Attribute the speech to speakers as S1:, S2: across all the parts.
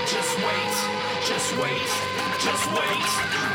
S1: Just wait, just wait, just wait,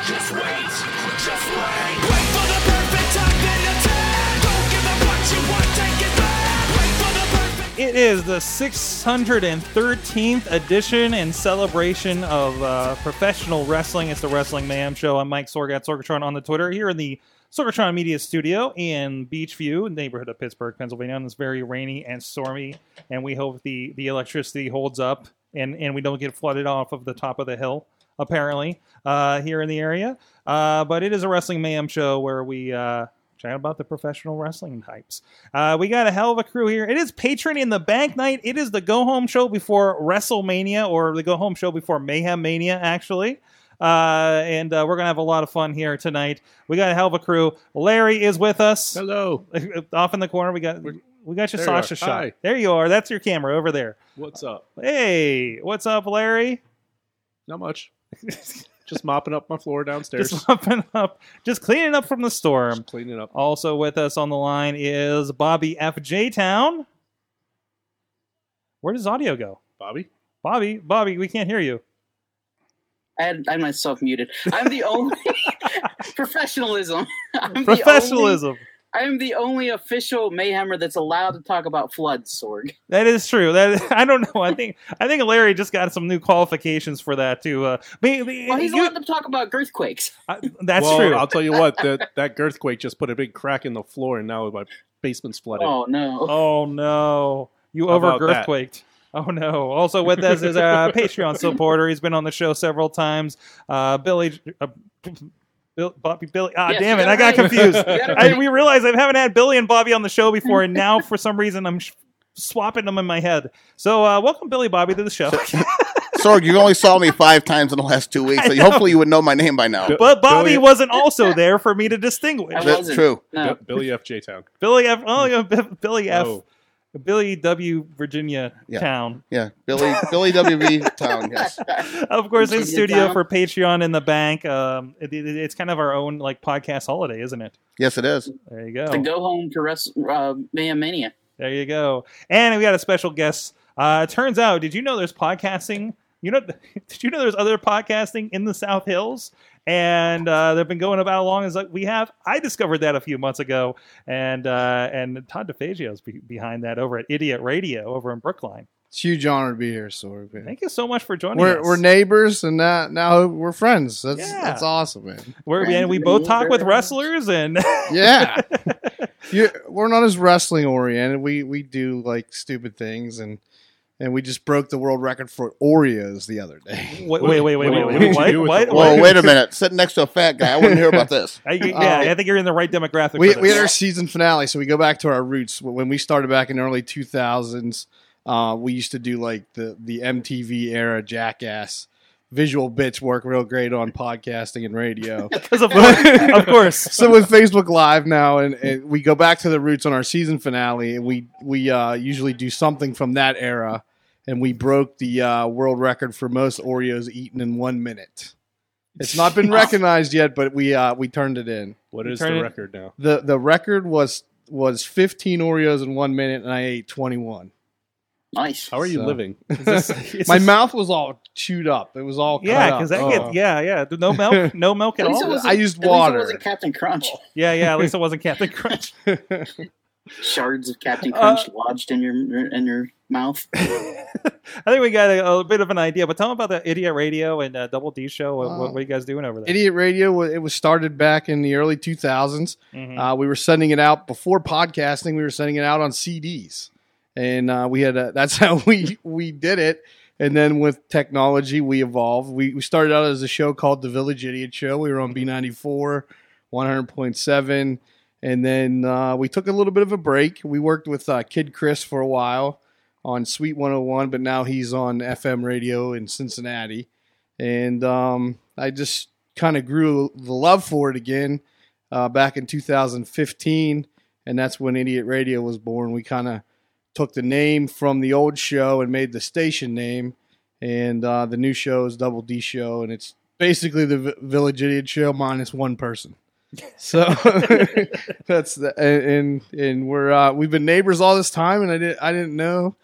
S1: just wait, just wait. Wait for the perfect time, then attack. Don't give up what you want, take it back. Wait for the perfect.
S2: It is the 613th edition and celebration of uh, professional wrestling. It's the Wrestling Mayhem Show. I'm Mike Sorg at Sorgatron on the Twitter here in the Sorgatron Media Studio in Beachview, neighborhood of Pittsburgh, Pennsylvania. And it's very rainy and stormy, and we hope the, the electricity holds up and, and we don't get flooded off of the top of the hill apparently, uh, here in the area. Uh, but it is a Wrestling Mayhem show where we uh, chat about the professional wrestling types. Uh, we got a hell of a crew here. It is Patron in the Bank night. It is the go home show before WrestleMania, or the go home show before Mayhem Mania, actually. Uh, and uh, we're gonna have a lot of fun here tonight. We got a hell of a crew. Larry is with us.
S3: Hello.
S2: Off in the corner, we got we got your
S3: There you
S2: Sasha
S3: are.
S2: shot.
S3: Hi.
S2: There you are. That's your camera over there.
S3: What's up?
S2: Hey, what's up, Larry?
S3: Not much. Just mopping up my floor downstairs.
S2: Just mopping up, just cleaning up from the storm.
S3: Just cleaning up.
S2: Also with us on the line is Bobby FJ Town. Where does audio go?
S3: Bobby?
S2: Bobby, Bobby, we can't hear you.
S4: I had I myself muted. I'm the only professionalism. I'm
S2: Professionalism.
S4: The only, I'm the only official mayhemmer that's allowed to talk about floods, Sorg.
S2: That is true. That I don't know. I think I think Larry just got some new qualifications for that too. Uh, may- may-
S4: Well, he's
S2: you-
S4: allowed to talk about earthquakes.
S2: I- that's
S3: well,
S2: true.
S3: I'll tell you what, that, that earthquake just put a big crack in the floor and now my basement's flooded.
S4: Oh no!
S2: oh no, you
S3: How
S2: over
S3: about that?
S2: earthquaked. Oh no! Also with us is a Patreon supporter. He's been on the show several times. Uh, Billy, uh, Bill, Bobby, Billy. Ah,
S4: Yes,
S2: damn
S4: you
S2: it!
S4: got
S2: I got
S4: it right.
S2: confused.
S4: You gotta
S2: I,
S4: re-
S2: we realized I haven't had Billy and Bobby on the show before, and now for some reason I'm sh- swapping them in my head. So uh, welcome Billy Bobby to the show.
S5: Sorg, you only saw me five times in the last two weeks, so
S2: know.
S5: hopefully you would know my name by now.
S3: Bi-
S2: but Bobby
S3: Billy-
S2: wasn't also there for me to distinguish.
S4: I
S5: That's
S4: wasn't.
S5: true.
S4: no.
S3: Bi- Billy F. J. Town.
S2: Billy F. Oh, yeah, B- Billy F.
S3: Oh.
S2: Billy W. Virginia
S5: Yeah.
S2: Town.
S5: Yeah, Billy Billy WB Town. Yes,
S2: Of course, in
S4: Virginia
S2: studio
S4: Town.
S2: for Patreon in the bank. Um, it- it- it's kind of our own like podcast holiday, isn't it?
S5: yes, it is.
S2: There you go.
S4: To go home to rest, uh, Mayhem Mania.
S2: There you go. And we got a special guest. Uh, it turns out, did you know there's podcasting? You know, did you know there's other podcasting in the South Hills? And uh, they've been going about as long as like, we have. I discovered that a few months ago, and uh, and Todd DeFazio is be- behind that over at Idiot Radio over in Brookline.
S6: It's a huge honor to be here, Sorg. man.
S2: Thank you so much for joining
S6: We're,
S2: us.
S6: we're neighbors, and now, now we're friends. That's
S2: Yeah.
S6: that's awesome, man.
S2: We're- and we both talk with wrestlers, and
S6: Yeah, you we're not as wrestling oriented. We we do like stupid things, and and we just broke the world record for Oreos the other day.
S2: wait, wait, wait, wait, wait,
S3: What-
S2: wait,
S3: what did you
S2: what?
S3: do with
S2: What?
S3: the-
S5: Well,
S2: What?
S5: wait a minute. Sitting next to a fat guy, I wouldn't hear about this. Um,
S2: I, yeah,
S6: Oh.
S2: I think you're in the right demographic.
S6: We
S2: for
S6: we had
S2: this.
S6: our season finale, so we go back to our roots when we started back in the early two thousands. Uh, we used to do like the the MTV era Jackass visual bits work real great on podcasting and radio.
S2: 'Cause of, course- of course.
S6: so with Facebook Live now, and, and we go back to the roots on our season finale, and we we uh, usually do something from that era, and we broke the uh, world record for most Oreos eaten in one minute. It's not been recognized yet, but we uh, we turned it in.
S3: What
S2: You
S3: is
S2: turn
S3: the
S2: it-
S3: record now?
S6: the The record was was 15 Oreos in one minute, and I ate 21.
S4: Nice.
S3: How are you
S6: So-
S3: living?
S2: Is this- is
S6: My
S2: this-
S6: mouth was all chewed up. It was all
S2: Yeah,
S6: cut
S2: because
S6: up.
S2: that gets
S3: Oh.
S2: yeah, yeah. No milk, no milk at
S4: At least it
S2: all.
S4: wasn't-
S6: I used
S4: at least it
S6: water.
S4: wasn't Captain Crunch.
S2: Yeah, yeah. At least it wasn't Captain Crunch.
S4: Shards of Captain
S2: Uh,
S4: Crunch lodged in your in your mouth.
S2: I think we got a, a bit of an idea. But tell them about the Idiot Radio and uh, Double D Show. What, what,
S6: Wow.
S2: what are you guys doing over there?
S6: Idiot Radio. wa- It was started back in the early 2000s.
S3: Mm-hmm.
S2: Mhm.
S6: Uh, we were sending it out before podcasting. We were sending it out on CDs, and uh, we had a, that's how we we did it. And then with technology, we evolved. We, we started out as a show called The Village Idiot Show. We were on B ninety four, one hundred point seven, and then uh, we took a little bit of a break. We worked with uh, Kid Chris for a oh while on Sweet one hundred one, but now he's on FM radio in Cincinnati. and um, I just kind of grew the love for it again uh, back in 2015, and that's when Idiot Radio was born. We kind of took the name from the old show and made the station name, and uh, the new show is Double D Show, and it's basically the v- Village Idiot Show minus one person. So that's the and and- and we're uh, we've been neighbors all this time, and I didn't I didn't know.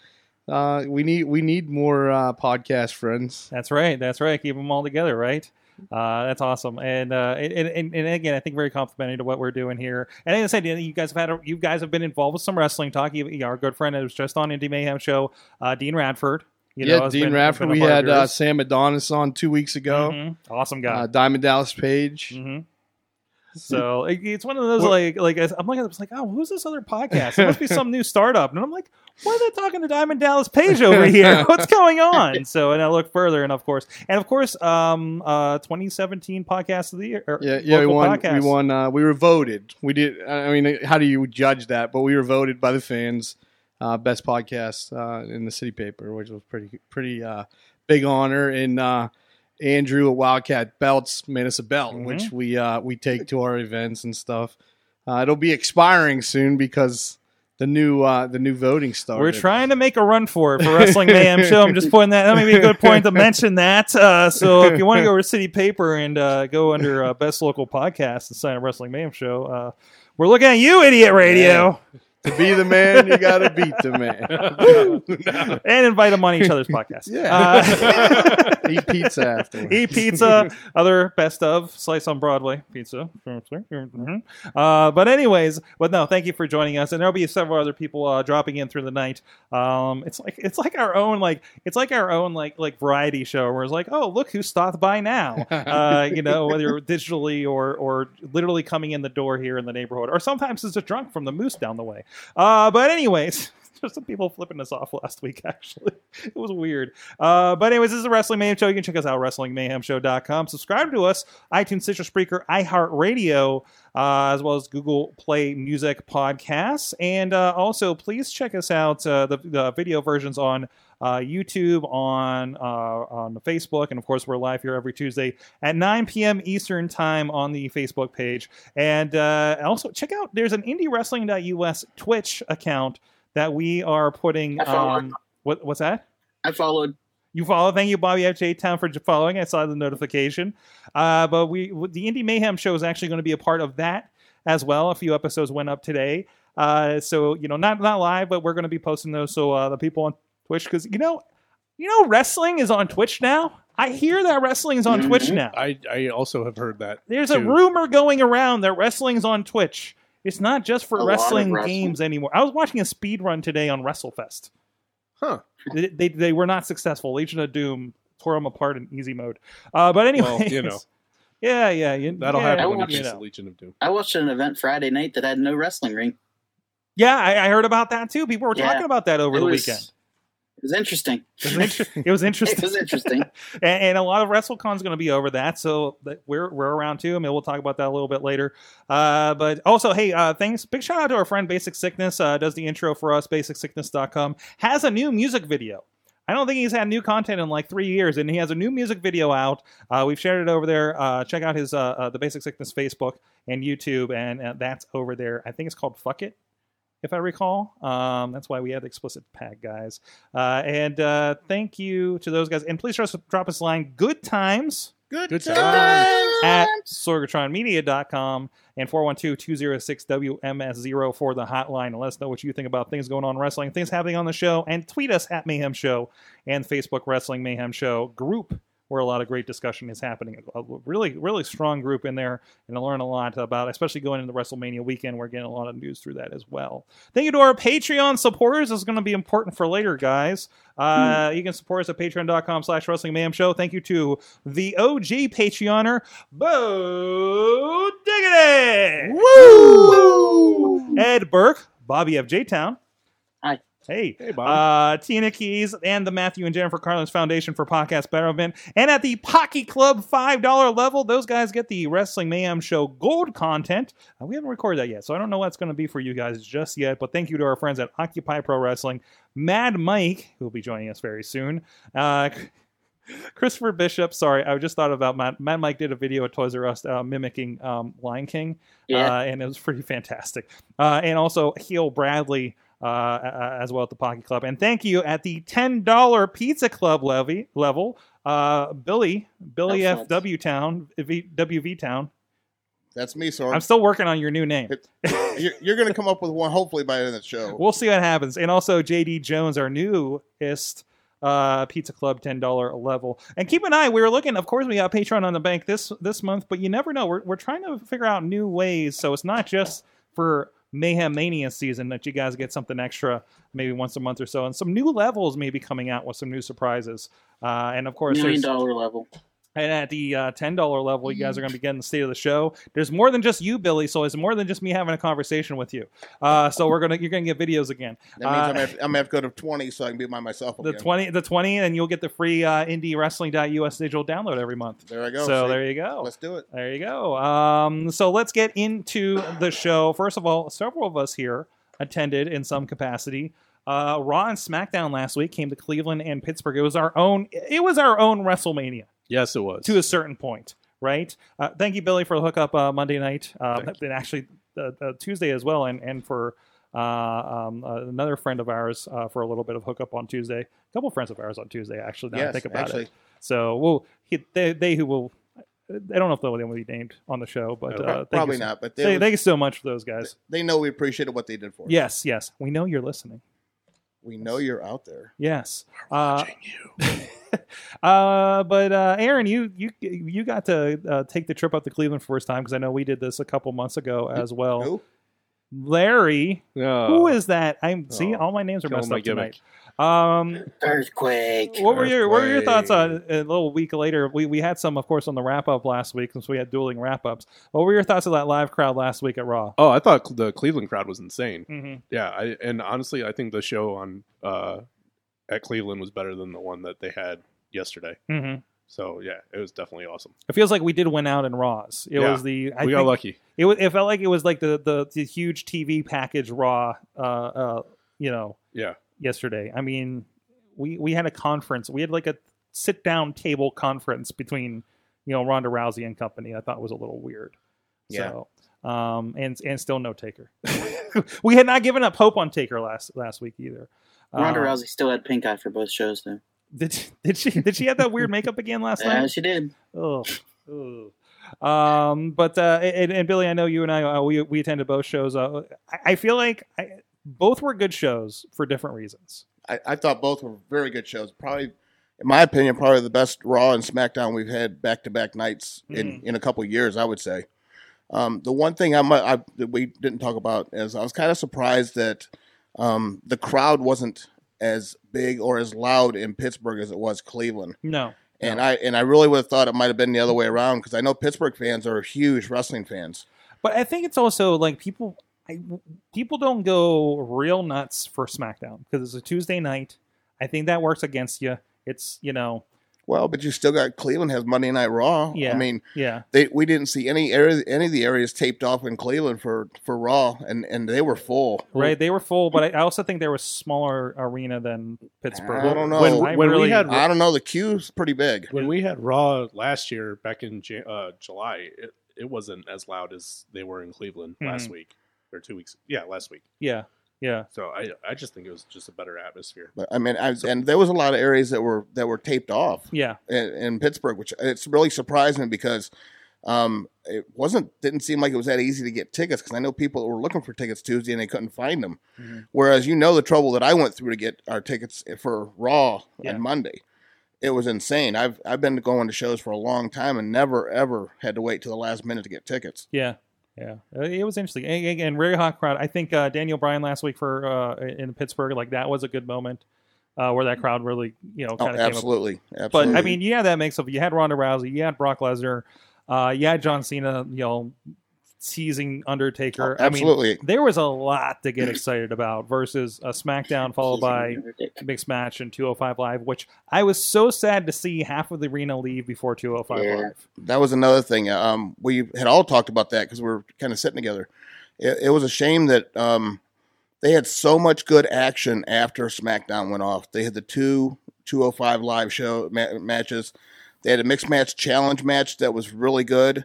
S6: Uh, we need we need more uh, podcast friends.
S2: That's right. That's right. Keep them all together, right? Uh, that's awesome, and, uh, and and and again, I think very complimentary to what we're doing here. And as I said, you guys have had a, you guys have been involved with some wrestling talk. You, you- our good friend that was just on Indie Mayhem show, uh, Dean Radford. You
S6: yeah,
S2: has
S6: Dean
S2: been-
S6: Radford.
S2: been a
S6: We
S2: part of
S6: had uh,
S2: yours.
S6: Sam Adonis on two weeks ago.
S2: Mhm. awesome guy.
S6: Uh, Diamond Dallas Page.
S2: hmm So it- it's one of those
S6: What-
S2: like like as- I'm looking at it, it's like oh who's this other podcast? It must be some new startup. And I'm like, why are they talking to Diamond Dallas Page over here? What's going on? So and I look further, and of course, and of course, um, uh, 2017 podcast of the year. or
S6: Yeah, yeah, we
S2: local
S6: won.
S2: podcast.
S6: We won. Uh, we were voted. We did. I mean, how do you judge that? But we were voted by the fans uh, best podcast uh, in the city paper, which was pretty pretty uh, big honor. And uh, Andrew at Wildcat Belts made us a belt,
S2: Mhm.
S6: which we uh, we take to our events and stuff. Uh, it'll be expiring soon because the new uh, the new voting started.
S2: We're trying to make a run for it for Wrestling Mayhem Show. I'm just pointing that. That may be a good point to mention that. Uh, so if you want to go over to City Paper and uh, go under uh, Best Local Podcast and sign up Wrestling Mayhem Show, uh, we're looking at you, Idiot Radio.
S6: to be the man. You got to beat the man.
S2: and invite them on each other's podcasts.
S6: Yeah. Eat pizza
S2: Uh,
S6: afterwards.
S2: Eat pizza, other best of slice on Broadway pizza. Mhm. Uh, but anyways, but no, thank you for joining us, and there'll be several other people uh, dropping in through the night. Um, it's like it's like our own like it's like our own like like variety show where it's like oh look who stopped by now, uh, you know whether digitally or or literally coming in the door here in the neighborhood, or sometimes it's a drunk from the moose down the way. Uh, but anyways. There's some people flipping us off last week, actually. It was weird. Uh, but anyways, this is the Wrestling Mayhem Show. You can check us out, WrestlingMayhemShow.com. Subscribe to us, iTunes, Stitcher, Spreaker, iHeartRadio, uh, as well as Google Play Music Podcasts. And uh, also, please check us out, uh, the, the video versions on uh, YouTube, on uh, on Facebook, and of course, we're live here every Tuesday at 9 p.m. Eastern Time on the Facebook page. And uh, also, check out, there's an IndieWrestling.us Twitch account that we are putting...
S4: I follow
S2: Um, what, what's that?
S4: I followed.
S2: You follow. Thank you, Bobby F. J. Town, for following. I saw the notification. Uh, but we, the Indie Mayhem show is actually going to be a part of that as well. A few episodes went up today, uh, so you know, not not live, but we're going to be posting those. So uh, the people on Twitch, because you know, you know, wrestling is on Twitch now. I hear that wrestling is on
S4: Mhm.
S2: Twitch now.
S3: I, I also have heard that.
S2: There's a
S3: too.
S2: rumor going around that wrestling's on Twitch. It's not just
S4: A
S2: for
S4: lot of
S2: wrestling
S4: wrestling.
S2: games anymore. I was watching a speed run today on WrestleFest.
S3: Huh.
S2: They, they, they were not successful. Legion of Doom tore them apart in easy mode. Uh, but anyway,
S3: Well, you know.
S2: Yeah, yeah, you-
S3: That'll
S2: yeah,
S3: happen
S4: I
S3: when you
S4: want
S2: you
S3: face the
S2: know.
S3: Legion of Doom.
S4: I watched an event Friday night that had no wrestling ring.
S2: Yeah, I, I heard about that too. People were
S4: Yeah.
S2: talking about that over
S4: it
S2: the
S4: was,
S2: weekend.
S4: It was interesting.
S2: It was, inter- it was
S4: It
S2: interesting.
S4: was interesting.
S2: and, and a lot of WrestleCon's going to be over that, so that we're we're around too. I mean, we'll talk about that a little bit later. Uh, but also, hey, uh, thanks. Big shout out to our friend Basic Sickness. Uh, does the intro for us. BasicSickness.com has a new music video. I don't think he's had new content in like three years, and he has a new music video out. Uh, we've shared it over there. Uh, check out his uh, uh, the Basic Sickness Facebook and YouTube, and uh, that's over there. I think it's called Fuck It, if I recall. Um, that's why we had the explicit tag, guys. Uh, and uh, thank you to those guys. And please drop us, drop us a line. Good times
S3: Good, times.
S2: at sorgatronmedia.com and 412-206-WMS0 for the hotline. And let us know what you think about things going on in wrestling, things happening on the show, and tweet us at Mayhem Show and Facebook Wrestling Mayhem Show group where a lot of great discussion is happening. A really, really strong group in there and to learn a lot about, especially going into WrestleMania weekend. We're getting a lot of news through that as well. Thank you to our Patreon supporters. This is going to be important for later, guys. Uh, You can support us at patreon.com slash wrestling mayhem show. Thank you to the OG Patreoner, Bo Diggity! Woo! Ed Burke, Bobby F. J. Town.
S4: Hi.
S2: Hey.
S3: Hey, Bob.
S2: Uh, Tina Keys and the Matthew and Jennifer Carlins Foundation for Podcast Betterment. And at the Pocky Club $5 level, those guys get the Wrestling Mayhem Show gold content. Uh, we haven't recorded that yet, so I don't know what's going to be for you guys just yet. But thank you to our friends at Occupy Pro Wrestling, Mad Mike, who will be joining us very soon. Uh, Christopher Bishop. Sorry, I just thought about Matt. Matt Mike did a video at Toys R Us uh, mimicking um, Lion King,
S4: Yeah.
S2: uh, and it was pretty fantastic. Uh, and also Heel Bradley uh, a- a- as well at the Pocket Club. And thank you at the ten dollar Pizza Club levy level. Uh, Billy, Billy
S4: Excellent.
S2: FW Town, V- WV Town.
S5: That's me,
S2: I'm
S5: Sorg.
S2: still working on your new name.
S5: you're you're going to come up with one hopefully by the end of the show.
S2: We'll see what happens. And also JD Jones, our newest uh, Pizza Club ten dollar level. And keep an eye. We were looking. Of course, we got Patreon on the bank this this month, but you never know. We're we're trying to figure out new ways, so it's not just for Mayhem Mania season that you guys get something extra, maybe once a month or so, and some new levels maybe coming out with some new surprises. Uh, and of course,
S4: Million
S2: there's
S4: dollar level.
S2: and at the uh, ten dollar level, you guys are going to be getting the state of the show. There's more than just you, Billy. So it's more than just me having a conversation with you. Uh, so we're gonna you're gonna get videos again.
S5: That means
S2: Uh,
S5: I'm, gonna have, I'm gonna have to go to 20 so I can be by myself
S2: The
S5: again.
S2: twenty, the twenty, and you'll get the free uh, indiewrestling.us digital download every month.
S5: There I go.
S2: so
S5: See?
S2: there you go.
S5: Let's do it.
S2: There you go. Um, so let's get into the show. First of all, several of us here attended in some capacity. Uh, Raw and SmackDown last week came to Cleveland and Pittsburgh. It was our own. It was our own WrestleMania
S3: Yes, it was.
S2: to a certain point, right? Uh, thank you, Billy, for the hookup uh, Monday night, uh, and actually uh, uh, Tuesday as well, and and for uh, um, uh, another friend of ours uh, for a little bit of hookup on Tuesday. A couple friends of ours on Tuesday, actually. Now that I
S5: Yes,
S2: think about
S5: actually.
S2: it. So we'll he- they, they who will. I don't know if they'll they will be named on the show, but
S5: Pro-
S2: uh, thank
S5: Probably
S2: you so,
S5: not, but
S2: Say-
S5: they,
S2: thank you so much for those guys.
S5: they know we appreciated what they did for us.
S2: Yes, yes, we know you're listening.
S5: We know you're out there.
S2: Yes, uh, uh, but uh, Aaron, you you you got to uh, take the trip up to Cleveland for the first time because I know we did this a couple months ago as well.
S5: Who?
S2: Larry,
S3: Uh,
S2: who is that? I'm see
S3: Oh.
S2: all my names are
S3: Killing
S2: messed
S3: my
S2: up tonight.
S3: gimmick.
S2: Um,
S4: Earthquake.
S2: what were your what were your thoughts on
S3: Earthquake.
S2: a little week later? We we had some, of course, on the wrap up last week since we had dueling wrap ups. What were your thoughts of that live crowd last week at Raw?
S3: Oh, I thought cl- the Cleveland crowd was insane.
S2: Mm-hmm.
S3: Yeah, I, and honestly, I think the show on uh, at Cleveland was better than the one that they had yesterday.
S2: Mm-hmm.
S3: So yeah, it was definitely awesome.
S2: It feels like we did win out in Raws. It
S3: Yeah.
S2: was the I
S3: we
S2: think-
S3: got lucky.
S2: It was, it felt like it was like the the, the huge TV package Raw. Uh, uh, you know,
S3: Yeah,
S2: yesterday. I mean, we we had a conference. We had like a sit down table conference between you know Ronda Rousey and company. I thought was a little weird.
S5: Yeah.
S2: So, um, and and still no Taker. we had not given up hope on Taker last last week either.
S4: Ronda
S2: Uh,
S4: Rousey still had pink eye for both shows, though.
S2: did did she did she have that weird makeup again last night?
S4: Yeah, she did.
S2: Ugh. Ugh. Um, but uh, and, and Billy, I know you and I uh, we we attended both shows. Uh, I, I feel like I, both were good shows for different reasons.
S5: I, I thought both were very good shows. Probably, in my opinion, probably the best Raw and SmackDown we've had back to back nights
S2: Mm.
S5: in, in a couple of years. I would say. Um, the one thing I, mu- I that we didn't talk about is I was kind of surprised that um, the crowd wasn't as big or as loud in Pittsburgh as it was Cleveland.
S2: No,
S5: And I and I really would have thought it might have been the other way around because I know Pittsburgh fans are huge wrestling fans.
S2: but I think it's also like people I, people don't go real nuts for SmackDown because it's a Tuesday night. I think that works against you. It's you know
S5: Well, but you still got Cleveland has Monday Night Raw.
S2: Yeah.
S5: I mean,
S2: yeah
S5: they we didn't see any area any of the areas taped off in Cleveland for for Raw, and and they were full.
S2: right. They were full, but I, I also think there was smaller arena than Pittsburgh.
S5: I don't know.
S3: When-
S2: I
S3: when we
S2: really-
S3: had-
S5: I don't know. The queue's pretty big.
S3: when we had Raw last year back in Jan- uh, July, it, it wasn't as loud as they were in Cleveland last week or two weeks. Yeah, last week.
S2: Hmm. yeah yeah
S3: So I I just think it was just a better atmosphere.
S5: But I mean, I, and there was a lot of areas that were that were taped off
S2: yeah
S5: in, in Pittsburgh, which it's really surprising because um, it wasn't didn't seem like it was that easy to get tickets because I know people that were looking for tickets Tuesday and they couldn't find them. Whereas you know the trouble that I went through to get our tickets for Raw
S2: Yeah.
S5: on Monday. It was insane. I've I've been going to shows for a long time and never ever had to wait to the last minute to get tickets.
S2: yeah. Yeah, Uh, it was interesting. And, and- and very hot crowd. I think uh, Daniel Bryan last week for uh, in Pittsburgh, like that was a good moment uh, where that crowd really, you know,
S5: Oh,
S2: kind of came up
S5: absolutely,
S2: But
S5: absolutely.
S2: I mean, yeah, that makes up. You had Ronda Rousey, you had Brock Lesnar, uh, you had John Cena, you know, teasing Undertaker.
S5: Oh, absolutely.
S2: I mean, there was a lot to get excited about versus a SmackDown followed by mixed match and 205 Live, which I was so sad to see half of the arena leave before 205
S4: Yeah.
S2: Live.
S5: that was another thing. Um, we had all talked about that because we were kind of sitting together. It, it was a shame that um, They had so much good action after SmackDown went off. They had the two 205 live show ma- matches. They had a mixed match challenge match that was really good,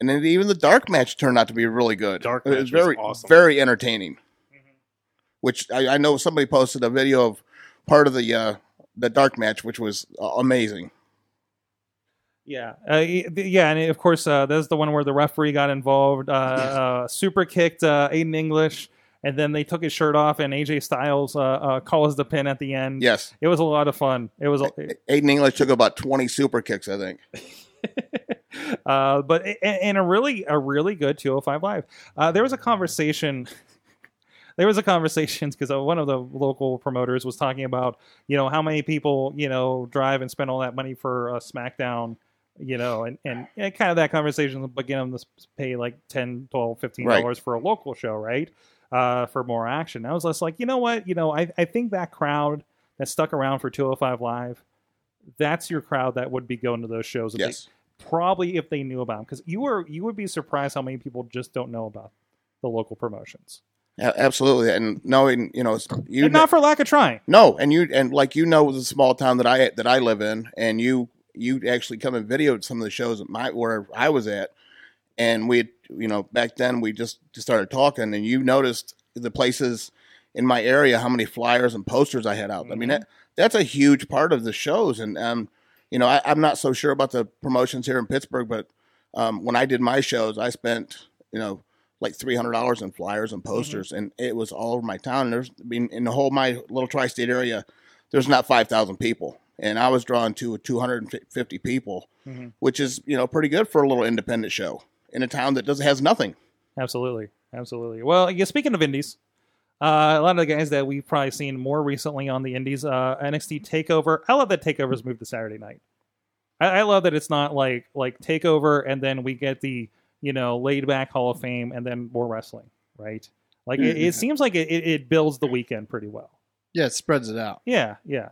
S5: and then even the dark match turned out to be really good.
S3: Dark
S5: it
S3: match was
S5: very
S3: awesome.
S5: very entertaining. Which I, I know somebody posted a video of part of the uh, the dark match, which was uh, amazing.
S2: Yeah, uh, y- yeah, and of course uh, that's the one where the referee got involved. Uh, uh, super kicked uh, Aiden English, and then they took his shirt off, and AJ Styles uh, uh, calls the pin at the end.
S5: Yes,
S2: It was a lot of fun. It was, a-
S5: Aiden English took about twenty super kicks, I think.
S2: uh, but a- and a really a really good 205 live. Uh, there was a conversation. There was a conversation because one of the local promoters was talking about you know how many people you know drive and spend all that money for uh, SmackDown. You know, and, and, and kind of that conversation, but get them to s- pay like 10 12 15
S5: Right.
S2: dollars for a local show, right? Uh, for more action. I was just like, you know what? You know, I, I think that crowd that stuck around for 205 Live, that's your crowd that would be going to those shows. if they-
S5: Yes,
S2: probably if they knew about them because you were you would be surprised how many people just don't know about the local promotions
S5: A- absolutely, and knowing you know it's- you
S2: and not for lack of trying
S5: No, and you and like you know the small town that I that I live in, and you you actually come and videoed some of the shows at my where I was at, and we you know back then we just, just started talking, and you noticed the places in my area how many flyers and posters I had out. I mean that that's a huge part of the shows, and um you know I, I'm not so sure about the promotions here in Pittsburgh, but um when I did my shows, I spent you know like three hundred dollars in flyers and posters, and it was all over my town. And there's, I mean, in the whole my little tri-state area, there's not five thousand people, and I was drawn to two hundred and fifty people,
S2: Mhm.
S5: which is you know pretty good for a little independent show in a town that doesn't has nothing.
S2: absolutely absolutely well yeah, speaking of indies uh, a lot of the guys that we've probably seen more recently on the indies uh, nxt takeover i love that takeovers moved to saturday night I, I love that it's not like like takeover and then we get the you know laid back hall of fame and then more wrestling right like
S7: Mm-hmm.
S2: it, it seems like it, it, it builds the weekend pretty well
S6: Yeah, it spreads it out.
S2: Yeah, yeah.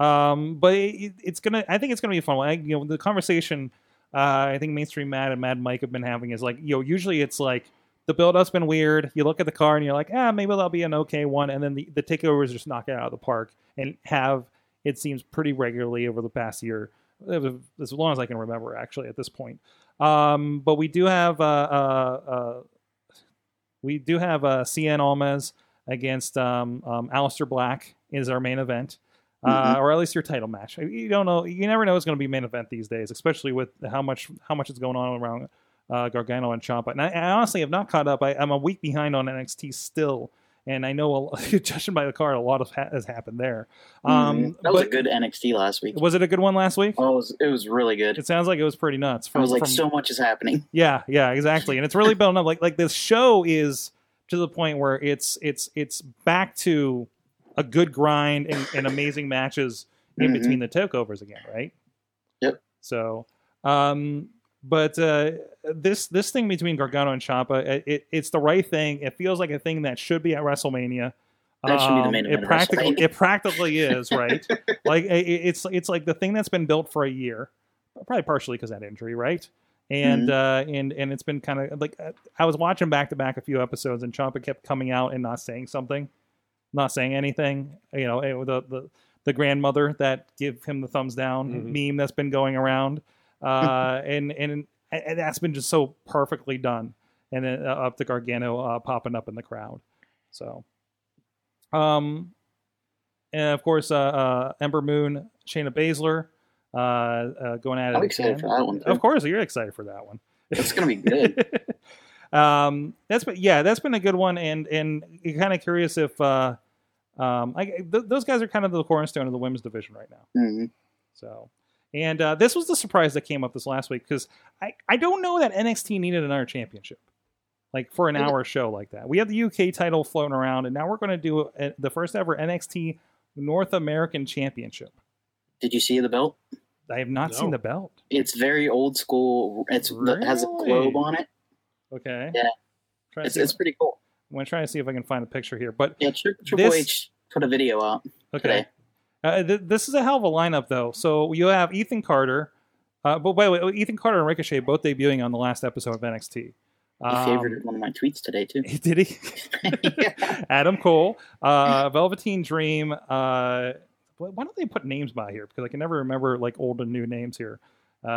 S2: Um, but it, it's gonna. I think it's gonna be a fun. one. I, you know, the conversation. Uh, I think mainstream Matt and Mad Mike have been having is like, you know, usually it's like the build up's been weird. You look at the car and you're like, ah, maybe that'll be an okay one, and then the, the takeovers just knock it out of the park and have it seems pretty regularly over the past year, as long as I can remember actually at this point. Um, but we do have uh, uh, uh, we do have uh, CN Almas against um, um, Alistair Black is our main event,
S4: Mm-hmm.
S2: uh, or at least your title match. You don't know. You never know what's going to be main event these days, especially with how much how much is going on around uh, Gargano and Ciampa. And I, I honestly have not caught up. I, I'm a week behind on NXT still, and I know a, judging by the card, a lot of ha- has happened there. Um,
S4: Mm-hmm.
S3: Mm.
S4: that was
S2: but-
S4: a good NXT last week.
S2: was it a good one last week?
S4: Oh, it was, it was really good.
S2: It sounds like it was pretty nuts.
S4: I was like,
S2: from-
S4: so much is happening.
S2: yeah, yeah, exactly. And it's really building up. Like like this show is to the point where it's it's it's back to a good grind and, and amazing matches in
S4: Mhm.
S2: between the takeovers again, right?
S4: Yep.
S2: So, um, but uh, this this thing between Gargano and Ciampa, uh, it, it's the right thing. It feels like a thing that should be at WrestleMania. Um,
S4: That should be the main event
S2: It
S4: of
S2: practically
S4: WrestleMania.
S2: it practically is right. like it, it's it's like the thing that's been built for a year, probably partially because that injury, right? And uh, and and it's been kind of like uh, I was watching back to back a few episodes, and Ciampa kept coming out and not saying something, not saying anything. You know, it, the the the grandmother that give him the thumbs down meme that's been going around, uh, and and and that's been just so perfectly done. And then uh, up to Gargano uh, popping up in the crowd, so. Um, and of course, uh, uh, Ember Moon, Shayna Baszler, uh, uh, going at it.
S4: I'm excited
S2: again.
S4: for that one. Too.
S2: Of course, you're excited for that one.
S4: It's gonna be good.
S2: um, that's been yeah, that's been a good one, and and you're kind of curious if uh, um, I, th- those guys are kind of the cornerstone of the women's division right now.
S4: Mhm.
S2: So, and uh, this was the surprise that came up this last week because I, I don't know that NXT needed another championship, like for an hour show like that. We have the UK title floating around, and now we're going to do uh the first ever NXT North American Championship.
S4: Did you see the belt?
S2: I have not
S3: No.
S2: seen the belt.
S4: It's very old school. It's it has a
S2: Really?
S4: globe on it.
S2: Okay.
S4: Yeah.
S2: Try to
S4: It's,
S2: see-
S4: it's pretty cool.
S2: I'm going to try to see if I can find a picture here, but
S4: Yeah, Tri- Triple
S2: This-
S4: H put a video out.
S2: Okay.
S4: today.
S2: Uh, th- this is a hell of a lineup, though. So you have Ethan Carter, uh, but by the way, Ethan Carter and Ricochet both debuting on the last episode of NXT.
S4: He favorited one of my tweets today too.
S2: Did he? Adam Cole, uh, Velveteen Dream. Uh, wh- why don't they put names by here? Because I can never remember like old and new names here. Uh,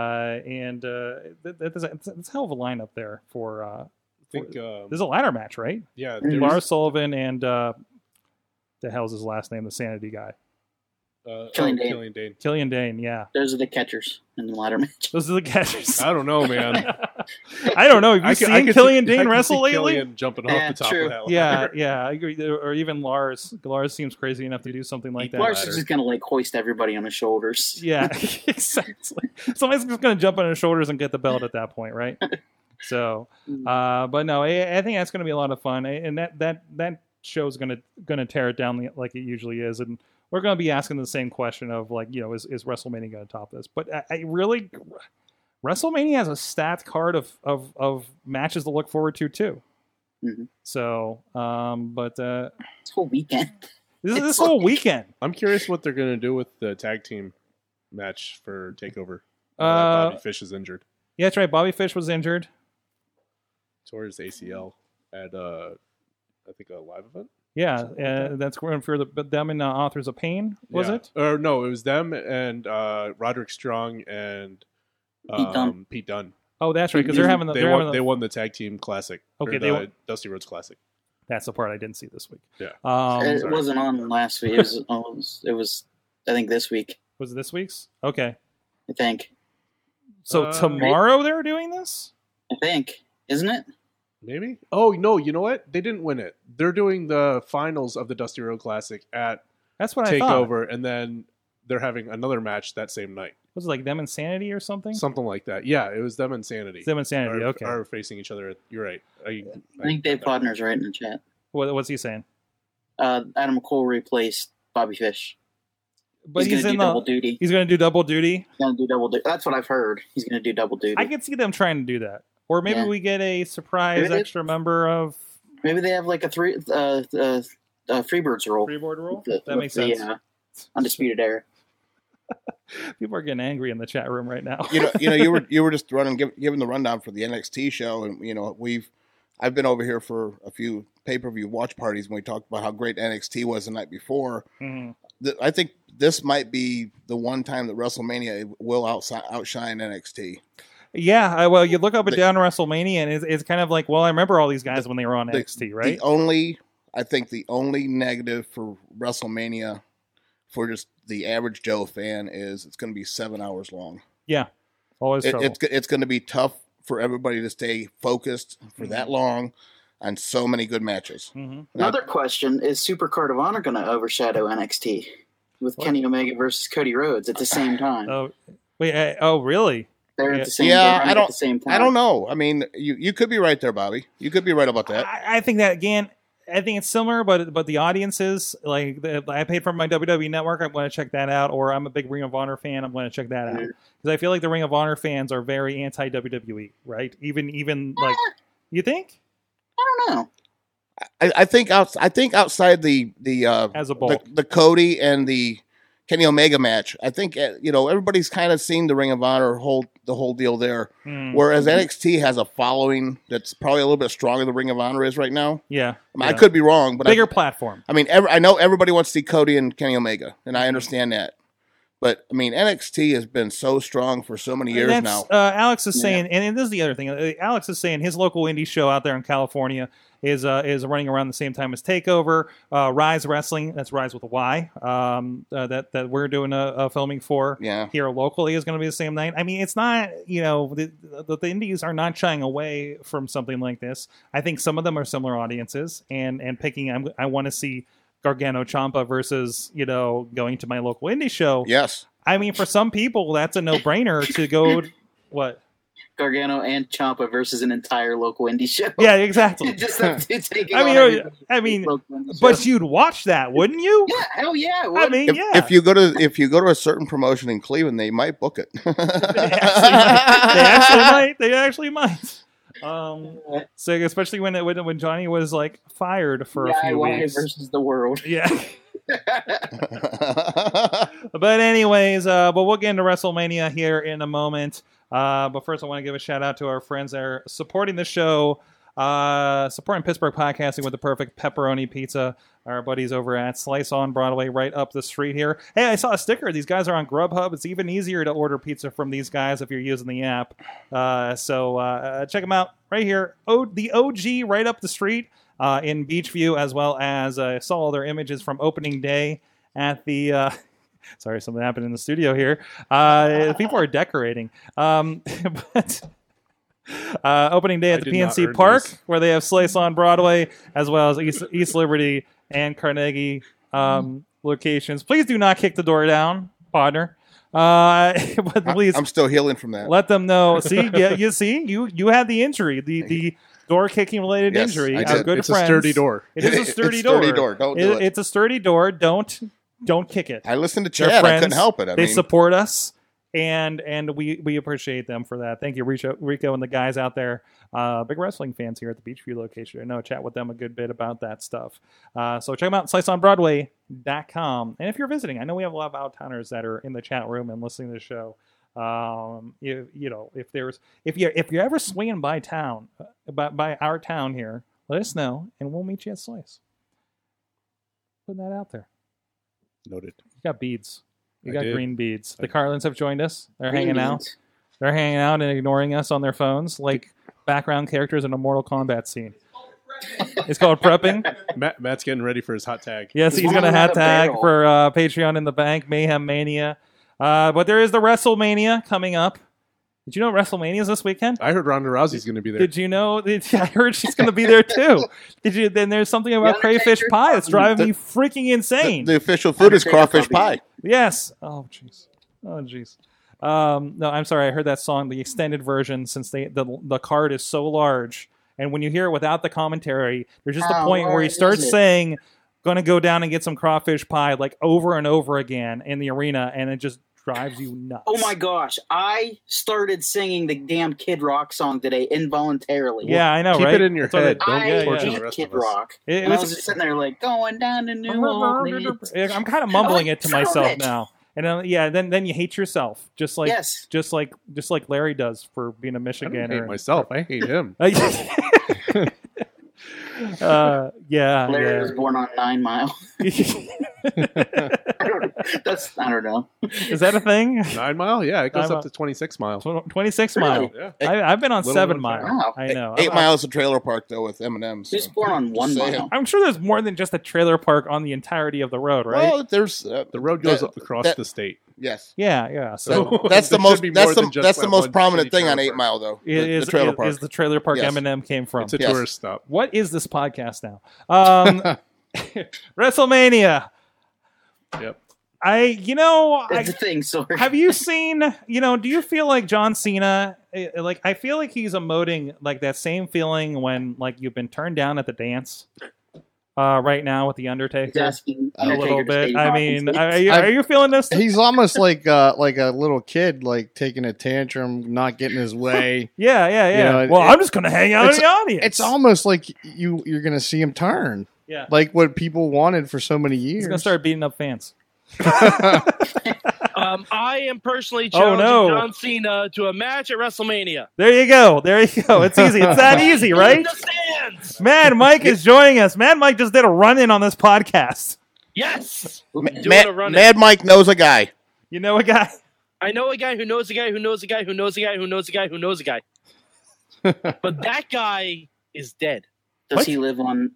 S2: and uh, that, that, that's, a, that's a hell of a lineup there for. Uh,
S3: I think, um,
S2: this is a ladder match, right?
S5: Mm.
S3: yeah,
S4: Mhm.
S3: there's,
S2: Lars Sullivan and uh, the hell's his last name? The Sanity guy,
S3: uh,
S4: Killing
S3: oh,
S4: Dane.
S3: Killing Dane.
S2: Killian Dane. Yeah,
S4: Those are the catchers in the ladder match.
S2: those are the catchers.
S3: I don't know, man.
S2: I don't know. Have you
S3: I
S2: seen
S3: can- I can
S2: Killian
S3: see- I
S2: Dane
S3: can
S2: wrestle
S3: see
S2: lately?
S3: Killian jumping off
S4: Yeah,
S3: the top
S4: true.
S3: of that.
S2: Yeah,
S3: ladder.
S2: yeah, I agree. Or even Lars. Lars seems crazy enough to do something like that.
S4: Lars
S3: ladder.
S4: is just gonna like hoist everybody on his shoulders.
S2: Yeah, exactly. Somebody's just going to jump on his shoulders and get the belt at that point, right? So,
S3: Hmm.
S2: uh, but no, I, I think that's going to be a lot of fun, and that that that show's going to going to tear it down like it usually is, and we're going to be asking the same question of like, you know, is is WrestleMania going to top this? But I, I really, WrestleMania has a stacked card of of of matches to look forward to too.
S4: Mhm.
S2: So, um, but uh,
S4: This whole weekend.
S2: this is
S4: It's
S2: this whole weekend.
S3: I'm curious what they're gonna do with the tag team match for Takeover. Uh,
S2: Uh,
S3: Bobby Fish is injured.
S2: yeah, that's right. Bobby Fish was injured.
S3: Tore his ACL at uh, I think a live event.
S2: Yeah,
S3: Something like
S2: uh, that's going for the but them and uh, authors of pain, was
S3: Yeah.
S2: it?
S3: Or no, it was them and uh, Roderick Strong and um,
S4: Pete Dunne.
S3: Pete Dunn.
S2: Oh, that's right, because they're having the
S3: they
S2: they are
S3: won,
S2: having the,
S3: they won the tag team classic.
S2: Okay,
S3: or
S2: they
S3: the
S2: won-
S3: Dusty Rhodes Classic.
S2: that's the part I didn't see this week.
S3: Yeah.
S2: um,
S4: it
S3: sorry.
S4: wasn't on last week. It was, oh, it was. It was. I think this week.
S2: was it this week's? Okay,
S4: I think.
S2: so
S3: Uh,
S2: tomorrow they're doing this.
S4: I think. Isn't it?
S3: Maybe. Oh no, you know what? They didn't win it. They're doing the finals of the Dusty Road Classic at
S2: That's what I thought.
S3: Takeover, and then they're having another match that same night.
S2: Was it like them insanity or something?
S3: Something like that. Yeah, it was them and Sanity.
S2: It's them insanity.
S3: are,
S2: okay,
S3: are facing each other. At, you're right. I,
S4: I think Dave Podner's right in the chat.
S2: what, what's he saying?
S4: Uh, Adam Cole replaced Bobby Fish.
S2: But
S4: he's,
S2: he's,
S4: gonna
S2: in
S4: do
S2: the.
S4: double duty.
S2: He's going to do double duty.
S4: He's gonna do double duty. That's what I've heard. He's gonna do double duty.
S2: I could see them trying to do that, or maybe
S4: Yeah.
S2: we get a surprise
S4: Maybe they-
S2: extra member of
S4: Maybe they have like a three uh, uh, uh, Freebirds rule.
S2: Freeboard Rule.
S4: With the-
S2: That
S4: with
S2: makes
S4: the,
S2: sense.
S4: uh, Undisputed Era.
S2: People are getting angry in the chat room right now.
S5: you know, you know, you were you were just running give, giving the rundown for the NXT show, and you know we've I've been over here for a few pay per view watch parties, and we talked about how great NXT was the night before.
S2: Mhm.
S5: Th- I think this might be the one time that WrestleMania will outsi- outshine NXT.
S2: Yeah, I- well, you look up and
S5: The-
S2: down WrestleMania, and it's, it's kind of like, well, I remember all these guys when they were on
S5: the-
S2: NXT, right?
S5: The only I think the only negative for WrestleMania for just the average Joe fan is it's going to be seven hours long.
S2: Always
S5: It-
S2: trouble.
S5: it's go- it's going to be tough for everybody to stay focused for
S2: Mm-hmm.
S5: that long on so many good matches.
S2: Mhm.
S4: Another question is Super Card of Honor gonna overshadow NXT with Kenny Omega versus Cody Rhodes at the same time?
S2: Oh, wait, I, oh, really?
S4: They're
S2: yeah.
S4: at the same.
S5: Yeah,
S4: they're running
S5: I don't-
S4: At the same time.
S5: I don't know. I mean, you you could be right there, Bobby. You could be right about that.
S2: I, I think that again. I think it's similar, but but the audiences like the, I paid for my WWE network. I'm going to check that out, or I'm a big Ring of Honor fan. I'm going to check that out because I feel like the Ring of Honor fans are very anti WWE, right? Even even like you think
S4: I don't know.
S5: I, I think outs, I think outside the the uh,
S2: as a
S5: the,
S2: bulk.
S5: the Cody and the Kenny Omega match. I think uh, you know everybody's kind of seen the Ring of Honor whole the whole deal there.
S2: Hmm,
S5: Whereas NXT has a following that's probably a little bit stronger than Ring of Honor is right now.
S2: yeah,
S5: I, mean, I
S2: yeah.
S5: could be wrong, but
S2: bigger
S5: I,
S2: platform.
S5: I mean, ev I know everybody wants to see Cody and Kenny Omega, and I understand that. But I mean, NXT has been so strong for so many years
S2: That's,
S5: now.
S2: Uh, Alex is
S4: Yeah.
S2: saying, and this is the other thing. uh, Alex is saying his local indie show out there in California is uh, is running around the same time as Takeover, uh, Rise Wrestling. That's Rise with a Y. Um, uh, that that we're doing a, a filming for
S5: Yeah,
S2: here locally is going to be the same night. I mean, it's not you know the, the, the indies are not shying away from something like this. I think some of them are similar audiences and and picking. I'm, I want to see Gargano Champa versus you know going to my local indie show.
S5: yes.
S2: I mean, for some people, that's a no brainer to go. What?
S4: Gargano and Champa versus an entire local indie show.
S2: Yeah, exactly.
S4: Just have to take it
S2: I
S4: on
S2: mean, oh,
S4: everybody.
S2: I mean,
S4: Local indie show.
S2: but you'd watch that, wouldn't you?
S4: yeah, hell yeah. it
S2: I
S4: would.
S2: mean,
S5: If,
S2: yeah.
S5: if you go to if you go to a certain promotion in Cleveland, they might book it.
S2: they actually might. They actually might. Um, so especially when it, when when Johnny was like fired for a few
S4: DIY
S2: weeks.
S4: versus the world.
S2: Yeah. Oh, But anyways, uh, but we'll get into WrestleMania here in a moment. Uh, but first, I want to give a shout out to our friends that are supporting the show, uh, supporting Pittsburgh podcasting with the perfect pepperoni pizza. Our buddies over at Slice on Broadway, right up the street here. Hey, I saw a sticker. These guys are on Grubhub. It's even easier to order pizza from these guys if you're using the app. Uh, so uh, uh, check them out right here. O- the OG, right up the street uh, in Beachview, as well as uh, I saw all their images from opening day at the. Uh, sorry, something happened in the studio here. Uh, people are decorating. Um, but. Uh, opening day
S3: I
S2: at the
S3: did not
S2: PNC
S3: earn
S2: Park,
S3: this.
S2: where they have Slice on Broadway, as well as East, East Liberty and Carnegie um, locations. Please do not kick the door down, partner. Uh, but
S5: I,
S2: please
S5: am still healing from that.
S2: let them know. See, yeah, you see, you you had the injury, the the door kicking related
S5: Yes,
S2: injury.
S5: I
S2: Our
S5: did.
S2: good
S3: it's
S2: friends.
S3: a sturdy door.
S2: It is a sturdy
S5: it's
S2: door.
S5: Sturdy door. Don't do
S2: It-
S5: it.
S2: It's a sturdy door. Don't don't kick it.
S5: I listened to
S2: They're
S5: Chad. I couldn't
S2: friends.
S5: help it. I
S2: they
S5: mean,
S2: support us, and and we we appreciate them for that. Thank you, Rico, Rico and the guys out there. Uh, big wrestling fans here at the Beachview location. I know I chat with them a good bit about that stuff. Uh, so check them out, sliceonbroadway.com. And if you're visiting, I know we have a lot of out-towners that are in the chat room and listening to the show. Um, you, you know, if there's if you if you're ever swinging by town, uh, by by our town here, let us know, and we'll meet you at Slice. Putting that out there.
S3: Noted.
S2: You got beads. You
S3: I
S2: got
S3: did.
S2: green beads. The
S3: I-
S2: Carlins have joined us. They're
S4: Green
S2: hanging out.
S4: beans.
S2: They're hanging out and ignoring us on their phones like background characters in a Mortal Kombat scene. It's called prepping.
S3: Matt, Matt's getting ready for his hot tag.
S2: Yes, he's
S4: Long
S2: going to
S4: out
S2: hat
S4: of
S2: tag
S4: barrel.
S2: for uh, Patreon in the Bank, Mayhem Mania. Uh, but there is the WrestleMania coming up. Did you know WrestleMania is this weekend?
S3: I heard Ronda Rousey's going to be there.
S2: Did you know? Did, I heard she's going to be there too. Did you? Then there's something about
S4: Undertaker's
S2: crayfish pie that's driving me
S5: The-
S2: freaking insane.
S5: the, the official food is
S4: Undertaker
S5: crawfish
S4: probably-
S5: pie.
S2: Yes. Oh jeez. Oh jeez. Um, no, I'm sorry. I heard that song, the extended version, since they the the card is so large, and when you hear it without the commentary, there's just a
S4: How
S2: point where
S4: large
S2: he
S4: is
S2: starts
S4: it?
S2: saying, "Gonna go down and get some crawfish pie," like over and over again in the arena, and it just drives you nuts.
S4: Oh my gosh! I started singing the damn Kid Rock song today involuntarily.
S2: Yeah, I know,
S3: Keep
S2: right?
S3: it in your
S2: That's what I-
S3: head. Don't
S4: I
S2: yeah,
S3: torture
S2: yeah.
S3: the
S4: hate
S3: rest
S4: Kid
S3: of us.
S4: Rock.
S2: It,
S4: And I was
S2: was,
S4: just sitting there like going down to New Orleans.
S2: I'm kind of mumbling it to
S4: Son of a
S2: myself
S4: bitch.
S2: now, and then, yeah, then then you hate yourself, just like
S4: yes,
S2: just like just like Larry does for being a
S3: I don't
S2: Michiganer.
S3: hate myself. I hate him.
S2: uh, yeah,
S4: Larry
S2: Uh, yeah.
S4: was born on Nine Mile.
S2: Is
S4: I don't, that's I don't know.
S2: that a thing?
S3: Nine mile? Yeah, it goes
S2: Nine
S3: up
S2: mile.
S3: to 26 miles.
S2: Tw- Twenty-six mile.
S3: Yeah.
S2: I, I've been on
S3: Little
S2: seven
S3: one
S2: mile.
S3: time.
S4: Wow.
S2: I know.
S5: Eight
S2: I'm,
S5: miles of trailer park though with M&M's.
S4: He was
S5: so.
S4: born on one
S5: Just saying.
S4: mile.
S2: I'm sure there's more than just a trailer park on the entirety of the road, right?
S5: Well, there's uh,
S3: The road goes
S5: That-
S3: across
S5: that-
S3: the state.
S5: yes.
S2: yeah, yeah. So.
S3: So
S5: That's the
S3: there
S5: most.
S3: should be
S5: That's
S3: more
S5: the
S3: than just
S5: that's the
S3: that
S5: most
S3: one
S5: prominent
S3: shitty
S5: thing on
S3: trailer
S5: Eight
S3: park.
S5: Mile though.
S2: It
S5: the,
S2: is-
S5: the trailer
S2: it
S5: park.
S2: is the trailer park
S5: Yes.
S2: Eminem came from.
S3: It's a
S5: Yes.
S3: tourist stop.
S2: what is this podcast now? Um, WrestleMania.
S3: Yep.
S2: I, you know, I,
S4: That's the thing. Sorry.
S2: have you seen you know do you feel like john cena eh, like i feel like he's emoting like that same feeling when like you've been turned down at the dance uh right now with the undertaker
S4: asking
S2: a little
S4: Undertaker to
S2: bit
S4: stay
S2: i
S4: in
S2: mean
S4: Hawkins.
S2: are you, are you feeling this
S6: He's almost like uh, like a little kid, like taking a tantrum, not getting his way.
S2: yeah yeah yeah
S6: You know, it-
S2: well i'm just gonna hang out in
S6: it's-
S2: the audience
S6: It's almost like you you're gonna see him turn,
S2: yeah
S6: like what people wanted for so many years.
S2: he's gonna start beating up fans
S7: Um, I am personally
S2: Oh, no.
S7: challenging John Cena to a match at Wrestlemania.
S2: there you go there you go it's easy it's that easy
S7: In
S2: right
S7: the stands.
S2: man mike is joining us man mike just did a run-in on this podcast
S7: Yes.
S5: Ma-
S7: doing a
S5: Mad,
S7: run-in.
S5: Mad Mike knows a guy.
S2: you know a guy
S7: I know a guy who knows a guy who knows a guy who knows a guy who knows a guy who knows a guy.
S2: Oh,
S7: but that guy is dead.
S4: Does
S2: What?
S4: he live on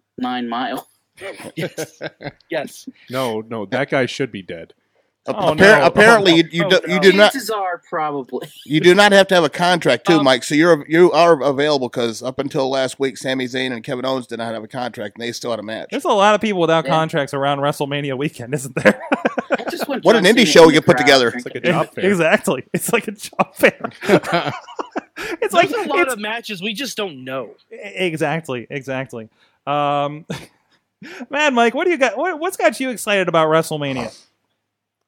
S4: Nine Mile?
S7: Yes. yes.
S3: No, no, that guy should be dead.
S2: Oh,
S5: Appar-
S2: no.
S5: Apparently, you you,
S7: Oh,
S5: do,
S7: no.
S5: you do not
S4: Chances are probably.
S5: you do not have to have a contract too,
S7: Um,
S5: Mike. So you're you are available because up until last week, Sami Zayn and Kevin Owens did not have a contract, and they still had a match.
S2: there's a lot of people without
S4: Yeah.
S2: contracts around wrestlemania weekend isn't there
S4: I just want
S5: What an
S4: John
S5: indie
S4: Cena
S5: show
S4: in
S5: we
S4: the
S5: could put
S4: crowd
S5: together.
S4: drinking.
S3: It's like a job fair.
S2: Exactly. It's like a job fair. it's like
S7: There's a lot
S2: it's,
S7: of matches we just don't know.
S2: exactly, exactly. Um, man, Mike, what do you got? What, what's got you excited about WrestleMania?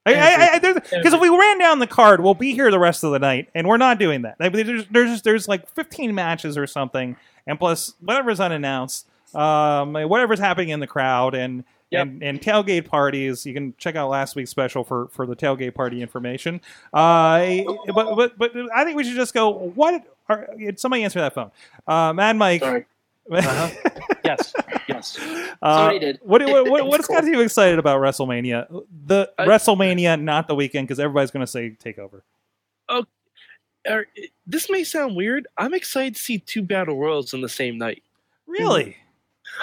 S2: Because if we ran down the card, we'll be here the rest of the night, and we're not doing that. I mean, there's there's there's like 15 matches or something, and plus whatever's unannounced, um, whatever's happening in the crowd, and
S7: Yep.
S2: and, and tailgate parties. You can check out last week's special for, for the tailgate party information. Uh, but but but I think we should just go. What? Are, somebody answer that phone. Uh, Mad Mike. Uh-huh.
S4: Sorry.
S7: Yes, yes.
S2: Uh,
S4: Somebody did.
S2: What, what, what,
S4: It's
S2: what's got
S4: cool.
S2: you excited about WrestleMania? The
S4: Uh,
S7: I-
S2: WrestleMania, not the weekend, because everybody's going to say Takeover.
S7: Oh, Er, This may sound weird. I'm excited to see two battle royals on the same night.
S2: Really?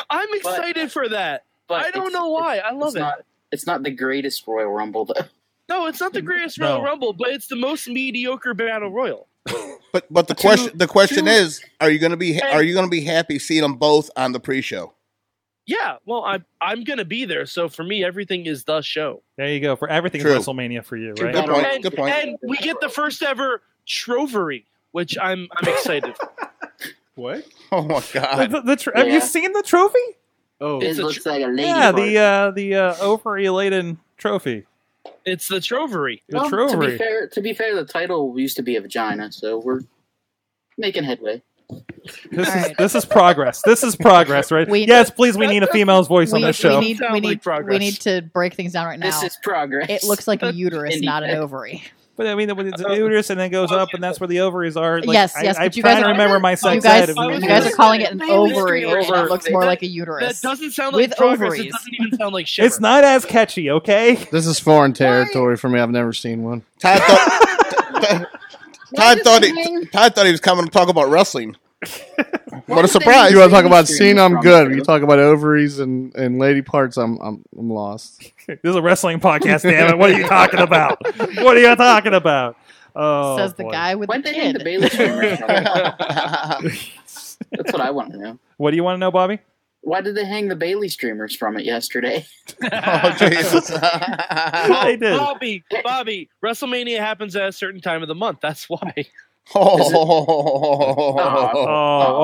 S7: I'm excited for that. I don't
S4: Hmm. it's-
S7: know why. I
S4: It's
S7: love it.
S4: not. It's not the greatest Royal Rumble though.
S7: no, it's not the greatest
S2: No.
S7: Royal Rumble, but it's the most mediocre battle royal.
S5: But but the
S7: Two-
S5: question the question
S7: two-
S5: is, are you gonna be ha-
S7: Hey.
S5: are you gonna be happy seeing them both on the pre-show?
S7: Yeah, well, I'm I'm gonna be there, so for me, everything is the show.
S2: There you go. For everything
S5: True.
S2: WrestleMania for you,
S4: Two
S2: right?
S5: Good
S4: battle
S5: point,
S4: royals.
S5: good point.
S7: And we get the first ever trovery, which I'm I'm excited. for.
S3: What?
S5: Oh my
S2: The-
S5: god!
S2: the- the tr- Have
S4: Yeah.
S2: you seen the trophy?
S3: Oh,
S4: It
S7: It's a
S4: looks like a lady.
S2: Yeah,
S4: heart.
S2: the uh, the uh, ovary laden trophy.
S7: It's the trovery.
S2: The
S4: Well, to be
S2: trophy.
S4: fair, to be fair, the title used to be a vagina, so we're making headway.
S2: This is
S8: Alright.
S2: this is progress. This is progress, right?
S8: We-
S2: yes, please. We need a female's voice
S8: we,
S2: on
S8: we
S2: this show.
S8: need,
S7: Sound
S8: we,
S7: like
S8: need, we
S7: progress.
S8: need to break things down right now.
S4: This is progress.
S8: it looks like a uterus,
S4: Indeed.
S8: not an ovary.
S2: but I mean, the, the uterus and then goes up, and that's where the ovaries are. Like,
S8: Yes,
S2: I,
S8: yes,
S2: I
S8: but you guys
S2: trying to
S8: are-
S2: remember my sex
S8: You guys,
S2: ed.
S7: I was
S8: you guys are
S7: gonna
S8: calling
S7: say,
S8: it an
S7: maybe it's
S8: ovary,
S7: gonna be
S8: and it
S7: over.
S8: looks more
S7: That-
S8: like a
S7: That
S8: uterus.
S7: doesn't sound like
S8: With
S7: progress. It
S8: ovaries.
S7: doesn't even sound like shit.
S2: It's not as catchy, okay?
S6: This is foreign territory for me. I've never seen one.
S5: Todd thought Todd thought he, Todd thought he was coming to talk about wrestling. what a surprise!
S6: You want to talk about scene? I'm good. You talk about ovaries and, and lady parts. I'm I'm, I'm lost.
S2: This is a wrestling podcast, damn it. What are you talking about? What are you talking about? Oh,
S8: Says the
S2: boy.
S8: guy with
S4: When
S8: the
S4: they hang the
S8: kid.
S4: Bayless rumors. That's what I want to know.
S2: What do you want to know, Bobby?
S4: Why did they hang the Bailey streamers from it yesterday?
S5: oh Jesus!
S2: they did.
S7: Bobby, Bobby, WrestleMania happens at a certain time of the month. That's why.
S2: Oh,
S5: oh,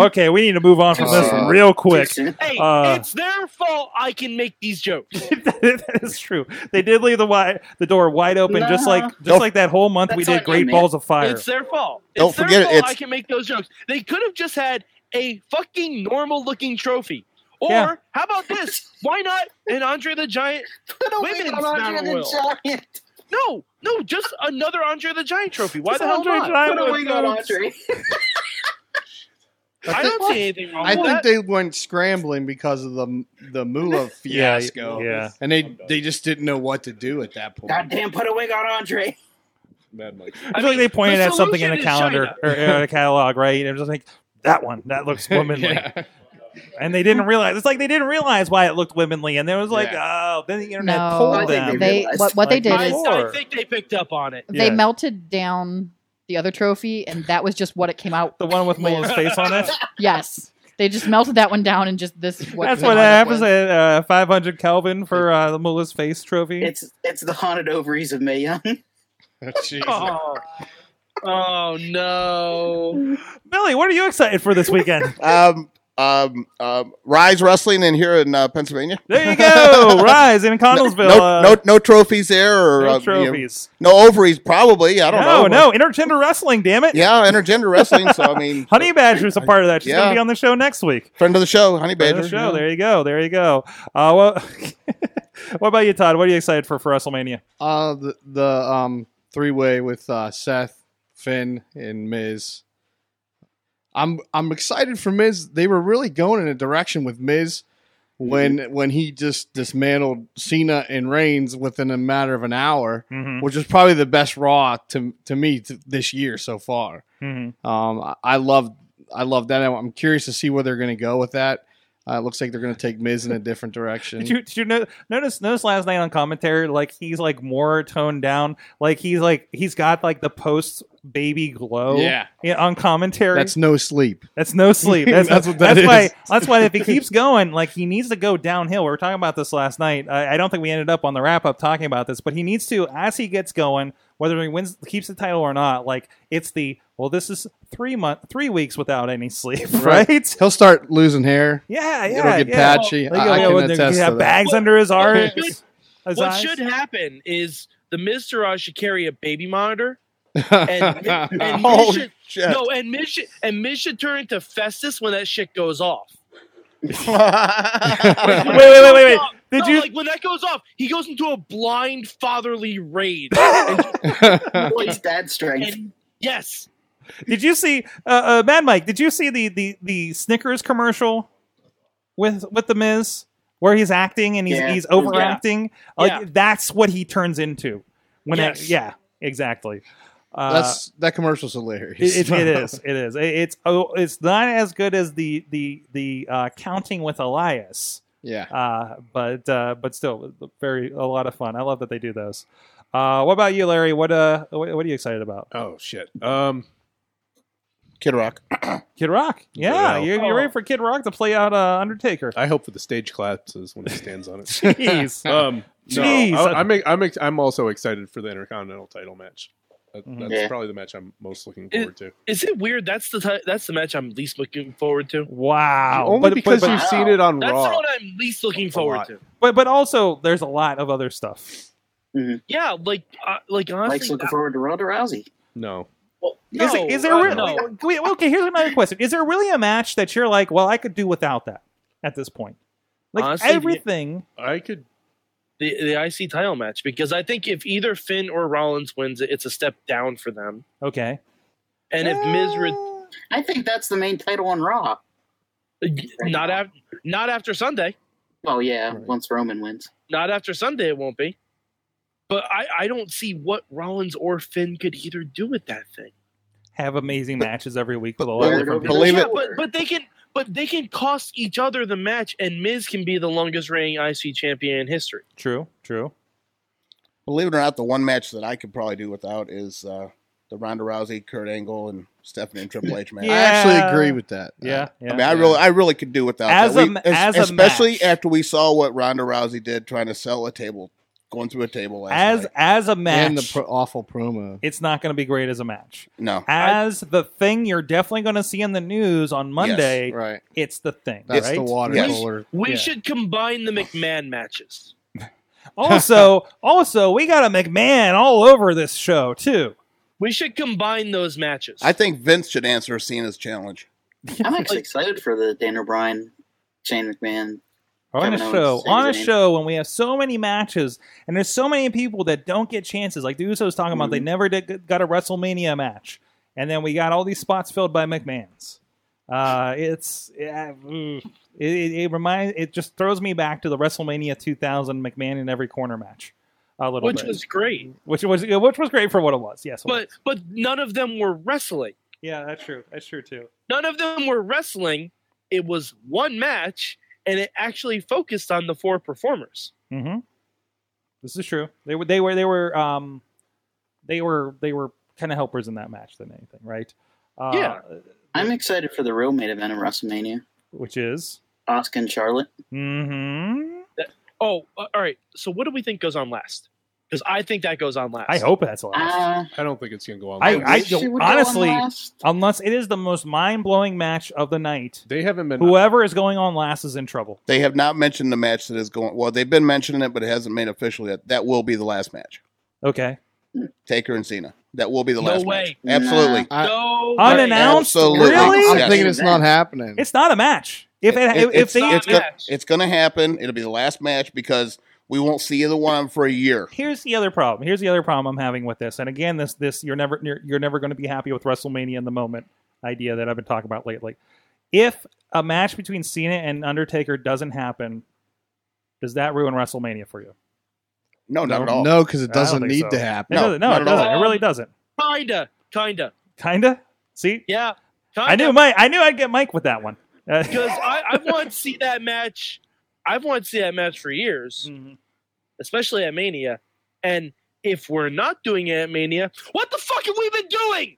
S2: oh, okay. We need to move on from this
S5: Uh,
S2: real quick.
S4: Too soon.
S7: Hey,
S2: Uh.
S7: it's their fault I can make these jokes.
S2: that is true. They did leave the wide, the door wide open, just
S4: No.
S2: like just
S5: Don't-
S2: like that whole month we
S4: That's
S2: did
S4: on
S2: Great
S4: you, man.
S2: Balls of Fire.
S7: It's their fault.
S5: Don't
S7: it's their
S5: forget it,
S7: fault
S5: it's-
S7: I can make those jokes. They could have just had a fucking normal looking trophy. Or
S2: Yeah.
S7: how about this? Why not an Andre the Giant?
S4: Put a wig on
S7: Women's
S4: Andre
S7: battle
S4: the Giant.
S7: No, no, just another Andre the Giant trophy. Why
S2: Just
S7: the hell
S2: Andre
S7: not?
S2: Giant
S4: Put a wig on
S2: with-
S4: Andre.
S7: I don't see anything wrong
S6: I
S7: with
S6: think
S7: that.
S6: they went scrambling because of the the Moolah
S2: Yeah,
S6: fiasco.
S2: yeah.
S6: and they they just didn't know what to do at that point.
S4: Goddamn, put a wig on Andre.
S3: Mad Mike.
S2: I feel like they pointed
S7: the
S2: at something in a
S7: solution is
S2: calendar
S7: China.
S2: or in a catalog, right? And it was just like that one that looks womanly, and they didn't realize. It's like they didn't realize why it looked womanly, and there was like, oh, then the internet
S8: No,
S4: I
S2: pulled
S4: think they
S2: them.
S4: really
S8: They
S4: realized.
S8: what, what they
S2: Like,
S8: did
S2: my
S7: I,
S8: is
S2: Lord.
S7: I think they picked up on it.
S8: they
S2: Yeah.
S8: melted down the other trophy, and that was just what it came out.
S2: the one with Mola's face on it.
S8: Yes, they just melted that one down, and just this. is What
S2: That's
S8: came
S2: what
S8: out of it
S2: happens
S8: was.
S2: at uh, 500 Kelvin for uh, the Mullah's face trophy.
S4: It's it's the haunted ovaries of Mae Young.
S7: Oh, oh no.
S2: Billy, what are you excited for this weekend?
S5: um, um, um, Rise Wrestling in here in uh, Pennsylvania.
S2: there you go, Rise in Connellsville.
S5: No,
S2: uh,
S5: no, no trophies there, or
S2: no
S5: uh, you know,
S2: trophies.
S5: no ovaries, probably. I don't
S2: no,
S5: know.
S2: no, intergender wrestling. Damn it,
S5: Yeah, intergender wrestling. So I mean,
S2: Honey Badger's a part of that. She's
S5: Yeah.
S2: gonna be on the show next week.
S5: friend of the show, Honey
S2: Friend
S5: Badger.
S2: of the show. There you go. There you go. Uh, well, what about you, Todd? What are you excited for for WrestleMania?
S6: Uh, the the um three way with uh, Seth, Finn, and Miz. I'm I'm excited for Miz. They were really going in a direction with Miz
S7: Mm-hmm.
S6: when when he just dismantled Cena and Reigns within a matter of an hour,
S2: Mm-hmm.
S6: which is probably the best Raw to to me to, this year so far.
S2: Mm-hmm.
S6: Um, I, I love I love that. I'm curious to see where they're going to go with that. Uh, it looks like they're going to take Miz in a different direction.
S2: Did you, did you no- notice notice last night on commentary? Like he's like more toned down. Like he's like he's got like the post baby glow.
S6: Yeah.
S2: in- on commentary.
S6: That's no sleep.
S2: That's no sleep. That's,
S6: That's
S2: what
S6: what that
S2: that's why
S6: is.
S2: that's why if he keeps going, like he needs to go downhill. We were talking about this last night. I, I don't think we ended up on the wrap up talking about this, but he needs to as he gets going, whether he wins keeps the title or not, like it's the well, this is three month three weeks without any sleep, right?
S6: Right. He'll start losing hair.
S2: Yeah, yeah.
S6: It'll get
S2: yeah.
S6: patchy.
S2: Like,
S6: I, I
S2: yeah,
S6: can
S2: when they-
S6: attest
S2: he
S6: to
S2: had
S6: that.
S2: bags under his arms.
S7: What should,
S2: his
S7: what
S2: eyes.
S7: should happen is the Miztourage should carry a baby monitor and, and, and Miz
S5: Oh
S7: should-
S5: shit!
S7: no, and Miz should, and Miz should turn into Festus when that shit goes off.
S2: Wait, wait, wait, wait, wait. Did
S7: no,
S2: you?
S7: like when that goes off? He goes into a blind fatherly rage. and,
S4: Boy's dad strength.
S7: and- yes,
S2: Did you see, uh, uh, Mad Mike? Did you see the, the the Snickers commercial with with the Miz where he's acting and he's
S4: Yeah.
S2: he's overacting? Like,
S7: Yeah.
S2: That's what he turns into when that.
S7: Yes.
S2: Yeah, exactly. Uh,
S6: That's that commercial's hilarious.
S2: it, it, it is. It is. It, it's oh, it's not as good as the the the uh, counting with Elias,
S6: Yeah.
S2: uh, but uh, but still very a lot of fun. I love that they do those. Uh, what about you, Larry? What uh, what, what are you excited about?
S3: Oh shit. Um,
S5: Kid Rock.
S2: Kid Rock. Yeah,
S3: Yeah.
S2: you're, you're
S7: Oh.
S2: ready for Kid Rock to play out uh, Undertaker.
S3: I hope for the stage collapses when he stands on it.
S2: Jeez.
S3: Um, no,
S2: Jeez.
S3: I, I'm I'm ex- I'm also excited for the Intercontinental title match. That,
S2: Mhm.
S3: That's
S4: Yeah.
S3: probably the match I'm most looking forward to.
S7: is it weird? That's the ti- that's the match I'm least looking forward to.
S2: wow.
S3: Only
S2: but,
S3: because
S2: but,
S3: you've seen it on
S7: That's the
S3: Raw.
S7: one I'm least looking
S3: lot.
S7: forward to.
S2: but but also there's a lot of other stuff.
S7: Yeah, like uh, like
S4: Mike's
S7: honestly,
S4: looking forward to Ronda Rousey.
S3: No,
S7: well,
S2: is,
S7: no,
S2: it- is there
S7: uh,
S2: really
S7: no.
S2: can we- okay? Here's another question: Is there really a match that you're like, well, I could do without that at this point? Like
S7: Honestly, yeah.
S2: everything.
S3: I could.
S7: the, the IC title match because I think if either Finn or Rollins wins it, it's a step down for them.
S2: Okay.
S7: And if Miz re-
S4: I think that's the main title on Raw.
S7: not after not after Sunday,
S4: Well, Oh, yeah, once Roman wins.
S7: not after Sunday, it won't be. But I, I don't see what Rollins or Finn could either do with that thing.
S2: have amazing matches every week with a lot
S5: Well,
S4: Wear
S2: of
S5: Larry,
S4: it
S2: different
S4: over
S5: believe
S2: people.
S4: the
S5: it.
S7: But
S4: shoulder.
S7: but they can but they can cost each other the match, and Miz can be the longest reigning IC champion in history.
S2: True. True.
S5: Believe it or not, the one match that I could probably do without is uh, the Ronda Rousey, Kurt Angle, and Stephanie and Triple H match.
S6: I actually
S2: Yeah.
S6: agree with that.
S2: Yeah. Yeah.
S5: I mean, I really, I really could do without
S2: As
S5: that.
S2: a ma- as a
S5: especially
S2: match.
S5: after we saw what Ronda Rousey did, trying to sell a table, going through a table. Last
S2: as
S5: night.
S2: as a
S6: and
S2: match,
S6: the pro- awful promo.
S2: it's not going to be great as a match.
S5: no,
S2: As the thing you're definitely going to see in the news on Monday,
S6: Right.
S2: it's the thing.
S6: That's
S2: right?
S6: the water
S5: Yes.
S6: cooler.
S7: We
S2: Yeah.
S7: should combine the McMahon matches.
S2: Also, also, we got a McMahon all over this show too.
S7: We should combine those matches.
S5: I think Vince should answer Cena's challenge.
S4: I'm actually excited for the Dana Bryan, Shane McMahon.
S2: On a
S4: Kevin Owens,
S2: show,
S4: Sami
S2: on a
S4: Zayn.
S2: show, when we have so many matches, and there's so many people that don't get chances. Like the Usos talking about, they
S7: Mm-hmm.
S2: never did, got a WrestleMania match, and then we got all these spots filled by McMahon's. Uh, it's yeah, mm, it, it, it reminds it just throws me back to the WrestleMania 2000 McMahon in every corner match a little
S7: which
S2: bit,
S7: was great.
S2: which was which was great for what it was. Yes, it
S7: But
S2: was.
S7: but none of them were wrestling.
S2: yeah, that's true. That's true too.
S7: None of them were wrestling. It was one match, and it actually focused on the four performers.
S2: Mm-hmm. This is true. They were they were they were um they were they were kind of helpers in that match than anything, right? Uh,
S7: Yeah.
S4: I'm excited for the real main event of WrestleMania.
S2: Which is.
S4: Asuka and Charlotte.
S2: Mm-hmm.
S7: Oh, uh, all right. So what do we think goes on last? Because I think that goes on last.
S2: I hope that's last.
S4: Uh,
S3: I don't think it's gonna go on.
S2: I-
S3: long.
S2: I-
S4: wish
S2: don't-
S4: it would go on
S2: honestly,
S4: last.
S2: Unless it is the most mind blowing match of the night.
S3: they haven't been.
S2: Whoever is going on last is in trouble.
S5: They have not mentioned the match that is going. Well, they've been mentioning it, but it hasn't made official yet. That will be the last match.
S2: Okay.
S5: Taker and Cena. That will be the
S7: No
S5: last
S7: way.
S5: match. Absolutely.
S6: I-
S7: no,
S2: Unannounced?
S5: Absolutely.
S2: Really?
S6: I'm
S5: Yes.
S6: thinking it's not happening.
S2: It's not a match. If it,
S5: It-
S2: if, if
S5: it's-
S2: they
S7: not
S5: it's, go-
S7: match.
S5: it's going to happen. It'll be the last match because we won't see the one for a year.
S2: here's the other problem. Here's the other problem I'm having with this. And again, this this you're never you're, you're never going to be happy with WrestleMania in the moment idea that I've been talking about lately. If a match between Cena and Undertaker doesn't happen, does that ruin WrestleMania for you?
S5: No, not
S2: No,
S5: at all.
S6: No, because
S2: I
S6: it
S2: don't
S6: doesn't
S2: think
S6: need
S2: so.
S6: to
S2: It
S6: happen.
S5: No,
S2: doesn't. No,
S5: not at
S2: it
S5: all.
S2: doesn't. It really doesn't.
S7: kinda, kinda,
S2: Kinda. See,
S7: yeah. Kinda.
S2: I knew Mike. I knew I'd get Mike with that one. Uh,
S7: because I, I want to see that match. I've wanted to see that match for years,
S2: Mhm.
S7: especially at Mania. And if we're not doing it at Mania, what the fuck have we been doing?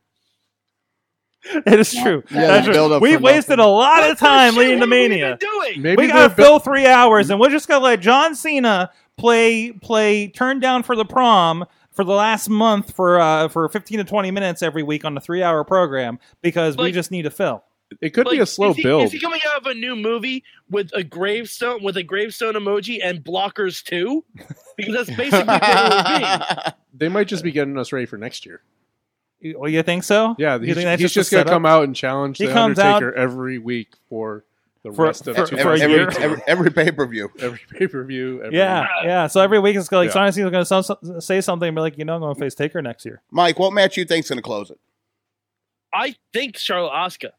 S2: it is true.
S6: Yeah,
S2: That's true.
S6: the build up
S2: We
S6: for
S2: wasted a lot
S7: What
S2: of
S7: the
S2: time
S7: shit
S2: leading to
S7: have we been
S2: Mania.
S7: doing?
S3: Maybe
S2: We
S3: they're
S2: gotta
S3: bu-
S2: fill three hours, and we're just gonna let John Cena play play turn down for the prom for the last month for uh, for fifteen to twenty minutes every week on a three hour program because we
S7: Like-
S2: just need to fill.
S3: It could be
S7: Like,
S3: a slow
S7: is he,
S3: build.
S7: Is he coming out of a new movie with a gravestone with a gravestone emoji and blockers too? Because that's basically what it would be.
S3: they might just be getting us ready for next year.
S2: Oh, You, well, you think so?
S3: Yeah,
S2: you
S3: he's,
S2: think that's
S3: he's
S2: just a
S3: just, gonna
S2: setup?
S3: come out and challenge
S2: He
S3: the
S2: comes out-
S3: Undertaker every week for the
S2: For-
S3: rest of
S2: for-
S5: Every,
S2: for a
S3: 2018.
S5: every,
S2: year.
S5: every, every pay per view.
S3: every pay per view.
S2: Yeah, yeah. So every week it's gonna, like
S3: Yeah.
S2: Sonic Youth is going to say something and be like, you know, I'm going to face Taker next year.
S5: Mike, what match you think's going to close it?
S7: I think Charlotte Oscar.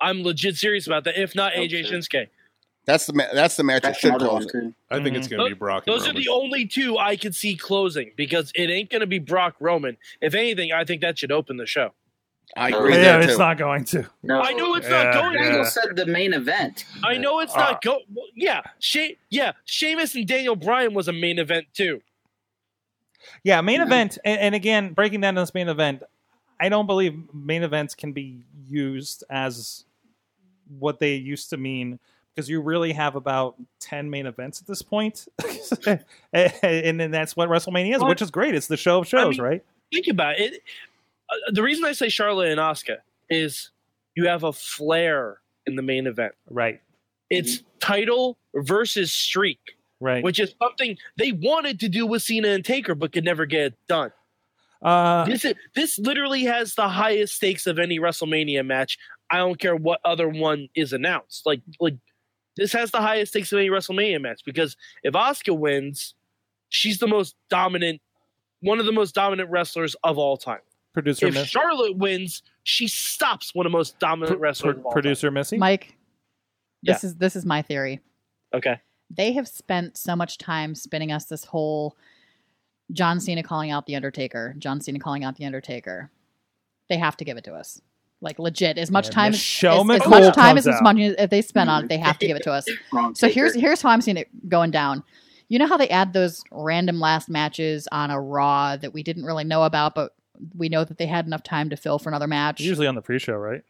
S7: I'm legit serious about that. If not AJ
S4: Okay.
S7: Shinsuke,
S5: That's the ma- that's the match that
S4: That's
S5: should
S4: another
S5: close
S4: one
S5: it.
S4: too.
S3: I
S2: Mm-hmm.
S3: think it's going to be Brock. And
S7: Mm-hmm. those are
S3: Roman.
S7: the only two I could see closing because it ain't going to be Brock Roman. If anything, I think that should open the show.
S5: I
S4: Oh, Yeah,
S7: Oh,
S5: agree
S2: yeah,
S5: there
S2: it's
S5: too.
S2: not going to.
S4: No,
S7: I know it's
S2: Yeah,
S7: not going.
S2: yeah. Uh,
S4: Angle said the main event.
S7: I know it's not go. well, Yeah, she- yeah. Sheamus and Daniel Bryan was a main event too.
S2: Yeah, main
S4: Yeah.
S2: event, and, and again, breaking down this main event, I don't believe main events can be used as what they used to mean because you really have about 10 main events at this point. and then that's what WrestleMania is,
S7: Well,
S2: which is great. It's the show of shows,
S7: mean-
S2: right?
S7: Think about it. Uh, the reason I say Charlotte and Oscar is you have a flair in the main event.
S2: Right,
S7: It's title versus streak.
S2: right.
S7: which is something they wanted to do with Cena and Taker, but could never get it done.
S2: uh,
S7: This is this literally has the highest stakes of any WrestleMania match. I don't care what other one is announced. Like like this has the highest stakes of any WrestleMania match because if Asuka wins, she's the most dominant, one of the most dominant wrestlers of all time.
S2: producer
S7: If
S2: Miss,
S7: Charlotte wins, she stops one of the most dominant wrestlers.
S2: pro-
S7: of all
S2: producer Missy.
S8: Mike, this is this is my theory.
S7: time. okay.
S8: They have spent so much time spinning us this whole John Cena calling out the Undertaker, John Cena calling out the Undertaker. They have to give it to us. Like legit, as much
S2: Yeah,
S8: time
S2: Miss
S8: as, as,
S2: Shawn
S8: as
S2: McCool
S8: much time
S2: comes
S8: as, as
S2: out.
S8: much as they spent on it, they have to give it to us.
S4: Wrong
S8: So here's
S4: taker.
S8: here's how I'm seeing it going down. You know how they add those random last matches on a Raw that we didn't really know about, but we know that they had enough time to fill for another match.
S2: Usually on the pre-show, right?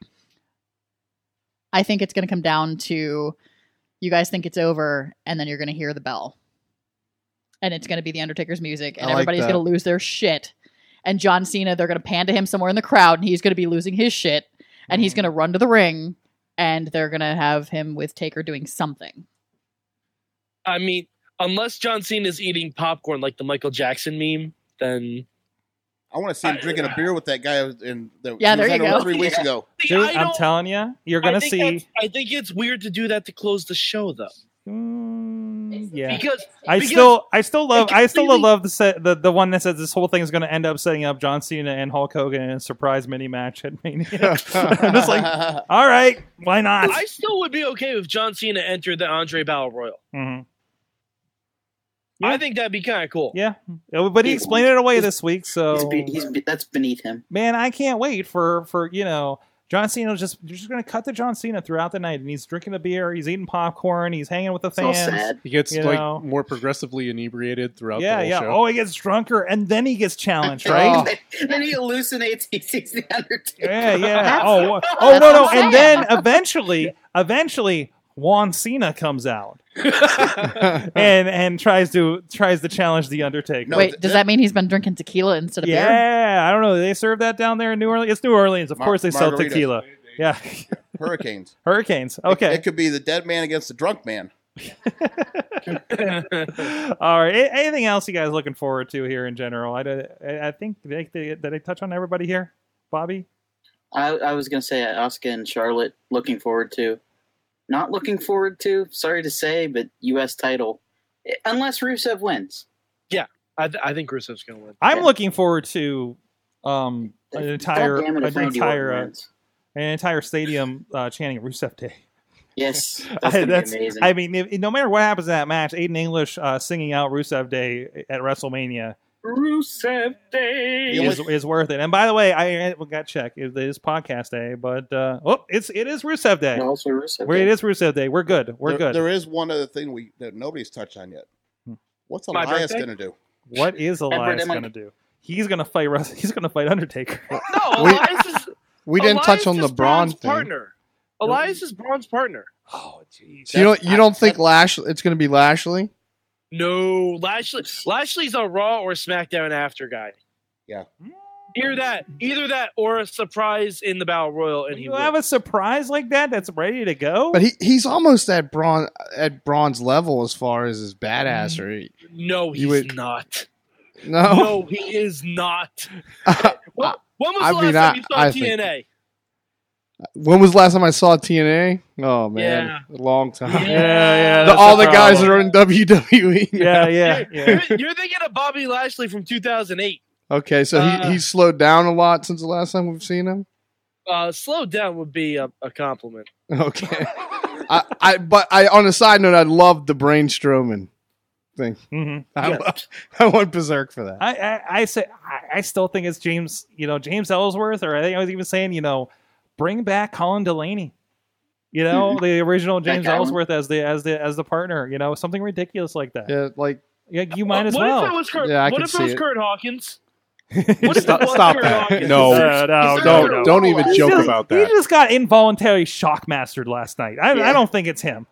S8: I think it's going to come down to you guys think it's over, and then you're going to hear the bell, and it's going to be the Undertaker's music, and
S6: I like
S8: everybody's
S6: that.
S8: going to lose their shit. And John Cena, they're going to pan to him somewhere in the crowd, and he's going to be losing his shit, and he's going to run to the ring, and they're going to have him with Taker doing something.
S7: I mean, unless John Cena is eating popcorn like the Michael Jackson meme, then
S5: I want to see him
S7: I-
S5: drinking a beer with that guy. In that
S8: Yeah,
S5: he was
S8: there you
S5: on
S8: go.
S5: Three weeks
S4: Yeah.
S5: ago.
S7: See,
S2: Dude,
S7: I
S2: I'm
S7: don't-
S2: telling you, you're gonna
S7: I think
S2: see.
S7: that's- I think it's weird to do that to close the show, though,
S2: Mm, yeah,
S7: because
S2: I
S7: because-
S2: still, I still love,
S7: I
S2: I still
S7: completely-
S2: love the set, the, the one that says this whole thing is going to end up setting up John Cena and Hulk Hogan in a surprise mini match at Mania. I'm just like, all right, why not?
S7: I still would be okay if John Cena entered the Andre Battle Royal.
S2: Mhm.
S7: I think that'd be kind of cool.
S2: Yeah, but he explained it away this week,
S4: He's
S2: so
S4: be, he's be, that's beneath him.
S2: man, I can't wait for for you know John Cena. Just you're just going to cut to John Cena throughout the night, and he's drinking a beer, he's eating popcorn, he's hanging with the
S4: It's all
S2: fans.
S4: sad.
S3: He gets
S2: You
S3: like
S2: know.
S3: more progressively inebriated throughout
S2: Yeah,
S3: the whole
S2: yeah.
S3: show.
S2: Oh, he gets drunker, and then he gets challenged, right?
S4: then he hallucinates. He sees the Undertaker.
S2: Yeah, yeah.
S8: That's-
S2: Oh, wha- oh
S8: what
S2: no, no.
S8: I'm saying.
S2: And then eventually, eventually, Juan Cena comes out and and tries to tries to challenge the Undertaker.
S5: No,
S8: Wait,
S5: th-
S8: does
S5: that-
S8: that mean he's been drinking tequila instead of beer?
S2: yeah, I don't know. They serve that down there in New Orleans. It's New Orleans, of
S5: Mar-
S2: course. They sell
S5: margaritas.
S2: tequila. Yeah,
S5: Hurricanes.
S2: hurricanes. Okay,
S5: It could be the dead man against the drunk man.
S2: all right. A- Anything else you guys looking forward to here in general? I did- I I think did I, did I touch on everybody here, Bobby?
S4: I, I was gonna say uh, Oscar and Charlotte. Looking forward to. Not looking forward to. Sorry to say, but U.S. title, eh, unless Rusev wins.
S7: I, th- I think Rusev's gonna win.
S2: I'm
S4: Yeah.
S2: looking forward to um an entire
S4: God damn it, if
S2: an
S4: Randy
S2: entire
S4: Orton
S2: uh,
S4: wins.
S2: an entire stadium uh, chanting Rusev Day.
S4: Yes,
S2: I-
S4: that's, gonna be
S2: that's-
S4: amazing.
S2: I mean, if, no matter what happens in that match, Aiden English uh, singing out Rusev Day at WrestleMania
S7: Rusev Day.
S5: The only-
S2: is, is worth it. And by the way, I I got to check. It is podcast day, but uh, oh, it's it is Rusev Day.
S4: And also Rusev.
S2: Where it is Rusev Day, we're good. We're
S5: There-
S2: good.
S5: There is one other thing we that nobody's touched on yet.
S2: Hmm.
S5: What's
S7: My
S5: Elias
S7: birthday?
S5: going to do?
S2: What is Elias
S4: Edward, am I-
S2: going to do? He's going to fight. Rus- he's going to fight Undertaker.
S7: No,
S6: We-
S7: Elias is,
S6: We didn't
S7: Elias
S6: touch on
S7: is
S6: the Braun
S7: Braun's
S6: thing.
S7: partner. Elias is Braun's partner.
S2: Oh, jeez.
S6: So you don't you don't think
S5: That-
S6: Lash it's going to be Lashley?
S7: No, Lashley. Lashley's a Raw or SmackDown after guy.
S5: Yeah.
S7: Either that, either that, or a surprise in the Battle Royal, and
S2: When
S7: he
S2: you
S7: wins.
S2: have a surprise like that that's ready to go.
S6: But he, he's almost at Braun at Braun's level as far as his
S2: Mm.
S6: badassery. You
S7: no, he's
S6: would-
S7: not.
S6: No,
S7: No, he is not.
S6: I
S7: When, when was
S6: I
S7: the last
S6: mean,
S7: time
S6: I-
S7: you saw
S6: I think-
S7: TNA?
S6: When was the last time I saw TNA? Oh man,
S7: Yeah.
S6: a long time.
S2: Yeah, yeah.
S6: The-
S2: that's
S6: all the guys that
S2: problem.
S6: are in E WWE.
S2: Yeah, yeah, yeah.
S7: You're, you're thinking of Bobby Lashley from 2008.
S6: Okay, so
S7: Uh,
S6: he he's slowed down a lot since the last time we've seen him.
S7: Uh, slow down would be a, a compliment.
S6: Okay. I, I but I on a side note, I loved the brain Strowman.
S2: hmm
S6: I, I went berserk for that.
S2: I, I, I say I, I still think it's James, you know, James Ellsworth, or I think I was even saying, you know, bring back Colin Delaney. You know,
S7: Hmm.
S2: the original
S4: Back
S2: James
S4: Allen.
S2: Ellsworth as the as the as the partner, you know, something ridiculous like that.
S6: yeah, like
S2: Yeah, you might
S7: Uh,
S2: as
S7: what
S2: well.
S7: If it was Kurt,
S6: Yeah, I
S7: what
S6: can
S7: if
S6: see
S7: it was
S6: it.
S7: Kurt Hawkins? What if
S6: Stop-
S7: it was
S6: stop
S7: Kurt
S6: that.
S7: Hawkins?
S3: No.
S7: Is there-
S2: Uh, no,
S7: is there
S2: no, no.
S7: a Kurt
S3: Don't even
S7: Hawkins?
S3: joke
S2: Just-
S3: about
S2: He
S3: that.
S2: just got involuntarily shock mastered last night. I, I
S4: Yeah.
S2: don't think it's him.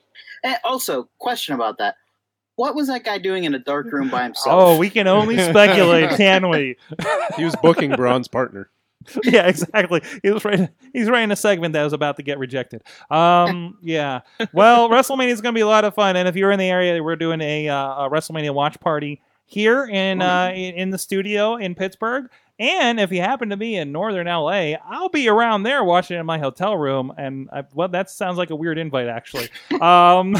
S4: And also, question about that. What was that guy doing in a dark room by himself?
S2: Oh, we can only speculate, can we?
S3: He was booking Braun's partner.
S2: yeah, exactly. He was writing. He's writing a segment that was about to get rejected. Um, yeah. Well, WrestleMania is going to be a lot of fun, and if you're in the area, we're doing a, uh, a WrestleMania watch party here in
S5: Oh,
S2: uh, in in the studio in Pittsburgh. And if you happen to be in Northern LA, I'll be around there watching it in my hotel room. And I, well, that sounds like a weird invite, actually. Um,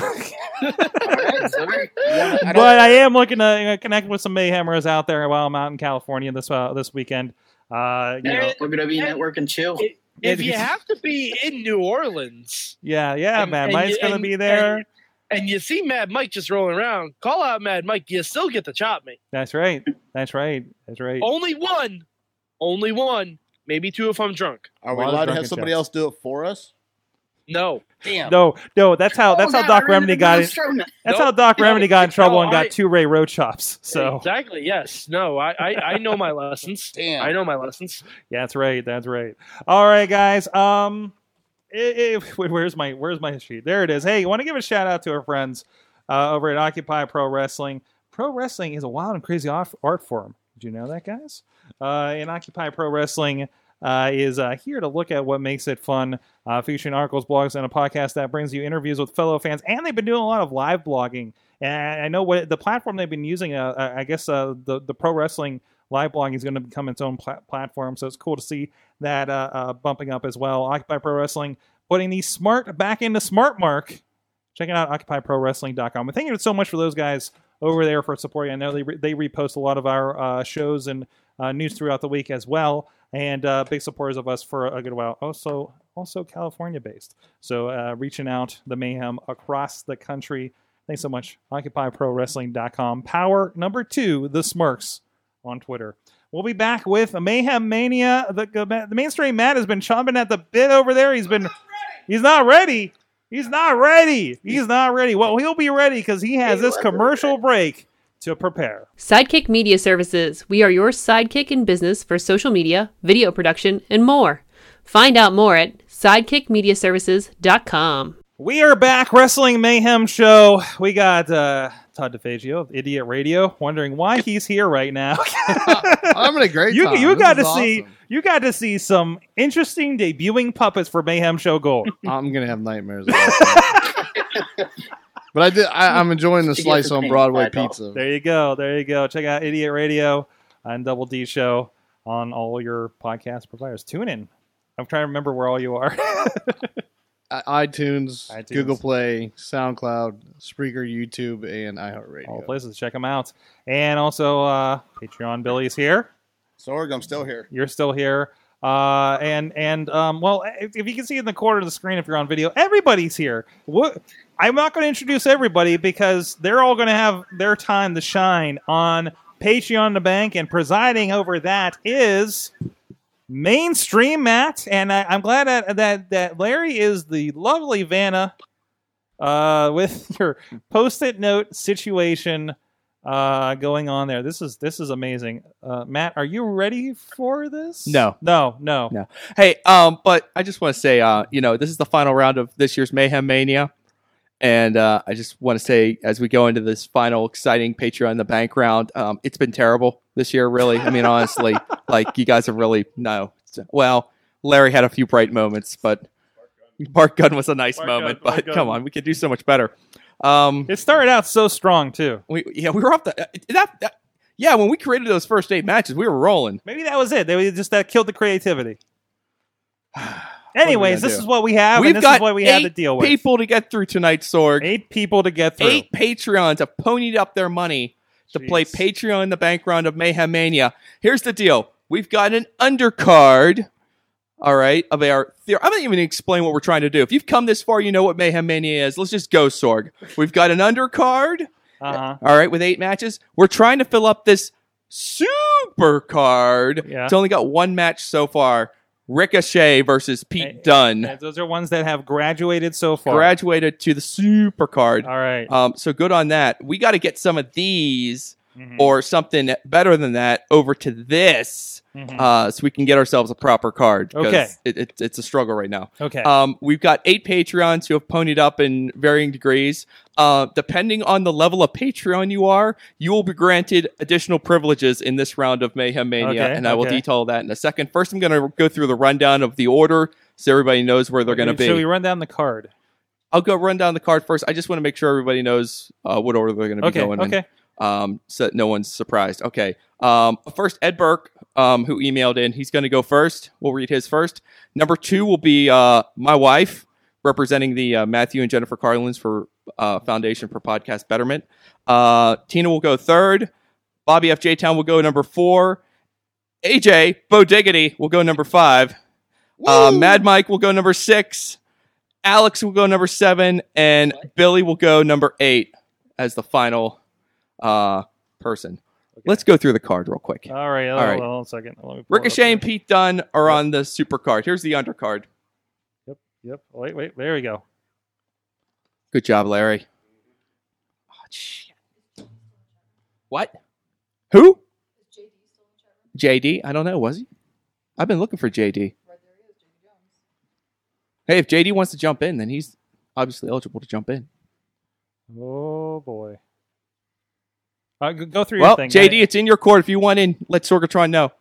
S4: Alright, sorry.
S5: I don't-
S2: but I am looking to uh, connect with some mayhemers out there while I'm out in California this uh, this weekend. Uh, you know,
S7: Yeah.
S4: We're gonna be E network and chill.
S7: If you have to be in New Orleans
S2: yeah, yeah,
S7: And-
S2: man,
S7: and
S2: Mike's
S7: you-
S2: gonna
S7: and-
S2: be there.
S7: and- and you see Mad Mike just rolling around, call out Mad Mike. You still get the chop, mate.
S2: That's right. That's right. That's right.
S7: Only one, only one, maybe two if I'm drunk.
S5: Are we
S2: A lot of
S5: allowed to
S2: drunken
S5: have somebody
S2: chaps.
S5: else do it for us?
S7: No,
S4: Damn.
S2: No, no, that's how that's
S4: Oh,
S2: how
S4: God,
S2: Doc
S4: I ran into
S2: Remedy got
S4: Braun
S2: in,
S4: Strowman.
S2: that's
S7: No,
S2: how Doc
S7: no,
S2: Remedy got in trouble
S7: no,
S2: and got
S7: I-
S2: two Ray Road chops. So
S7: exactly, yes, no. I I, I know my lessons.
S5: Damn.
S7: I know my lessons.
S2: yeah, that's right. That's right. All right, guys. Um, eh, eh, wait, where's my where's my sheet? There it is. Hey, want to give a shout out to our friends uh, over at Occupy Pro Wrestling. Pro wrestling is a wild and crazy off- art form. Did you know that, guys? Uh, and Occupy Pro Wrestling uh, is uh, here to look at what makes it fun, uh, featuring articles, blogs, and a podcast that brings you interviews with fellow fans. And they've been doing a lot of live blogging. And I I know what the platform they've been using. Uh, I- I guess uh, the the pro wrestling live blogging is going to become its own pla- platform. So it's cool to see that uh, uh, bumping up as well. Occupy Pro Wrestling putting the smart back into smart mark. Checking out occupyprowrestling.com. And thank you so much for those guys over there for supporting. I know they, re- they repost a lot of our uh, shows and uh, news throughout the week as well, and uh, big supporters of us for a good while. Also, also California based, so uh, reaching out the mayhem across the country. Thanks so much, occupyprowrestling.com. Power number two, the Smirks on Twitter. We'll be back with Mayhem Mania. The, the mainstream Matt has been chomping at the bit over there. He's been, he's not ready. He's not ready. He's not ready. Well, he'll be ready because he has this commercial break to prepare.
S9: Sidekick Media Services. We are your sidekick in business for social media, video production, and more. Find out more at sidekickmediaservices.com.
S2: We are back, Wrestling Mayhem Show. We got uh, Todd DeFazio of Idiot Radio wondering why he's here right now.
S6: I'm in a great
S2: you
S6: time.
S2: you
S6: This
S2: got to
S6: is
S2: see
S6: awesome.
S2: you got to see some interesting debuting puppets for Mayhem Show Gold.
S6: I'm gonna have nightmares. about that. but I did. I, I'm enjoying the
S4: She gets
S6: slice
S4: the
S6: on
S4: paint
S6: Broadway
S4: by
S6: pizza.
S2: there you go, there you go. Check out Idiot Radio and Double D Show on all your podcast providers. Tune in. I'm trying to remember where all you are.
S6: I- iTunes,
S2: iTunes.
S6: Google Play, SoundCloud, Spreaker, YouTube, and iHeartRadio.
S2: all places. Check them out. And also, uh, Patreon Billy's here.
S5: Sorg, I'm still here. Uh-huh.
S2: you're still here. Uh, and and um, well, if, if you can see in the corner of the screen, if you're on video, everybody's here. What I'm not going to introduce everybody because they're all going to have their time to shine on Patreon the Bank, and presiding over that is mainstream Matt. And I, I'm glad that, that that Larry is the lovely Vanna uh, with your post-it note situation uh going on there this is this is amazing uh matt are you ready for this
S10: No.
S2: no no
S10: No. Hey, um, but I just want to say, uh, you know, this is the final round of this year's Mayhem Mania, and uh, I just want to say, as we go into this final exciting Patreon in the Bank round, um, it's been terrible this year, really. I mean, honestly, like you guys have really no. Well, Larry had a few bright moments, but Bark Gun was a nice
S2: Bark Gun,
S10: moment.
S2: Bark
S10: but
S2: Gun.
S10: come on, we could do so much better. Um,
S2: it started out so strong too
S10: we yeah, we were off the uh, that, that yeah. When we created those first eight matches, we were rolling.
S2: maybe that was it they were just that killed the creativity Anyways, this is what we have, and
S10: We've
S2: this
S10: got
S2: is what we
S10: eight
S2: had to deal with.
S10: people to get through tonight, Sorg.
S2: Eight people to get through.
S10: Eight Patreons have ponied up their money to play Patreon in the bank round of Mayhem Mania. Here's the deal: we've got an undercard. All right, of our theory. I'm not even gonna explain what we're trying to do. If you've come this far, you know what Mayhem Mania is. Let's just go, Sorg. We've got an undercard.
S2: Uh-huh.
S10: All right, with eight matches, we're trying to fill up this super card.
S2: Yeah.
S10: It's only got one match so far: Ricochet versus Pete Dunne
S2: Yeah, those are ones that have graduated so far.
S10: graduated to the super card.
S2: All right.
S10: Um, so good on that. We got to get some of these
S2: Mm-hmm.
S10: or something better than that over to this
S2: Mhm.
S10: uh, so we can get ourselves a proper card. 'cause
S2: Okay.
S10: It, it, it's a struggle right now.
S2: Okay.
S10: Um, we've got eight Patreons who have ponied up in varying degrees. Uh, depending on the level of Patreon you are, you will be granted additional privileges in this round of Mayhem Mania,
S2: Okay,
S10: and I will
S2: okay.
S10: detail that in a second. First, I'm going to go through the rundown of the order so everybody knows where they're going to be.
S2: So we run down the card.
S10: I'll go run down the card first. I just want to make sure everybody knows uh, what order they're going to be
S2: Okay,
S10: going in.
S2: okay.
S10: Um, so that no one's surprised. Okay. Um, first, Ed Burke, um, who emailed in, he's going to go first. We'll read his first. Number two will be uh, my wife, representing the uh, Matthew and Jennifer Carlins for uh, Foundation for Podcast Betterment. Uh, Tina will go third. Bobby F. J. Town will go number four. AJ Bo Diggity will go number five. Uh, Mad Mike will go number six. Alex will go number seven, and Billy will go number eight as the final uh, person. Let's go through the card real quick.
S2: All right.
S10: All right.
S2: Hold on a second. Let me pull it up.
S10: Ricochet and Pete Dunne are on the super card. Here's the undercard.
S2: Yep. Yep. Oh, Wait. Wait. There we go.
S10: Good job, Larry. Oh, shit. What? Who? JD? I don't know. Was he? I've been looking for JD. Hey, if JD wants to jump in, then he's obviously eligible to jump in.
S2: Oh boy. Uh, g- go through
S10: Well,
S2: your thing.
S10: JD, it's in your court. If you want in, let Sorgatron know,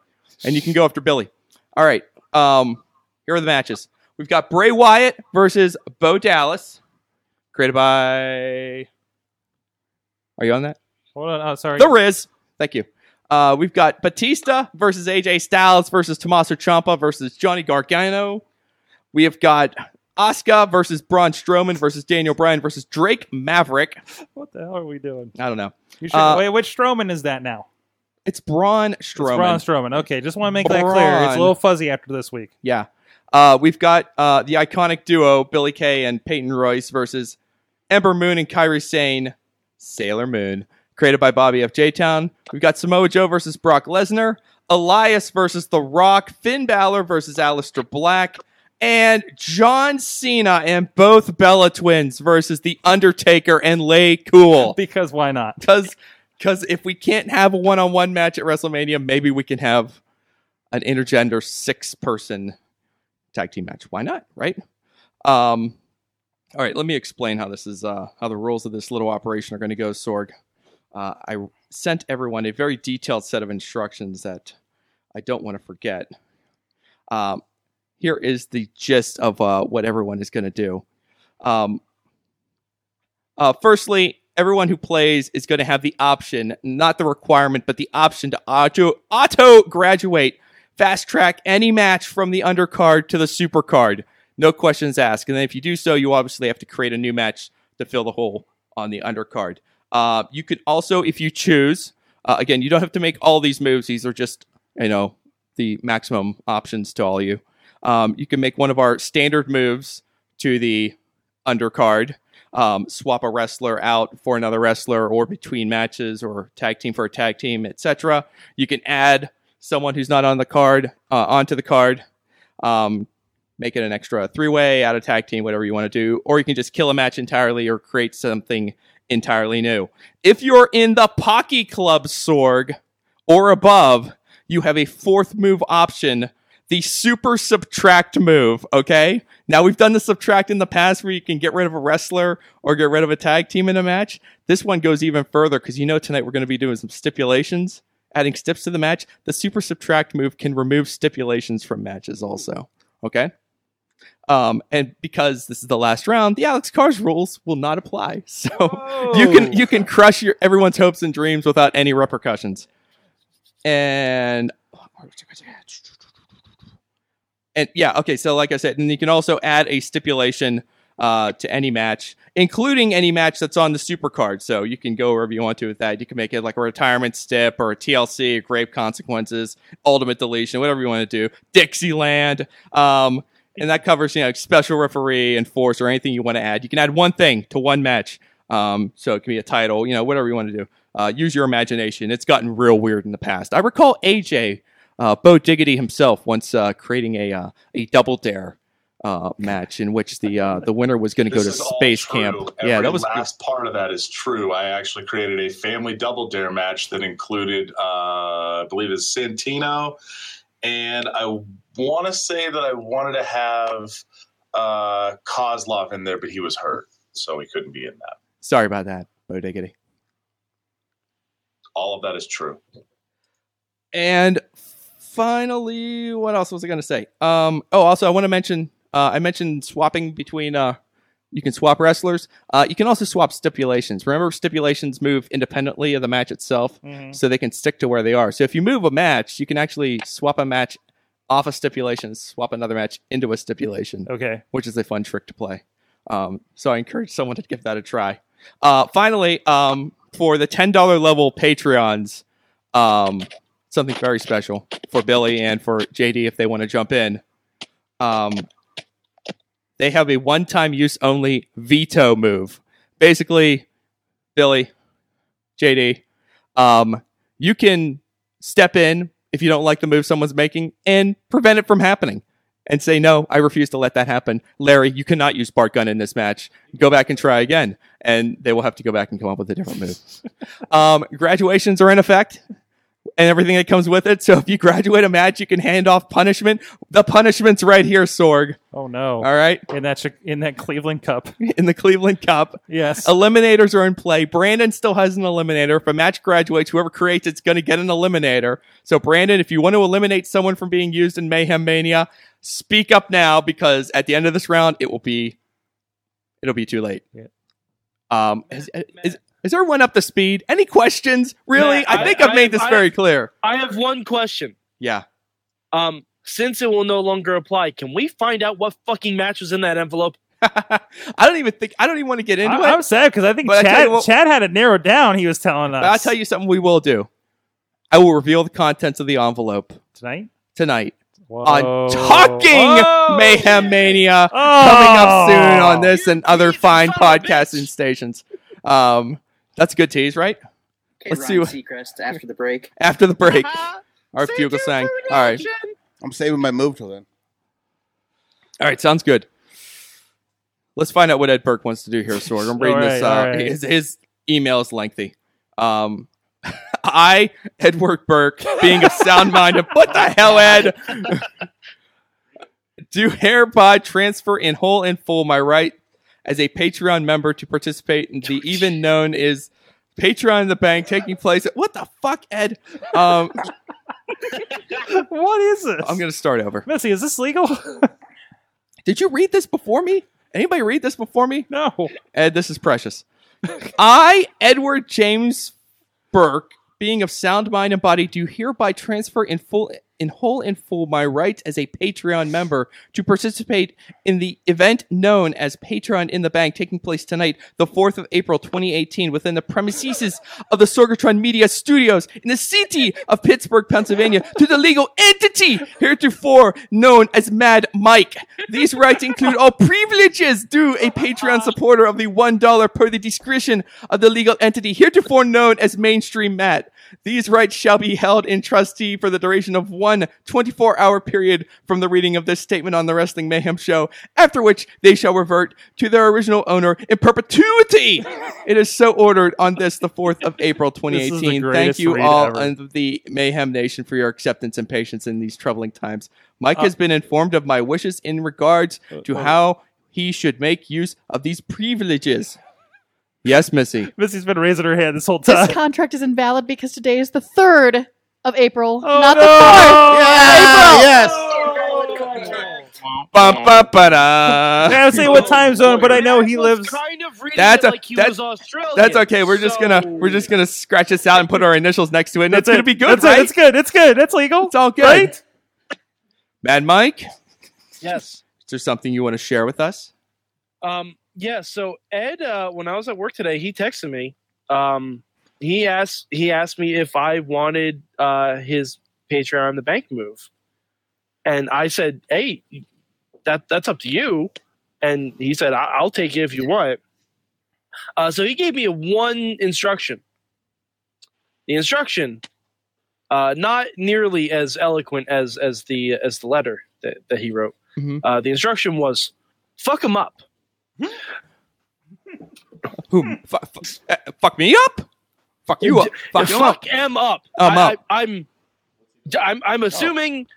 S10: and you can go after Billy. All right. Um, here are the matches. We've got Bray Wyatt versus Bo Dallas, created by. Are you on that?
S2: Hold on. Oh, sorry.
S10: The Riz. Thank you. Uh, we've got Batista versus AJ Styles versus Tommaso Ciampa versus Johnny Gargano. We have got Asuka versus Braun Strowman versus Daniel Bryan versus Drake Maverick.
S2: What the hell are we doing?
S10: I don't know.
S2: You should,
S10: Uh,
S2: wait, which Strowman is that now?
S10: It's Braun Strowman.
S2: It's Braun Strowman. Okay, just want to make that clear. It's a
S10: Braun.
S2: little fuzzy after this week.
S10: Yeah. Uh, we've got uh, the iconic duo Billy Kay and Peyton Royce versus Ember Moon and Kyrie Sane, Sailor Moon, created by Bobby F. J. Town. We've got Samoa Joe versus Brock Lesnar, Elias versus The Rock, Finn Balor versus Aleister Black, and John Cena and both Bella Twins versus The Undertaker and Lay Cool.
S2: Because why not?
S10: Because because if we can't have a one on one match at WrestleMania, maybe we can have an intergender six person tag team match. Why not? Right? Um, all right. Let me explain how this is uh, how the rules of this little operation are going to go, Sorg. Uh, I sent everyone a very detailed set of instructions that I don't want to forget. Um, here is the gist of uh, what everyone is going to do. Um, uh, firstly, everyone who plays is going to have the option, not the requirement, but the option to auto auto graduate, fast track any match from the undercard to the supercard, no questions asked. And then if you do so, you obviously have to create a new match to fill the hole on the undercard. Uh, you could also, if you choose, uh, again, you don't have to make all these moves. These are just you know the maximum options to all you. Um, you can make one of our standard moves to the undercard. Um, swap a wrestler out for another wrestler, or between matches, or tag team for a tag team, etc. You can add someone who's not on the card uh, onto the card. Um, make it an extra three way, add a tag team, whatever you want to do, or you can just kill a match entirely or create something entirely new. If you're in the Pocky Club Sorg or above, you have a fourth move option the super subtract move, okay? Now we've done the subtract in the past where you can get rid of a wrestler or get rid of a tag team in a match. This one goes even further because you know tonight we're going to be doing some stipulations, adding steps to the match. The super subtract move can remove stipulations from matches also, okay? Um, and because this is the last round, the Alex Cars rules will not apply. So you can you can crush your everyone's hopes and dreams without any repercussions. And And yeah, okay. So like I said, and you can also add a stipulation uh, to any match, including any match that's on the super card. So you can go wherever you want to with that. You can make it like a retirement stip or a TLC, or grave consequences, ultimate deletion, whatever you want to do. Dixieland. Um, and that covers you know like special referee and force or anything you want to add. You can add one thing to one match. Um, so it can be a title, you know, whatever you want to do. Uh, use your imagination. It's gotten real weird in the past. I recall AJ uh, Bo Diggity himself once uh, creating a uh, a double dare uh, match in which the uh, the winner was going to go
S11: This is
S10: to
S11: all
S10: space
S11: true.
S10: camp. yeah,
S11: Every
S10: that was
S11: last part of that is true. I actually created a family double dare match that included, uh, I believe, is Santino, and I want to say that I wanted to have uh, Kozlov in there, but he was hurt, so he couldn't be in that.
S10: sorry about that, Bo Diggity.
S11: All of that is true.
S10: And finally, what else was I going to say? Um, oh, also, I want to mention uh, I mentioned swapping between. Uh, you can swap wrestlers. Uh, you can also swap stipulations. Remember, stipulations move independently of the match itself,
S1: Mhm.
S10: so they can stick to where they are. So if you move a match, you can actually swap a match off a stipulation, swap another match into a stipulation.
S2: Okay.
S10: Which is a fun trick to play. Um, so I encourage someone to give that a try. Uh, finally, um, for the $10 level Patreons, um, something very special for Billy and for JD if they want to jump in. Um, they have a one time use only veto move. Basically, Billy, JD, um, you can step in if you don't like the move someone's making and prevent it from happening and say, no, I refuse to let that happen. Larry, you cannot use Bart Gun in this match. Go back and try again. And they will have to go back and come up with a different move. um, graduations are in effect and everything that comes with it. So if you graduate a match, you can hand off punishment. The punishment's right here, Sorg.
S2: Oh no! All
S10: right,
S2: in that chi- in that Cleveland Cup,
S10: in the Cleveland Cup.
S2: Yes.
S10: Eliminators are in play. Brandon still has an eliminator. If a match graduates, whoever creates it's going to get an eliminator. So, Brandon, if you want to eliminate someone from being used in Mayhem Mania, speak up now because at the end of this round, it will be it'll be too late.
S2: Yeah.
S10: Um, is, is, is everyone up to speed? Any questions? Really?
S7: Matt,
S10: I think I, have made this
S7: I-
S10: very clear.
S7: I have one question.
S10: Yeah.
S7: Um, since it will no longer apply, can we find out what fucking match was in that envelope?
S10: I don't even think I don't even want to get into
S2: I,
S10: it.
S2: am sad because I think
S10: But I tell
S2: Chad,
S10: you what-
S2: Chad had it narrowed down. He was telling us
S10: But I'll tell you something we will do. I will reveal the contents of the envelope
S2: tonight.
S10: tonight
S2: Whoa.
S10: on Talking
S2: Whoa.
S10: Mayhem Mania
S2: Oh.
S10: coming up soon on this and other fine podcasting stations. Um, that's a good tease, right?
S4: Okay,
S10: Let's
S4: Let's
S10: see
S4: Ryan
S10: what-
S4: Seacrest after the break.
S10: after the break. Our fugal sang. All right.
S5: I'm saving my move till then.
S10: All right, sounds good. Let's find out what Ed Burke wants to do here, Sorg. I'm reading
S2: All
S10: this.
S2: right,
S10: Uh,
S2: all right.
S10: his, his email is lengthy. Um, I, Edward Burke, being a sound mind of what the hell, Ed? do hereby transfer in whole and full my right as a Patreon member to participate in the even known is Patreon in the Bank taking place. What the fuck, Ed? Um,
S2: what is this?
S10: I'm going to start over.
S2: Missy, is this legal?
S10: Did you read this before me? Anybody read this before me?
S2: No.
S10: Ed, this is precious. I, Edward James Burke, being of sound mind and body, do hereby transfer in full in whole and full my rights as a Patreon member to participate in the event known as Patreon in the Bank taking place tonight, the 4th of April 2018, within the premises of the Sorgatron Media Studios in the city of Pittsburgh, Pennsylvania, to the legal entity heretofore known as Mad Mike. These rights include all privileges due a Patreon supporter of the $1 per the discretion of the legal entity heretofore known as Mainstream Matt. These rights shall be held in trustee for the duration of one 24 hour period from the reading of this statement on the Wrestling Mayhem show, after which they shall revert to their original owner in perpetuity. it is so ordered on this, the 4th of April,
S2: This is the
S10: 2018. Thank
S2: greatest
S10: you
S2: read
S10: all
S2: ever.
S10: and the Mayhem Nation for your acceptance and patience in these troubling times. Mike
S2: Uh,
S10: has been informed of my wishes in regards to
S2: uh.
S10: how he should make use of these privileges. Yes, Missy.
S2: Missy's been raising her hand this whole time.
S8: This contract is invalid because today is the third of April, not
S2: no!
S8: the fourth.
S2: Yeah,
S8: April.
S2: yes.
S10: Bum, ba, ba, da.
S2: I don't say what time zone, but I know he lives.
S10: That's a, that- That's okay. We're just gonna we're just gonna scratch this out and put our initials next to it, and it's
S2: it.
S10: gonna be good,
S2: That's
S10: right?
S2: it. It's good. It's good. It's legal. It's
S10: all good.
S2: Right?
S10: Mad Mike,
S7: Yes.
S10: Is there something you want to share with us?
S7: Um, yeah. So Ed, uh, when I was at work today, he texted me. Um, he asked he asked me if I wanted uh, his Patreon the bank move, and I said, "Hey, that that's up to you." And he said, I- "I'll take it if you want." Uh, so he gave me one instruction. The instruction, uh, not nearly as eloquent as as the as the letter that, that he wrote. Uh, the instruction was, "Fuck him up." Hmm.
S10: Who fu- fu- uh, fuck me up? Fuck you up?
S7: D-
S10: Fuck you
S7: fuck
S10: up?
S7: em up.
S10: Um,
S7: I,
S10: up.
S7: I, I'm, I'm, I'm assuming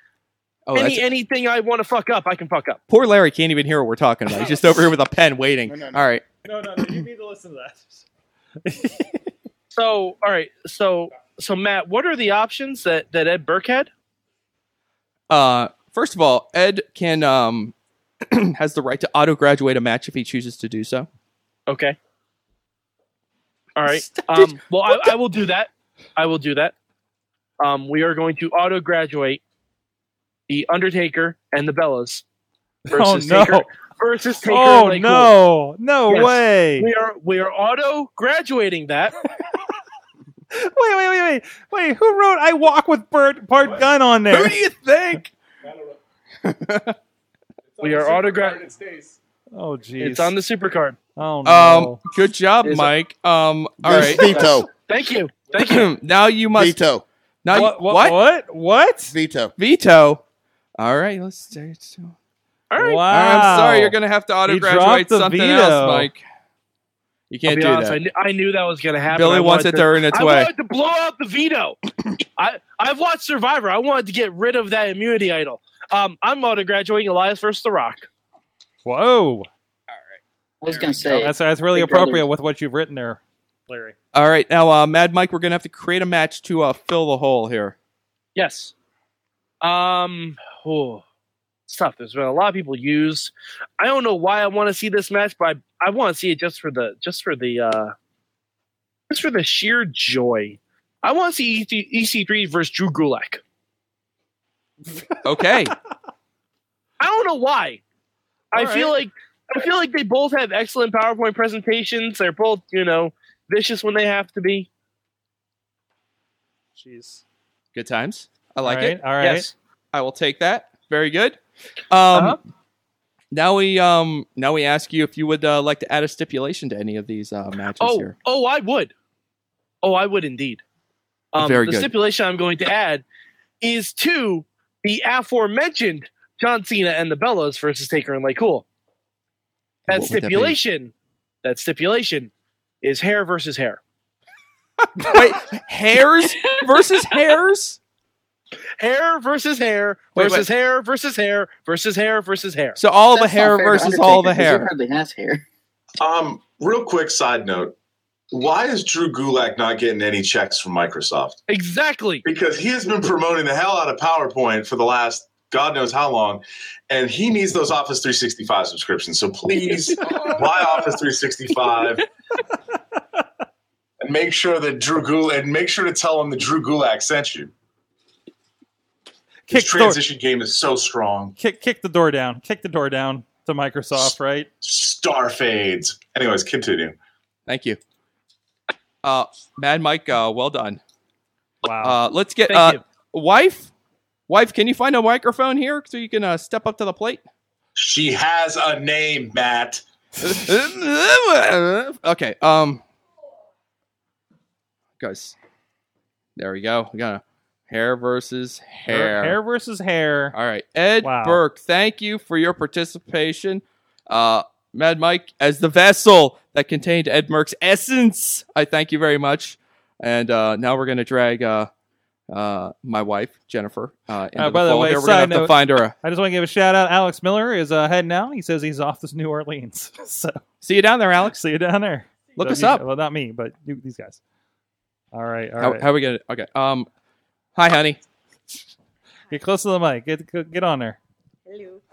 S10: Oh,
S7: any
S10: that's-
S7: anything I want to fuck up, I can fuck up.
S10: Poor Larry can't even hear what we're talking about. He's just over here with a pen waiting. All right.
S2: No, no, no. You need to listen to that.
S7: So, all right, so, so Matt, what are the options that that Ed Burke had?
S10: Uh, first of all, Ed can um has the right to auto graduate a match if he chooses to do so.
S7: Okay. All right. Um, well, I, I will do that. I will do that. Um, we are going to auto graduate the Undertaker and the Bellas versus
S2: Oh, no.
S7: Taker versus Taker.
S2: Oh,
S7: and Laycool.
S2: no. No way.
S7: We are we are auto graduating that.
S2: Wait, wait, wait, wait, wait. Who wrote "I Walk with Bert Bart Gun" on there?
S10: Who do you think?
S7: we are auto gra-
S2: Oh, jeez.
S7: It's on the supercard.
S2: Oh
S10: Um, good job,
S7: Is it-
S10: Mike. Um, all right.
S7: Thank you. Thank you.
S10: now you must
S5: veto.
S10: Now
S2: What-
S10: you,
S2: what-
S10: what?
S2: What? What?
S5: Veto.
S10: Veto. All right. Let's say it's.
S7: All
S2: right. Wow.
S10: I'm sorry. You're gonna have to auto
S2: He
S10: graduate
S2: dropped the
S10: something
S2: veto.
S10: else, Mike. You
S7: I'll
S10: can't
S7: be
S10: do
S7: honest,
S10: that.
S7: I, knew, I knew that was going to happen.
S10: Billy
S7: I
S10: wants
S7: wanted
S10: it to earn its
S7: I
S10: way.
S7: wanted to blow out the veto. I I've watched Survivor. I wanted to get rid of that immunity idol. Um, I'm auto graduating Elias versus The Rock.
S2: Whoa.
S4: I was gonna say
S2: That's that's really
S4: Big Brother-
S2: appropriate with what you've written there, Larry.
S10: All right. Now, uh, Mad Mike, we're gonna have to create a match to uh, fill the hole here.
S7: Yes. Um. Oh, it's tough. There's been a lot of people used. I don't know why I want to see this match, but I, I want to see it just for the just for the uh just for the sheer joy. I want to see E EC, EC3 versus Drew Gulak.
S10: Okay.
S7: I don't know why. I
S2: All
S7: feel
S2: right.
S7: like I feel like they both have excellent PowerPoint presentations. They're both, you know, vicious when they have to be.
S2: Jeez.
S10: Good times. I like
S2: All right,
S10: it.
S2: all right. Yes.
S10: I will take that. Very good. Um,
S7: Uh-huh.
S10: Now we um now we ask you if you would uh, like to add a stipulation to any of these uh, matches
S7: Oh,
S10: here.
S7: oh, I would. Oh, I would indeed. Um,
S10: Very
S7: the
S10: good.
S7: stipulation I'm going to add is to the aforementioned John Cena and the Bellas versus Taker and Lay
S10: What
S7: Cool. That
S10: would that be?
S7: stipulation, that, stipulation, is hair versus hair.
S10: Wait, hairs versus hairs?
S7: Hair versus hair
S10: Wait, wait.
S7: versus hair versus hair versus hair versus hair.
S10: So all
S7: That's
S10: the hair
S7: not fair to
S10: versus all the
S7: Undertaker, 'cause
S10: hair.
S4: hardly has hair.
S11: Um, real quick side note. Why is Drew Gulak not getting any checks from Microsoft?
S7: Exactly.
S11: Because he has been promoting the hell out of PowerPoint for the last God knows how long, and he needs those Office 365 subscriptions. So please buy Office 365 and make sure that Drew Gulak and make sure to tell him that Drew Gulak sent you. His
S2: Kick door,
S11: transition game is so strong.
S2: kick, kick the door down. Kick the door down to Microsoft, right?
S11: Star fades. Anyways, continue.
S10: Thank you. Uh, Mad Mike, uh, well done.
S2: Wow.
S10: Uh, let's get
S7: Thank
S10: uh, wife. Wife, can you find a microphone here so you can uh, step up to the plate?
S11: She has a name, Matt.
S10: okay. Um, guys, there we go. We got a hair versus hair.
S2: Hair versus hair.
S10: All right, Ed
S2: Wow.
S10: Burke. Thank you for your participation. Uh, Mad Mike, as the vessel that contained Ed Merck's essence, I thank you very much. And uh, now we're gonna drag uh, uh, my wife Jennifer. Uh, into
S2: Uh, by
S10: the,
S2: the
S10: fold
S2: way,
S10: here. we're gonna
S2: side
S10: have
S2: note,
S10: to find her. a-
S2: I just want to give a shout out. Alex Miller is uh, heading out. He says he's off to New Orleans. so
S10: See you down there, Alex.
S2: see you down there.
S10: Look
S2: So
S10: us
S2: you-
S10: up.
S2: Well, not me, but you, these guys. All right, all right.
S10: how, how we gonna? Okay. Um, hi, honey.
S2: Get close to the mic. Get get on there.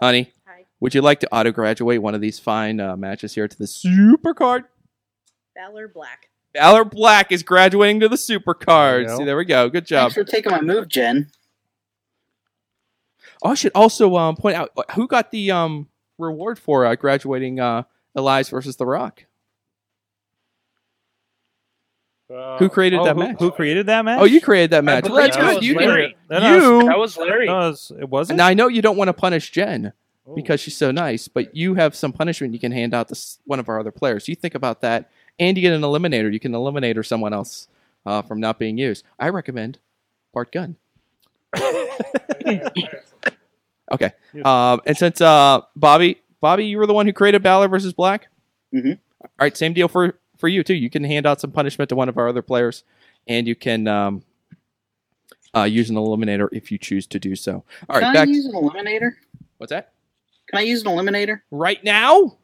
S10: Honey, would you like to auto graduate one of these fine uh, matches here to the Supercard?
S12: Valor Black.
S10: Valor Black is graduating to the
S2: There
S10: Supercard.
S2: you go.
S10: See, there we go. Good job.
S4: Thanks for taking my move, Jen.
S10: I should also um, point out uh, who got the um, reward for uh, graduating uh, Elias versus The Rock. Who created
S2: Oh,
S10: that
S2: who-
S10: match?
S2: Who created that match?
S10: Oh, you created that match. Well, that's good. You can. you.
S2: it wasn't. Oh.
S10: And I know you don't want to punish Jen because she's so nice, but you have some punishment you can hand out to s- one of our other players. You think about that, and you get an eliminator. You can eliminate or someone else uh, from not being used. I recommend Bart Gunn. Okay. Um, and since uh, Bobby, Bobby, you were the one who created Balor versus Black.
S4: Mm-hmm.
S10: All right, same deal for for you too. You can hand out some punishment to one of our other players, and you can um, uh, use an eliminator if you choose to do so. All right,
S4: Can
S10: back
S4: I use an eliminator?
S10: What's that?
S4: Can I use an eliminator
S10: right now?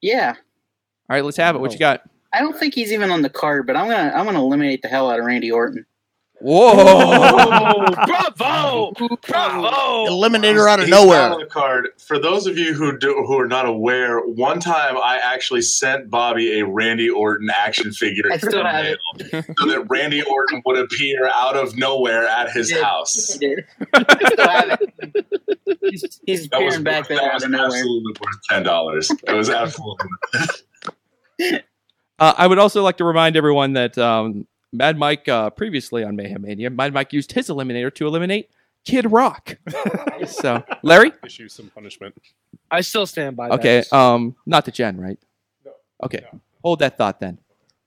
S4: Yeah,
S10: All right, let's have it. What
S7: Oh.
S10: you got?
S4: I don't think he's even on the card, but I'm gonna I'm gonna eliminate the hell out of Randy Orton.
S10: Whoa!
S4: Oh,
S7: Bravo! Bravo!
S5: Eliminator out of
S11: He's
S5: nowhere.
S11: not on the card. For those of you who do, who are not aware, one time I actually sent Bobby a Randy Orton action figure
S4: I still have it.
S11: thumbnail so that Randy Orton would appear out of nowhere at his house.
S4: He's, he's
S11: That was
S4: appearing
S11: worth-
S4: back there
S11: that
S4: out
S11: was
S4: of nowhere.
S11: absolutely worth ten dollars. It was absolutely
S10: Uh, I would also like to remind everyone that um, Mad Mike uh, previously on Mayhem Mania, Mad Mike used his eliminator to eliminate Kid Rock. so, Larry.
S3: Issue some punishment.
S7: I still stand by that.
S10: Okay. Um, not the Jen, right? No. Okay. Hold that thought then.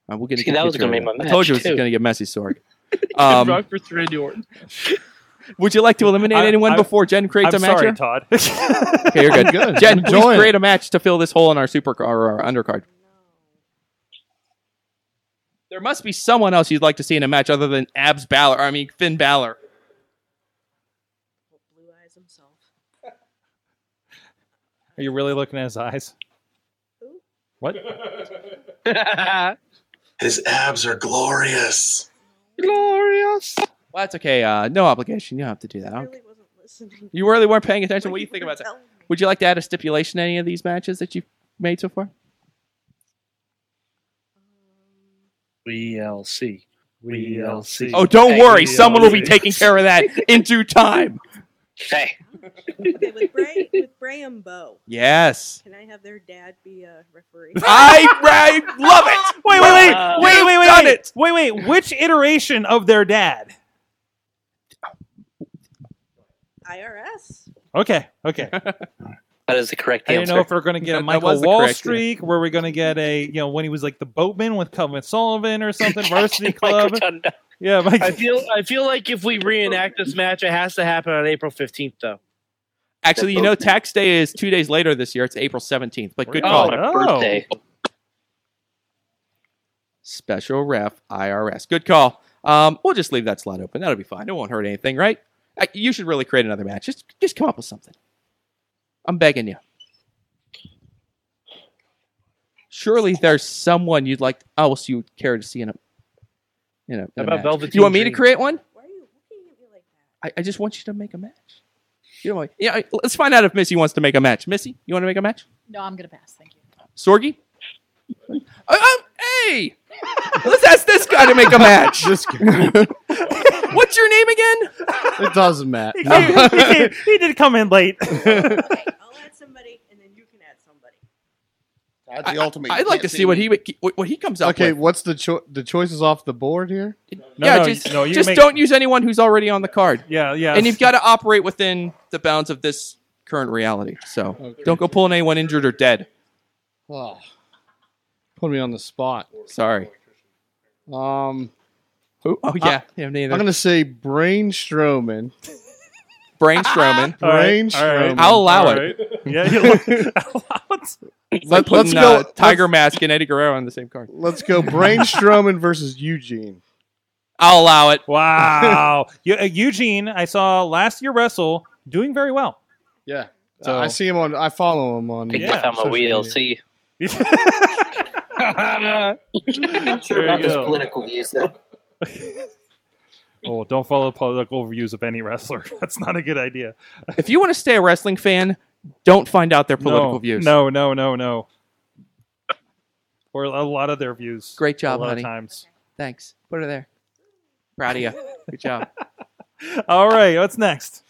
S10: Uh, we'll get
S7: See,
S10: into
S7: that was
S10: future
S7: gonna
S10: of
S7: be my
S10: I told you
S7: match,
S10: it was
S7: too.
S10: going to get messy, Sorg.
S7: Um,
S10: Um,
S7: for three Orton.
S10: would you like to eliminate
S7: I-
S10: anyone
S7: I-
S10: before Jen creates
S2: I'm
S10: a match?
S2: sorry,
S10: here?
S2: Todd.
S10: Okay, you're good.
S2: I'm good.
S10: Jen,
S2: I'm
S10: please
S2: enjoying
S10: create a match to fill this hole in our super or our undercard. There must be someone else you'd like to see in a match other than Abs Balor. I mean Finn Balor.
S2: Are you really looking at his eyes? What?
S11: his abs are glorious.
S7: Glorious.
S10: Well, that's okay. Uh, no obligation. You don't have to do that. I don't- You really weren't paying attention. What do you think about that? Would you like to add a stipulation to any of these matches that you've made so far?
S7: WLC. WLC.
S10: Oh, don't worry. Someone will be taking care of that in due time.
S7: Hey.
S12: okay, with Bray, with Bray and Bo.
S10: Yes.
S12: Can I have their dad be a referee?
S10: I, I love it.
S2: Wait, wait, wait, wait,
S10: You've
S2: wait, wait,
S10: done
S2: wait,
S10: it.
S2: wait, wait. Which iteration of their dad?
S12: IRS.
S2: Okay, okay.
S7: That is the correct
S2: I didn't know
S7: answer.
S2: if we are going to get
S10: That-
S2: a
S10: that
S2: Michael
S10: was the
S2: Wall
S10: correct
S2: streak. Were we going to get a you know when he was like the boatman with Calvin Sullivan or something? Varsity Club. Yeah, Mike.
S7: I feel I feel like if we reenact this match, it has to happen on April fifteenth, though.
S10: Actually, you know, tax day is two days later this year. It's April 17th, but good
S7: Oh,
S10: call. Oh.
S7: my birthday.
S10: Special ref IRS. Good call. Um, we'll just leave that slot open. That'll be fine. It won't hurt anything, right? Uh, You should really create another match. Just, just come up with something. I'm begging you. Surely there's someone you'd like else you would care to see in a, you know,
S7: How about Velveteen
S10: You want me to
S7: Dream?
S10: create one? I, I just want you to make a match. You know, like- yeah. I- Let's find out if Missy wants to make a match. Missy, you want to make a match?
S8: No, I'm gonna pass. Thank you.
S10: Sorgi? Uh, um, hey! Let's ask this guy to make a match. What's your name again?
S6: It doesn't matter.
S2: He, did- he did come in late.
S5: That's the ultimate.
S10: I'd like to see what he would- what what he comes up
S6: Okay,
S10: with.
S6: what's the cho- the choices off the board here?
S10: yeah, just, just don't use anyone who's already on the card.
S2: Yeah, yeah.
S10: And you've got to operate within the bounds of this current reality. So
S5: Oh,
S10: don't go pulling anyone injured or dead.
S6: Oh, put me on the spot.
S10: Sorry.
S6: Um,
S10: Who? Oh yeah, yeah,
S6: I'm
S10: neither.
S6: gonna say Brain Strowman.
S10: Brain Strowman.
S6: All right, Brain all right. Strowman.
S10: I'll allow
S6: All
S10: it.
S6: right.
S2: Yeah, you'll-
S10: It's
S6: Let-
S10: like
S6: let's
S10: putting, uh,
S6: go-
S10: Tiger Mask and Eddie Guerrero on the same card.
S6: Let's go Brain Strowman versus Eugene.
S10: I'll allow it.
S2: Wow, Eu- uh, Eugene, I saw last year wrestle doing very well.
S6: Yeah.
S2: So-
S6: Uh, I see him on. I follow him on. uh,
S2: Big Yeah. time
S6: social media.
S4: I'm sure
S2: There
S4: about
S2: you
S4: his
S2: go.
S4: political views though.
S2: Oh, don't follow political views of any wrestler. That's not a good idea.
S10: If you want to stay a wrestling fan, don't find out their political
S2: no,
S10: views.
S2: No, no, no, no. Or a lot of their views.
S10: Great job,
S2: a lot
S10: honey.
S2: Of times.
S10: Thanks. Put her there. Proud of you. Good job.
S2: All right, what's next?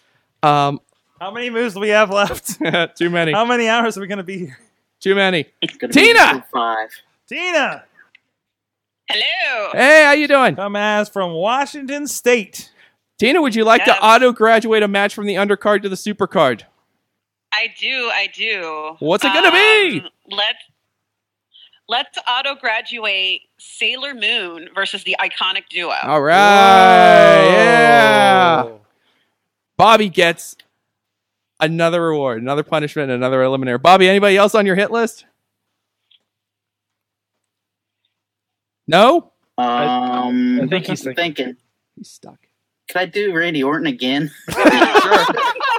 S10: Um,
S2: How many moves do we have left?
S10: Too many.
S2: How many hours are we going to be here?
S10: Too many.
S2: Tina!
S4: Five.
S2: Tina!
S13: Hello.
S10: Hey, how you doing?
S2: Come as from Washington State.
S10: Tina, would you like
S13: Yes.
S10: to auto graduate a match from the undercard to the supercard?
S13: I do. I do. Uh,
S10: What's it gonna be?
S13: Let's let's auto graduate Sailor Moon versus the iconic duo.
S4: Um,
S10: All right. Yeah. Bobby gets another reward, another punishment, another eliminator. Bobby, anybody else on your hit list? No?
S4: Um, I,
S10: think
S4: he's thinking.
S10: He's stuck.
S4: Could I do Randy Orton again?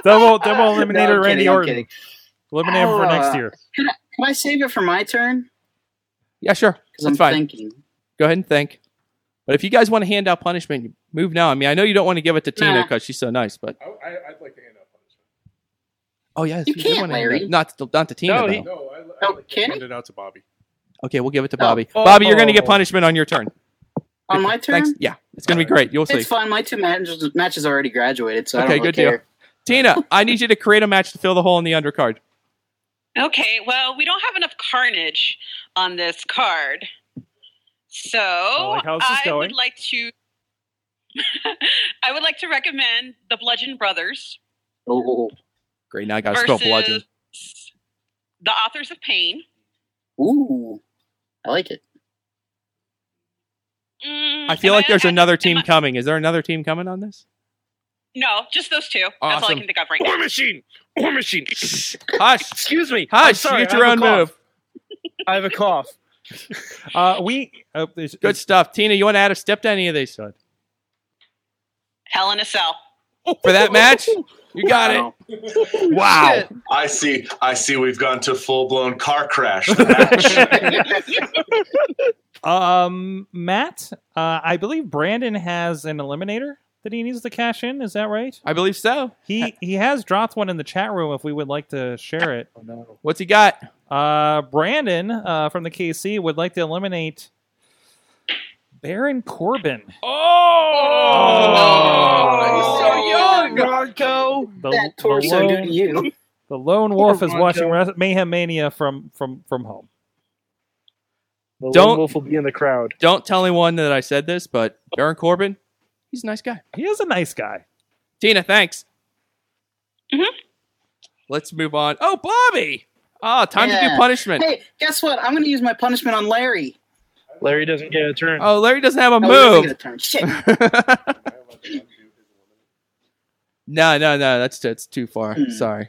S2: Double double eliminator
S4: No, I'm
S2: Randy
S4: kidding, I'm
S2: Orton.
S4: kidding. Uh,
S2: Eliminate him for next year.
S4: Can I, can I save it for my turn?
S10: Yeah, sure. That's
S4: I'm
S10: fine.
S4: thinking.
S10: Go ahead and think. But if you guys want to hand out punishment, you move now. I mean, I know you don't want to give it to Tina
S3: Nah.
S10: because she's so nice, but
S3: I, I, I'd like to hand out.
S10: oh yes,
S3: You
S10: did
S3: can't,
S10: want to hand
S3: Larry.
S10: out- Not to, not to Tina.
S3: no,
S10: though.
S3: he, no, I, I like to hand it out to Bobby.
S10: Okay, we'll give it to Bobby.
S4: Oh.
S10: Bobby, you're going to get punishment on your turn.
S4: On my turn?
S10: Thanks. Yeah, it's going to be great. You'll see.
S4: It's fine. My two matches, matches already graduated, so I
S10: okay,
S4: don't really
S10: good
S4: care.
S10: deal. Tina, I need you to create a match to fill the hole in the undercard.
S13: Okay. Well, we don't have enough carnage on this card, so
S10: like how this is
S13: I
S10: going.
S13: would like to. I would like to recommend the Bludgeon Brothers
S4: Oh,
S10: Great. Now I got to spell
S13: Versus-
S10: bludgeon.
S13: the authors of pain.
S4: Ooh, I like it.
S13: Mm,
S10: I feel
S13: am
S10: like there's another team coming. Is there another team coming on this?
S13: No, just those two. That's all I
S10: Awesome.
S13: can think of right
S7: War
S13: now.
S7: Machine. War Machine.
S10: Hush.
S7: Excuse me.
S10: Hush,
S7: I'm sorry,
S10: you get your
S7: I have
S10: own
S7: a cough.
S10: move.
S7: I have a cough.
S2: Uh, we uh,
S10: good oh, stuff. Tina, you want to add a step to any of these? son?
S7: Oh.
S13: Hell in a Cell.
S10: For that match, you got it. Wow.
S11: I see. I see. We've gone to full blown car crash.
S2: Um, Matt, uh, I believe Brandon has an eliminator that he needs to cash in. Is that right?
S10: I believe so.
S2: He he has dropped one in the chat room. If we would like to share it,
S10: what's he got?
S2: Uh, Brandon uh, from the KC would like to eliminate Baron Corbin.
S10: Oh.
S7: Oh,
S2: he's so young.
S7: Bronco.
S2: The, the lone, the lone wolf is watching Res- Mayhem Mania from from from home.
S7: The
S10: Don't-
S7: Lone Wolf will be in the crowd.
S10: Don't tell anyone that I said this, but Baron Corbin, he's a nice guy.
S2: He is a nice guy.
S10: Tina, thanks. Let's move on. Oh, Bobby. Oh, time to
S4: Yeah.
S10: do punishment.
S4: Hey, guess what? I'm going to use my punishment on Larry.
S7: Larry doesn't get a turn.
S10: Oh, Larry doesn't have a
S4: Oh, he doesn't
S10: move.
S4: get a turn. Shit.
S10: No, no, no. That's that's too far. Sorry.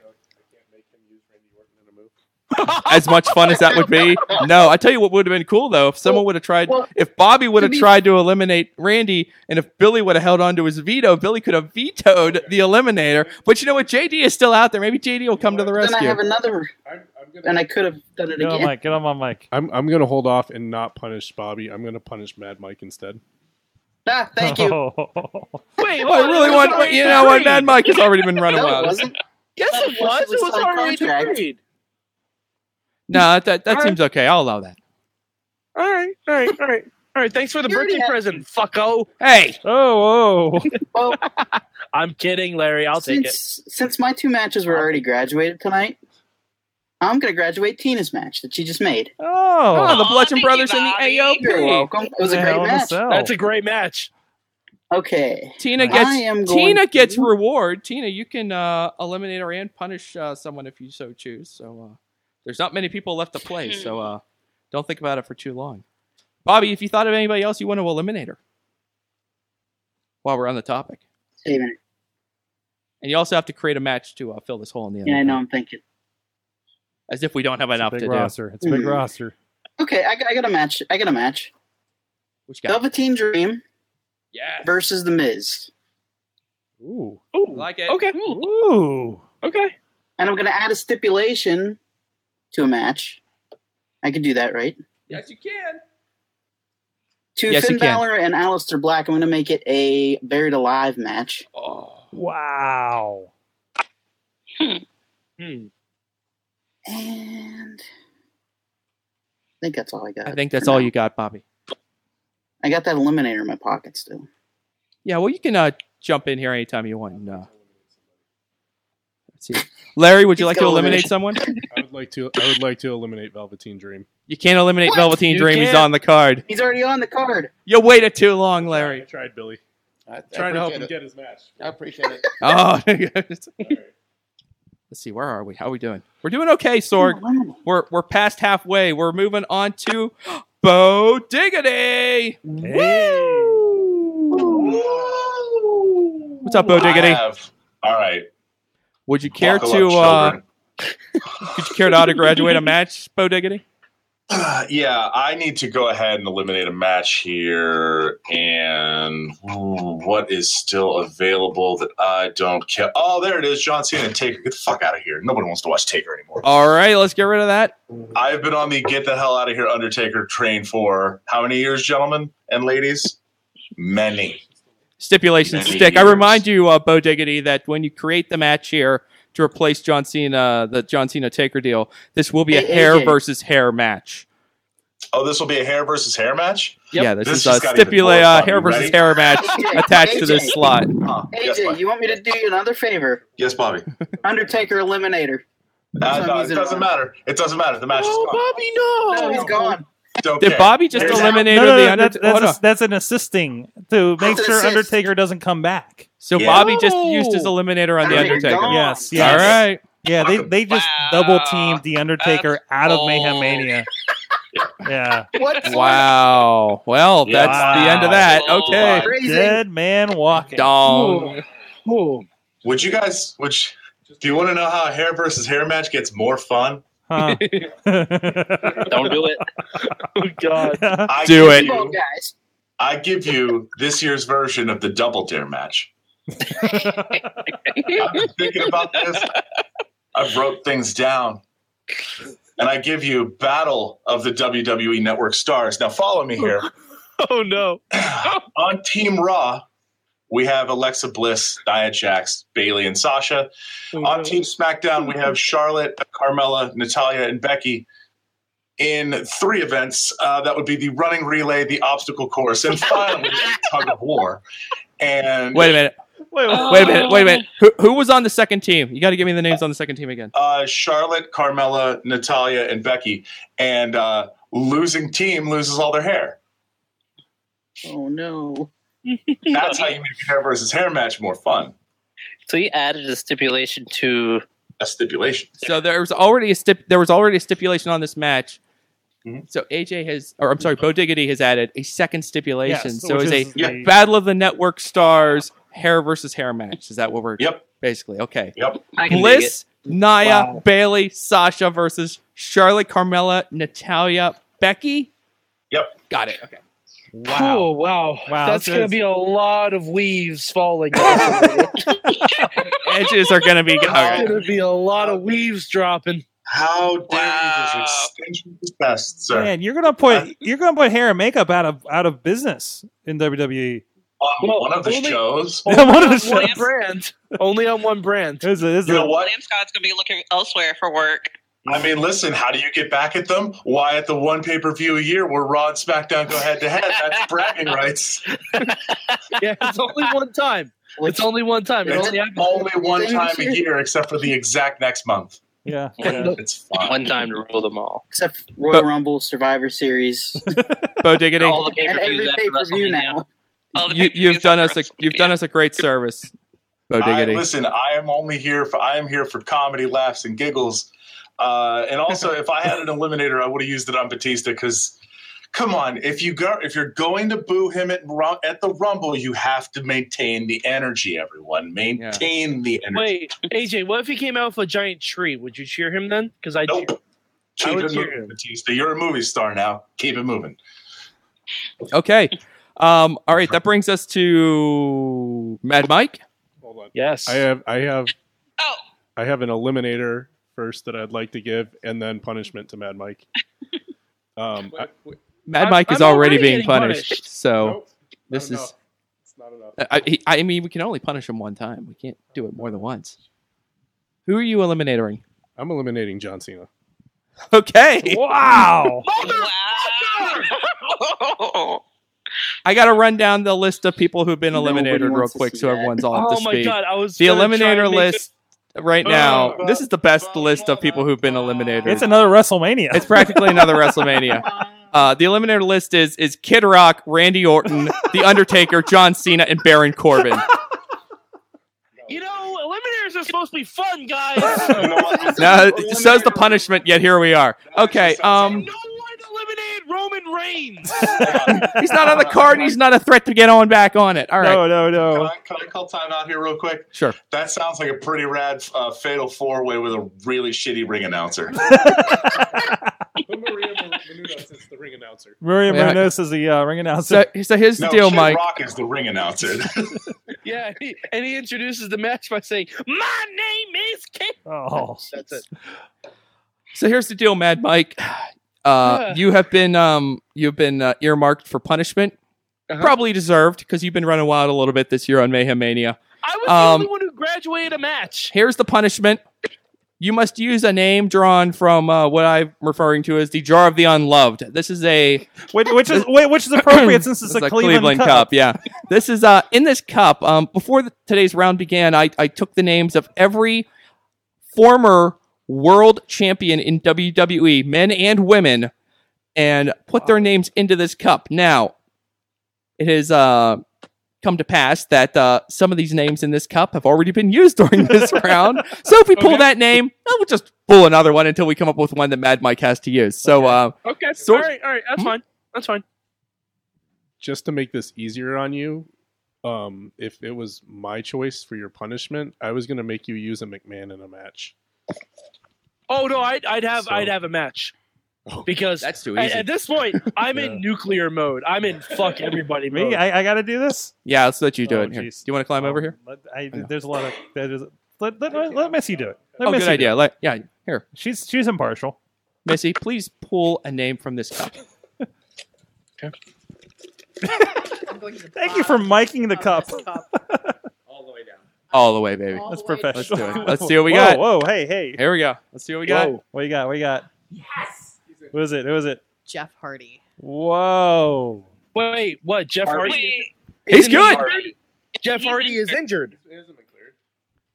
S10: as much fun as that would be, no. I tell you what would have been cool though if someone would have tried, if Bobby would have tried to eliminate Randy, and if Billy would have held on to his veto, Billy could have vetoed the eliminator. But you know what? JD is still out there. Maybe JD will come to the
S4: Then
S10: rescue.
S4: I have another. And I could have done it again.
S2: Get on my mic.
S3: I'm I'm gonna hold off and not punish Bobby. I'm gonna punish Mad Mike instead.
S4: Ah, thank you.
S7: Wait,
S10: Oh, I really want.
S7: already
S10: You know what?
S7: agreed.
S10: Mad Mike has already been running
S7: No, it
S10: wild.
S7: wasn't. Yes, it was. It was already agreed.
S10: No, that that, that
S7: All right.
S10: seems okay. I'll allow that.
S7: All right, all right, all right, all right. Thanks for the birthday present, fucko.
S10: Hey.
S2: Oh,
S4: oh.
S7: I'm kidding, Larry. I'll take it.
S4: Since since my two matches were already graduated tonight, I'm going to graduate Tina's match that she just made.
S2: Oh,
S10: the Bludgeon Brothers and the AOP.
S4: You're welcome. It was a great match.
S7: That's a great match.
S4: Okay.
S10: Tina
S4: I am
S10: gets
S4: going
S10: Tina
S4: to-
S10: gets reward. Tina, you can uh, eliminate her and punish uh, someone if you so choose. So uh, there's not many people left to play. So uh, don't think about it for too long. Bobby, if you thought of anybody else you want to eliminate her, while we're on the topic,
S4: Saving it.
S10: and you also have to create a match to uh, fill this hole in the end.
S4: Yeah, I know. I'm thinking.
S10: As if we don't have enough
S2: big
S10: to
S2: roster.
S10: do.
S2: It's a
S4: Mm-hmm.
S2: big roster.
S4: Okay, I, got- I got a match. I got a match.
S10: Which
S4: guy? Velveteen Dream.
S10: Yeah.
S4: Versus the Miz.
S2: Ooh.
S10: Like it.
S7: Okay.
S2: Ooh.
S7: Okay.
S4: And I'm going to add a stipulation to a match. I can do that, right?
S10: Yes, you can.
S4: To
S10: Yes,
S4: Finn
S10: you can.
S4: Balor and Aleister Black, I'm going to make it a buried alive match.
S2: Wow.
S7: Hmm.
S4: And I think that's all I got.
S10: I think that's all you got, Bobby.
S4: I got that eliminator in my pocket still.
S10: Yeah, well, you can uh, jump in here anytime you want and uh, see. Larry, would you like to eliminate someone?
S3: I would like to. I would like to eliminate Velveteen Dream.
S10: You can't eliminate Velveteen
S3: You
S10: Dream. He's
S3: can't.
S10: on the card.
S4: He's already on the card.
S10: You waited too long, Larry.
S3: I tried, Billy.
S5: I,
S3: Trying to help
S5: appreciate
S3: him
S5: it.
S3: get his match.
S5: I appreciate it.
S10: Oh, let's see. Where are we? How are we doing? We're doing okay, Sorg. We're we're past halfway. We're moving on to Bo Diggity. What's up, Bo Diggity?
S11: I have- all right.
S10: Would you care
S11: Buckle
S10: to?
S11: up,
S10: uh, could you care to auto-graduate a match, Bo Diggity?
S11: Uh, yeah, I need to go ahead and eliminate a match here. And ooh, what is still available that I don't care? Oh, there it is. John Cena and Taker. Get the fuck out of here. Nobody wants to watch Taker anymore.
S10: All right, let's get rid of that.
S11: I've been on the get the hell out of here Undertaker train for how many years, gentlemen and ladies? Many.
S10: Stipulation
S11: Many
S10: stick. I
S11: years.
S10: remind you, uh, Bo Diggity, that when you create the match here to replace John Cena, the John Cena Taker deal, this will be a
S11: Hey,
S10: hair
S11: AJ.
S10: versus hair match.
S11: Oh, this will be a hair versus hair match?
S10: Yeah, this, is
S11: just
S10: a
S11: got even
S10: stipulate
S11: more
S10: uh,
S11: fun.
S10: hair
S11: You
S10: versus
S11: ready?
S10: hair match attached to this
S4: AJ.
S10: slot.
S11: Huh. Yes,
S4: AJ, you want me to do you another favor?
S11: Yes, Bobby.
S4: Undertaker
S11: Uh,
S4: Eliminator. That's
S11: no,
S4: what
S11: it
S4: he's in
S11: doesn't
S4: on.
S11: matter. It doesn't matter. The match is gone.
S4: Bobby, no. No, he's gone.
S11: Okay.
S10: Did Bobby just
S11: There's-
S10: eliminate
S2: No, no,
S10: the
S2: no, that's,
S10: Undertaker?
S2: that's, a- that's an assisting to make
S10: an
S2: sure
S10: assist.
S2: Undertaker doesn't come back.
S10: So
S2: Yeah.
S10: Bobby just used his eliminator on the Undertaker.
S2: Yes, yes.
S10: All right.
S2: Yeah, they, they just double teamed the Undertaker out of Mayhem Mania. Yeah.
S10: Wow. Well, that's the end of that. Okay.
S2: Dead man walking.
S10: Dong.
S11: Would you guys? Would you, do you want to know how a hair versus hair match gets more fun?
S2: Huh.
S11: Don't do it.
S7: Oh God.
S11: I
S10: Do
S11: give
S10: it.
S11: you- I give you this year's version of the double dare match. I've been thinking about this. I wrote things down. And I give you Battle of the WWE Network Stars. Now follow me here.
S7: Oh no.
S11: On Team Raw, we have Alexa Bliss, Nia Jax, Bailey, and Sasha.
S10: Oh,
S11: On Team SmackDown, we have Charlotte, Carmella, Natalia, and Becky. In three events, uh, that would be the running relay, the obstacle course, and finally tug of war. And
S10: Wait a minute. Oh.
S2: Wait,
S10: Wait a minute. Wait a minute. Who, who was on the second team? You got to give me the names on the second team again.
S11: Uh, Charlotte, Carmella, Natalia, and Becky, and uh, losing team loses all their hair.
S4: Oh no.
S11: That's how you make a hair versus hair match more fun.
S14: So you added a stipulation to
S11: a stipulation.
S10: So there was already a stip- there was already a stipulation on this match.
S11: Mm-hmm.
S10: So AJ has, or I'm sorry, Bo Diggity has added a second stipulation.
S11: Yes,
S10: so
S11: which
S10: it's
S11: is
S10: a
S11: the-
S10: battle of the network stars, hair versus hair match. Is that what we're?
S11: Yep.
S10: Basically, okay.
S11: Yep.
S14: I can dig
S10: Bliss,
S14: it.
S10: Naya,
S14: Wow.
S10: Bailey, Sasha versus Charlotte, Carmella, Natalia, Becky.
S11: Yep.
S10: Got it. Okay.
S7: Wow. Oh wow.
S10: Wow,
S7: That's
S10: this
S7: gonna
S10: is-
S7: be a lot of weaves falling.
S10: Edges are gonna be. All
S7: There's
S10: right.
S7: gonna be a lot of weaves dropping.
S11: How dare
S13: Oh.
S11: you just extension is best, sir?
S2: Man, you're gonna put you're gonna put hair and makeup out of out of business in WWE.
S11: on one of the shows.
S2: Yeah, one of the
S7: One
S2: shows.
S7: brand. Only on one brand.
S2: Is it, is
S11: You know what?
S13: Lamb Scott's gonna be looking elsewhere for work.
S11: I mean, listen, how do you get back at them? Why at the one pay per view a year where Raw and SmackDown go head to head? That's bragging rights.
S7: yeah, it's only one time. It's only one time. It
S11: It's
S7: only happens
S11: only one time a year, except for the exact next month.
S2: Yeah.
S11: It's fine.
S14: One time to rule them all.
S4: Except Royal Rumble, Survivor Series,
S10: Bo Diggity.
S14: All the
S4: and every
S14: pay-per-views after
S4: pay per view
S14: WrestleMania.
S4: now.
S10: you, you've done us a you've done us a great service, Bo
S11: I,
S10: Diggity.
S11: listen, I am only here for I am here for comedy, laughs, and giggles. Uh, and also, if I had an eliminator, I would have used it on Batista because, come on, if you go if you're going to boo him at Ru- at the Rumble, you have to maintain the energy. Everyone, maintain the energy.
S7: Wait, AJ, what if he came out with a giant tree? Would you cheer him then? Because I nope. I
S11: Keep
S7: would
S11: it
S7: cheer
S11: moving, Batista. You're a movie star now. Keep it moving.
S10: Okay. Um, all right, that brings us to Mad Mike.
S7: Yes.
S3: I have. I have. I have an eliminator first that I'd like to give, and then punishment to Mad Mike. Um, I-
S10: Mad
S3: I'm-
S10: Mike is
S3: I'm already
S10: already, being
S3: getting
S10: punished,
S3: punished.
S10: so
S3: Nope.
S10: this
S3: No, no.
S10: is. I, he- I mean, we can only punish him one time. We can't do it more than once. Who are you eliminating?
S3: I'm eliminating John Cena.
S10: Okay.
S2: Wow.
S10: I got to run down the list of people who've been
S7: Nobody
S10: eliminated real
S7: wants to
S10: quick
S7: see
S10: so
S7: that.
S10: everyone's all up
S7: Oh
S10: to
S7: my
S10: speed.
S7: God, I was
S10: the
S7: gonna try
S10: eliminator
S7: and make
S10: list
S7: Uh,
S10: right now, this is the best list of people who've been eliminated.
S2: It's another WrestleMania.
S10: It's practically another WrestleMania. Uh, the eliminator list is is Kid Rock, Randy Orton, The Undertaker, John Cena, and Baron Corbin.
S7: You know, eliminators Oh, are supposed to be fun, guys.
S10: Now, so's the punishment. Yet here we are. Okay, um,
S7: Roman Reigns.
S10: he's not on the card. and He's not a threat to get on back on it. All right.
S2: No, no, no.
S11: Can I call time out here real quick?
S10: Sure.
S11: That sounds like a pretty rad uh, fatal four way with a really shitty ring announcer.
S3: Maria Menounos is the ring announcer.
S2: Maria
S10: Yeah.
S2: Menounos is the uh, ring announcer.
S10: So, so here's the
S11: no,
S10: deal,
S11: Kid
S10: Mike.
S11: Rock is the ring announcer.
S7: yeah, he- and he introduces the match by saying, "My name is Kid."
S2: Oh,
S7: that's it.
S10: So here's the deal, Mad Mike. Uh,
S7: Yeah.
S10: you have been um, you've been uh, earmarked for punishment,
S11: Uh-huh.
S10: probably deserved because you've been running wild a little bit this year on Mayhem Mania.
S7: I was
S10: Um,
S7: the only one who graduated a match.
S10: Here's the punishment. You must use a name drawn from uh, what I'm referring to as the Jar of the Unloved. This is a
S2: which, which is whi- which is appropriate since it's a Cleveland, Cup.
S10: Yeah, this is uh, in this cup. Um, before the, today's round began, I, I took the names of every former world champion in WWE, men and women, and put their names into this cup. Now, it has uh, come to pass that uh, some of these names in this cup have already been used during this round. So if we pull that name, I will just pull another one until we come up with one that Mad Mike has to use. So, uh,
S7: Okay.
S10: So- Hmm?
S7: all right. All right. That's fine. That's fine.
S3: Just to make this easier on you, um, if it was my choice for your punishment, I was going to make you use a McMahon in a match.
S7: Oh no, I'd, I'd have
S3: So-
S7: I'd have a match because
S10: Oh, that's too
S7: at,
S10: easy.
S7: at this point I'm in nuclear mode. I'm in fuck everybody
S10: Oh.
S7: mode.
S2: Me, I, I got to do this.
S10: yeah, let's let you do
S2: Oh,
S10: it. Here. Do you want to climb over here?
S2: Let- I, there's a lot of that is. Let let, let, let Missy do it. Let
S10: oh,
S2: Missy
S10: good
S2: do
S10: idea.
S2: it.
S10: Like, yeah, here,
S2: She's she's impartial.
S10: Missy, please pull a name from this cup.
S2: Thank you for miking the cup.
S10: All the way, baby.
S2: That's professional.
S10: Let's do it. Let's see what we
S2: Whoa,
S10: got.
S2: Whoa, hey, hey.
S10: Here we go. Let's see what we got.
S2: Whoa. What you got? What you got? Yes. What is it? What is it?
S8: Jeff Hardy.
S2: Whoa.
S7: Wait, what? Jeff Hardy?
S10: He's
S7: Isn't he
S10: good.
S7: injured? Jeff Hardy is injured.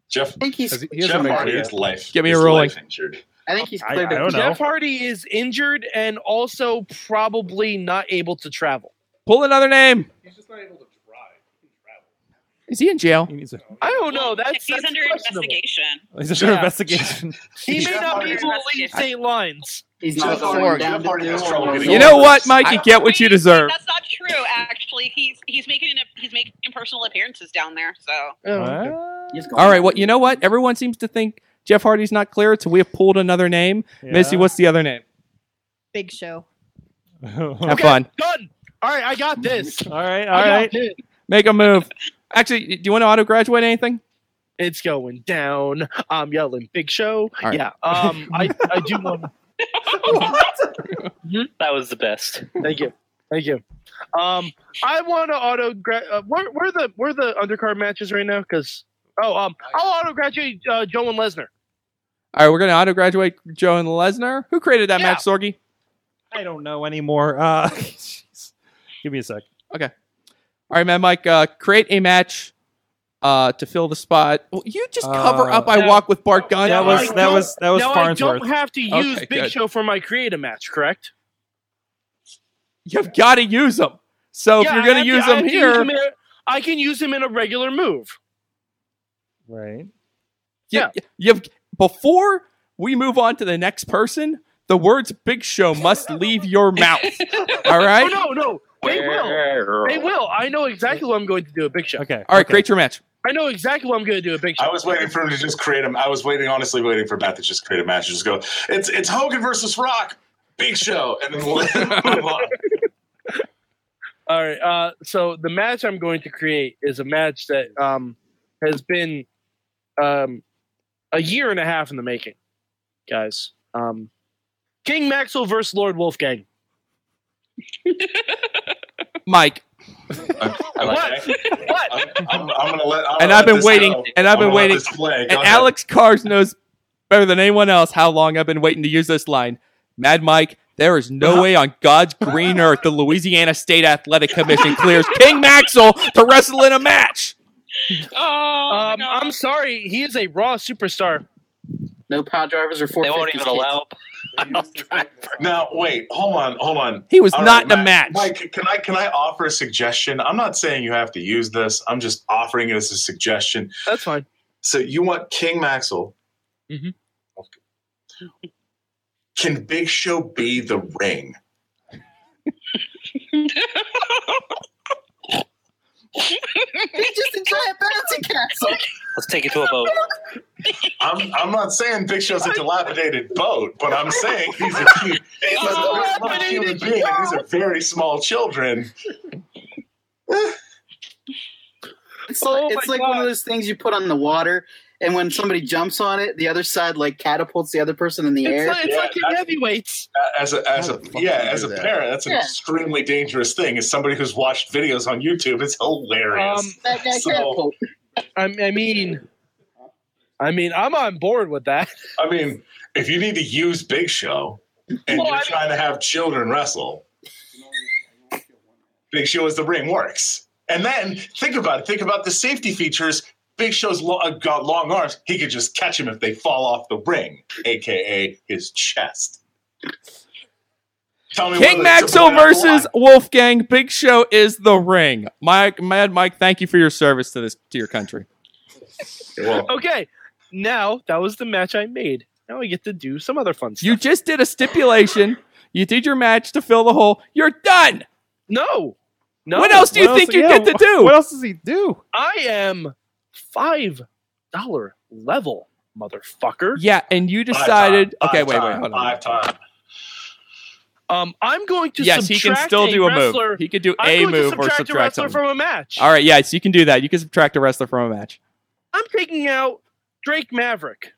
S11: Jeff,
S4: I think he's.
S3: Has he- he hasn't
S11: Jeff
S3: been
S11: Hardy
S3: cleared.
S11: is life.
S10: Get me a
S11: is
S10: rolling.
S11: life injured.
S4: I think he's
S2: I-
S4: cleared.
S2: I
S4: to-
S2: don't know.
S7: Jeff Hardy is injured and also probably not able to travel.
S10: Pull another name. Is he in jail?
S2: He needs a,
S7: I don't know. That's
S13: he's
S7: that's
S13: under
S7: questionable.
S13: investigation.
S2: he's under
S7: Yeah.
S2: investigation.
S7: He may
S11: Jeff
S7: not be
S11: Hardy-
S7: able to leave state lines.
S4: He's
S11: Jeff
S4: not
S11: Hardy,
S4: going
S11: Jeff
S4: down
S11: Hardy
S4: to
S11: has trouble getting
S10: You know what, Mike?
S11: I-
S10: You get what you
S13: Wait,
S10: deserve.
S13: That's not true. Actually, he's he's making an, he's making personal appearances down there. So
S10: Oh.
S4: He's going
S10: All right. Well, you know what? Everyone seems to think Jeff Hardy's not clear, so we have pulled another name. Missy,
S2: Yeah.
S10: what's the other name?
S8: Big Show.
S10: Have
S2: all
S7: Okay.
S10: fun.
S7: Done. All right, I got this. All
S2: right, all
S7: I got
S2: right.
S7: this.
S10: Make a move. Actually, do you want to auto graduate anything?
S7: It's going down. I'm yelling Big Show.
S10: right.
S7: Yeah. Um. I I do want.
S14: Mm-hmm. That was the best.
S7: Thank you. Thank you. Um. I want to auto. Gra- uh, where where are the where are the undercard matches right now? Because oh um. I'll auto graduate uh, Joe and Lesnar.
S10: All right, we're going to auto graduate Joe and Lesnar. Who created that
S7: Yeah.
S10: match, Sorgi?
S2: I don't know anymore. Uh, jeez. give me a sec.
S10: Okay. All right, man, Mike. Uh, create a match uh, to fill the spot. Well, you just cover
S2: Uh,
S10: up. I
S7: Uh, no.
S10: walk with Bart Gunn.
S2: That
S7: Now
S2: was
S7: I
S2: that
S7: don't-
S2: was that was
S7: now I
S2: Farnsworth.
S7: don't have to use
S10: Okay,
S7: Big
S10: good.
S7: Show for my create a match, correct?
S10: You've got to use them. So if
S7: Yeah,
S10: you're
S7: I
S10: going
S7: have
S10: to use
S7: I have
S10: them
S7: to
S10: here,
S7: him in a- I can use him in a regular move.
S2: Right.
S10: you,
S7: yeah.
S10: you've before we move on to the next person. The words "Big Show" must leave your mouth. All right.
S7: Oh no, no, they will. They will. I know exactly what I'm going to do a Big Show.
S2: Okay.
S10: All right. Create your match.
S7: I know exactly what I'm going to do a Big Show.
S11: I was waiting for him to just create him. I was waiting, honestly, waiting for Matt to just create a match and just go, it's it's Hogan versus Rock, Big Show, and then we'll move on.
S7: All right. Uh, so the match I'm going to create is a match that um, has been um, a year and a half in the making, guys. Um, King Maxwell versus Lord Wolfgang.
S10: Mike
S11: Okay.
S7: What?
S11: I'm, I'm, I'm gonna let. I'm
S10: and
S11: gonna
S10: I've
S11: let
S10: been
S11: this
S10: waiting.
S11: go.
S10: And I've
S11: I'm
S10: been
S11: gonna let
S10: waiting.
S11: this play.
S10: And
S11: Go ahead.
S10: Alex Cars knows better than anyone else how long I've been waiting to use this line. Mad Mike, there is
S7: Uh-huh.
S10: no way on God's green earth the Louisiana State Athletic Commission clears King Maxwell to wrestle in a match.
S13: Oh,
S7: um, I'm sorry. He is a Raw superstar.
S4: No power drivers or four.
S7: They won't even allow.
S11: Now wait, hold on, hold on.
S10: He was
S11: All
S10: not in a
S11: Matt-
S10: match.
S11: Mike, can I can I offer a suggestion? I'm not saying you have to use this. I'm just offering it as a suggestion.
S7: That's fine.
S11: So you want King Maxwell?
S10: Mm-hmm.
S7: Mhm.
S11: Okay. Can Big Show be the ring?
S4: it's just a giant bouncy castle.
S11: Let's take it to a boat. I'm I'm not saying Big Show's a dilapidated boat, but I'm saying he's a cute, he's a
S4: Oh.
S11: very small human being, and these are very small children.
S4: It's
S7: Oh
S4: like, it's like one of those things you put on the water, and when somebody jumps on it, the other side like catapults the other person in the
S7: It's
S4: air.
S7: like- it's Yeah, like in that's- heavyweights.
S11: As a as a yeah, as a parent, that's an
S4: Yeah.
S11: extremely dangerous thing. As somebody who's watched videos on YouTube, it's hilarious.
S7: Um, That guy
S11: so,
S7: can't I, I mean, I mean, I'm on board with that.
S11: I mean, if you need to use Big Show and you're trying to have children wrestle, Big Show is the ring works. And then think about it. Think about the safety features. Big Show's lo- uh, got long arms. He could just catch them if they fall off the ring, aka his chest. Tell me
S10: King
S11: whether it's a
S10: Maxo
S11: win or a
S10: versus Wolfgang. Big Show is the ring. Mike, Mad Mike, thank you for your service to this to your country.
S7: Okay, now that was the match I made. Now I get to do some other fun stuff.
S10: You just did a stipulation. You did your match to fill the hole. You're done.
S7: No. No.
S10: What else do you
S7: What
S10: think
S7: else-
S10: you
S7: yeah,
S10: get to
S7: wh-
S10: do?
S7: what else
S2: does he do?
S7: I am five dollar level, motherfucker.
S10: Yeah, and you
S7: Five
S10: decided.
S7: time,
S10: okay,
S7: five
S10: wait, wait,
S7: time,
S10: hold on.
S11: Five time.
S7: Um, I'm going to
S10: Yes, he
S7: subtract
S10: can still
S7: a
S10: do a move.
S7: wrestler.
S10: He could do
S7: I'm
S10: a
S7: going to
S10: move or
S7: subtract a
S10: subtract
S7: wrestler
S10: something.
S7: from a match.
S10: All right, yes, you can do that. You can subtract a wrestler from a match.
S7: I'm taking out Drake Maverick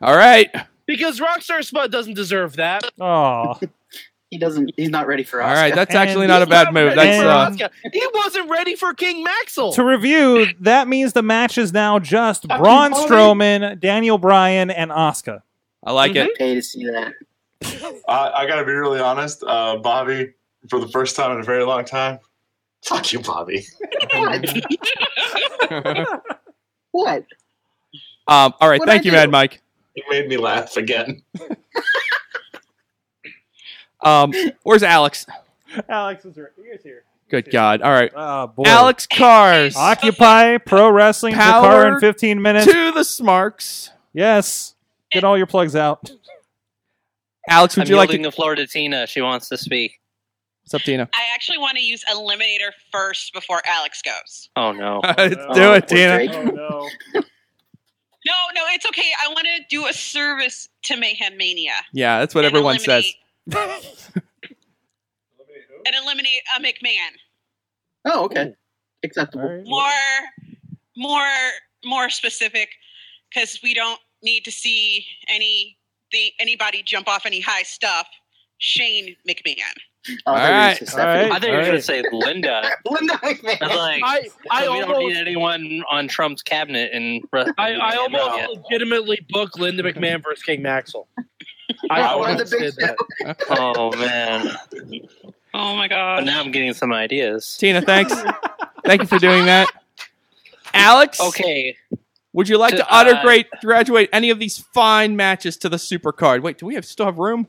S10: All right.
S7: because Rockstar Spud doesn't deserve that.
S2: Oh,
S4: he doesn't. He's not ready for us.
S10: All right, that's actually not a bad move. That's uh,
S7: Oscar, He wasn't ready for King Maxwell.
S2: To review, that means the match is now just
S7: Fucking
S2: Braun
S7: Bobby.
S2: Strowman, Daniel Bryan, and Asuka.
S10: I like
S2: it.
S4: Mm-hmm. Pay to see that.
S11: I, I got to be really honest, uh, Bobby. For the first time in a very long time, fuck you, Bobby.
S4: what?
S10: Um, all right,
S11: What'd
S10: thank
S11: I
S10: you,
S11: do?
S10: Mad Mike.
S11: You made me laugh again.
S10: Um, where's Alex?
S2: Alex is right. Here's here.
S10: Good God! All right,
S2: Oh, boy.
S10: Alex Cars.
S2: Occupy Pro Wrestling
S10: Power
S2: for car in 15 minutes.
S10: to the Smarks.
S2: Yes. Get all your plugs out.
S10: Alex,
S14: I'm yielding the floor to Tina. She wants to speak.
S10: What's up, Tina?
S13: I actually want to use Eliminator first before Alex goes.
S14: Oh no!
S10: do it, Tina.
S7: Oh,
S2: no.
S13: No, Oh, no, it's okay. I want to do a service to Mayhem Mania
S10: Yeah, that's what everyone says.
S13: and eliminate a McMahon.
S4: Oh, okay. Acceptable.
S13: More, more, more specific, because we don't need to see any the anybody jump off any high stuff. Shane McMahon.
S4: All
S14: right,
S4: all right,
S14: I think you were
S4: all
S14: gonna
S4: right.
S14: say Linda.
S4: Linda McMahon.
S14: I was like,
S7: I- I
S14: so we don't need
S7: almost-
S14: anyone on Trump's cabinet in. I,
S7: I, I almost legitimately booked Linda McMahon versus King Maxwell. I
S14: Oh,
S7: almost
S14: the big
S7: did that.
S14: Oh man!
S13: Oh my
S14: But
S13: god!
S14: now I'm getting some ideas.
S10: Tina, thanks. Thank you for doing that. Alex,
S14: Okay.
S10: would you like
S14: To-
S10: to, utter
S14: uh,
S10: great graduate any of these fine matches to the super card? Wait, do we have still have room?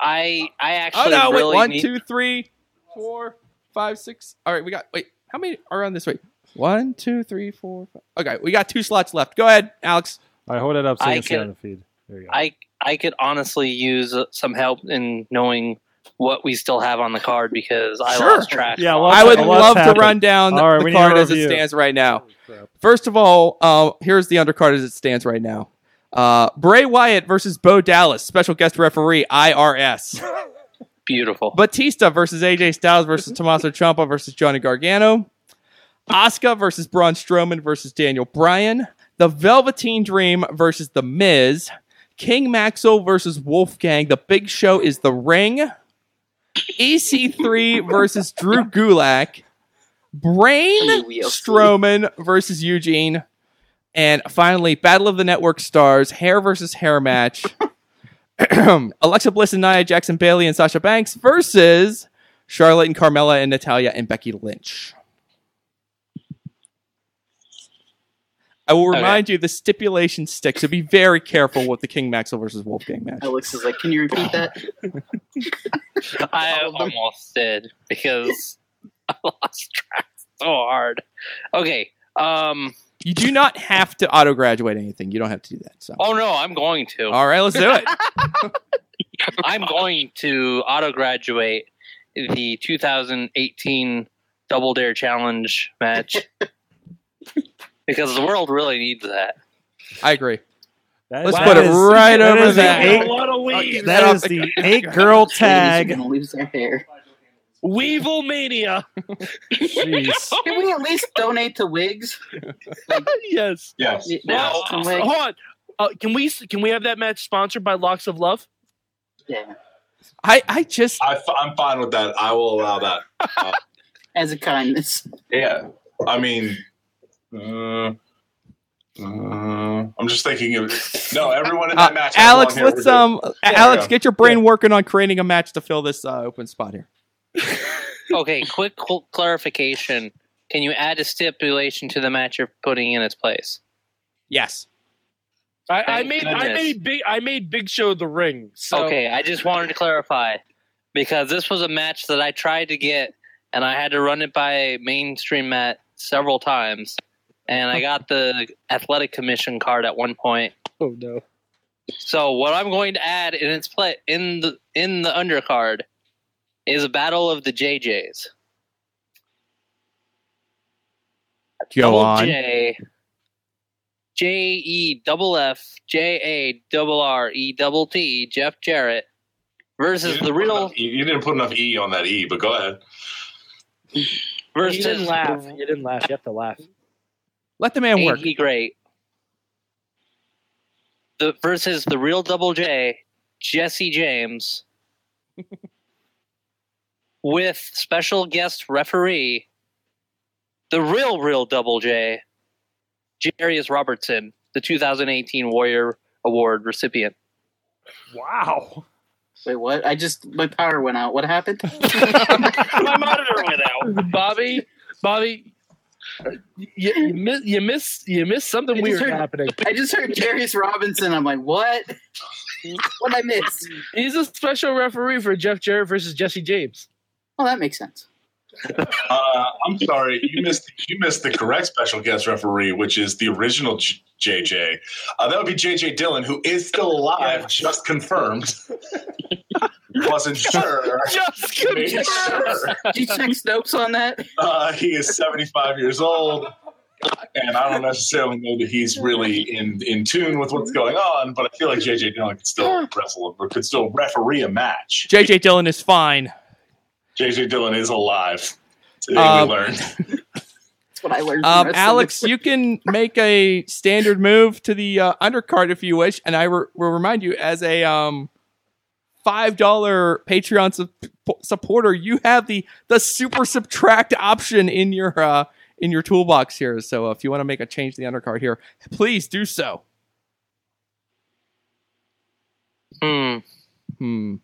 S14: I I
S10: Oh
S14: actually
S10: no! Wait,
S14: really
S10: one,
S14: need-
S10: two, three, four, five, six. All right, we got. Wait, how many are on this way? One, two, three, four. Five. Okay, we got two slots left. Go ahead, Alex.
S2: All right, hold it up
S14: so you I
S2: you
S14: can see it on
S2: the feed. There you go.
S14: I I could honestly use uh, some help in knowing what we still have on the card because I lost track.
S2: Yeah,
S14: of-
S2: lots-
S10: I would
S2: lots
S10: love to
S2: happened.
S10: run down
S2: All right,
S10: the
S2: we need a
S10: card as it
S2: review.
S10: stands right now. First of all, uh, here's the undercard as it stands right now. Uh, Bray Wyatt versus Bo Dallas, special guest referee IRS.
S14: Beautiful.
S10: Batista versus AJ Styles versus Tommaso Ciampa versus Johnny Gargano. Asuka versus Braun Strowman versus Daniel Bryan. The Velveteen Dream versus The Miz. King Maxwell versus Wolfgang. The Big Show is the ring. EC3 E versus Drew Gulak. Brain Strowman versus Eugene. And finally, Battle of the Network Stars, hair versus hair match. Alexa Bliss and Nia Jackson Bailey and Sasha Banks versus Charlotte and Carmella and Natalia and Becky Lynch. I will remind you the stipulation sticks. So be very careful with the King Maxwell versus Wolfgang match.
S4: Alex is like, can you repeat that?
S14: I almost did because I lost track so hard. Okay. Um.
S10: You do not have to auto graduate anything. You don't have to do that. So.
S14: Oh no, I'm going to.
S10: All right, let's do it.
S14: I'm going to auto graduate the 2018 Double Dare Challenge match because the world really needs that.
S10: I agree.
S2: That
S10: Let's
S2: is-
S10: put it
S2: that is-
S10: right
S2: that
S10: over
S2: is the
S10: that.
S2: eight- that is the eight girl
S4: Ladies are
S2: tag.
S4: gonna lose their hair.
S7: Weevil mania.
S4: Can we at least donate to wigs?
S7: yes.
S11: Yes.
S7: Well, hold on. Uh, can we can we have that match sponsored by Locks of Love?
S4: Yeah.
S10: I I just
S11: I, am fine with that. I will allow that. Uh,
S4: As a kindness.
S11: yeah, I mean, uh, uh, I'm just thinking of no. Everyone in that
S10: Uh,
S11: match. has
S10: Alex,
S11: long hair.
S10: let's
S11: We're good.
S10: um,
S11: Yeah.
S10: Alex,
S11: Yeah.
S10: get your brain working on creating a match to fill this uh, open spot here.
S14: Okay, quick cl- clarification. Can you add a stipulation to the match you're putting in its place?
S10: Yes.
S7: I, I
S14: Thank
S7: made I
S14: goodness.
S7: made big I made Big Show the ring. So
S14: Okay, I just wanted to clarify because this was a match that I tried to get and I had to run it by mainstream Matt several times. And I got the athletic commission card at one point.
S7: Oh no.
S14: So what I'm going to add in its play in the in the undercard is a battle of the JJs.
S10: Go
S14: double
S10: on.
S14: J J E double F J A double R E double T Jeff Jarrett versus the real
S11: You- You didn't put enough e on that e, but go ahead.
S7: you
S14: versus
S7: didn't laugh. You didn't laugh. You have to laugh.
S10: Let the man
S14: ain't
S10: work.
S14: He great. The versus the real double J Jesse James with special guest referee the real real double J Jarius Robertson, the 2018 Warrior Award recipient.
S2: Wow.
S4: Wait, what? I just my power went out. What happened?
S7: My monitor went out. Bobby, Bobby, Uh, you, you miss you miss you miss something
S4: I just
S7: weird
S4: heard-
S7: happening.
S4: I just heard Darius Robinson. I'm like, what? What I miss?
S7: He's a special referee for Jeff Jarrett versus Jesse James.
S4: Well, that makes sense.
S11: Uh, I'm sorry, you missed you missed the correct special guest referee, which is the original J- JJ. Uh, that would be JJ Dillon, who is still alive, just confirmed. Wasn't sure.
S7: Just
S11: Made sure.
S4: Did you check Snopes on that?
S11: Uh, he is 75 years old, and I don't necessarily know that he's really in in tune with what's going on. But I feel like JJ Dillon could still wrestle or could still referee a match.
S10: JJ Dillon is fine.
S11: JJ Dillon is alive. Today
S10: Um,
S11: we learned.
S4: That's what I learned. From
S10: Um,
S4: wrestling.
S10: Alex, you can make a standard move to the uh, undercard if you wish, and I re- will remind you as a um, five dollar Patreon sup- supporter, you have the the super subtract option in your uh, in your toolbox here. So uh, if you want to make a change to the undercard here, please do so.
S14: Hmm.
S10: Hmm.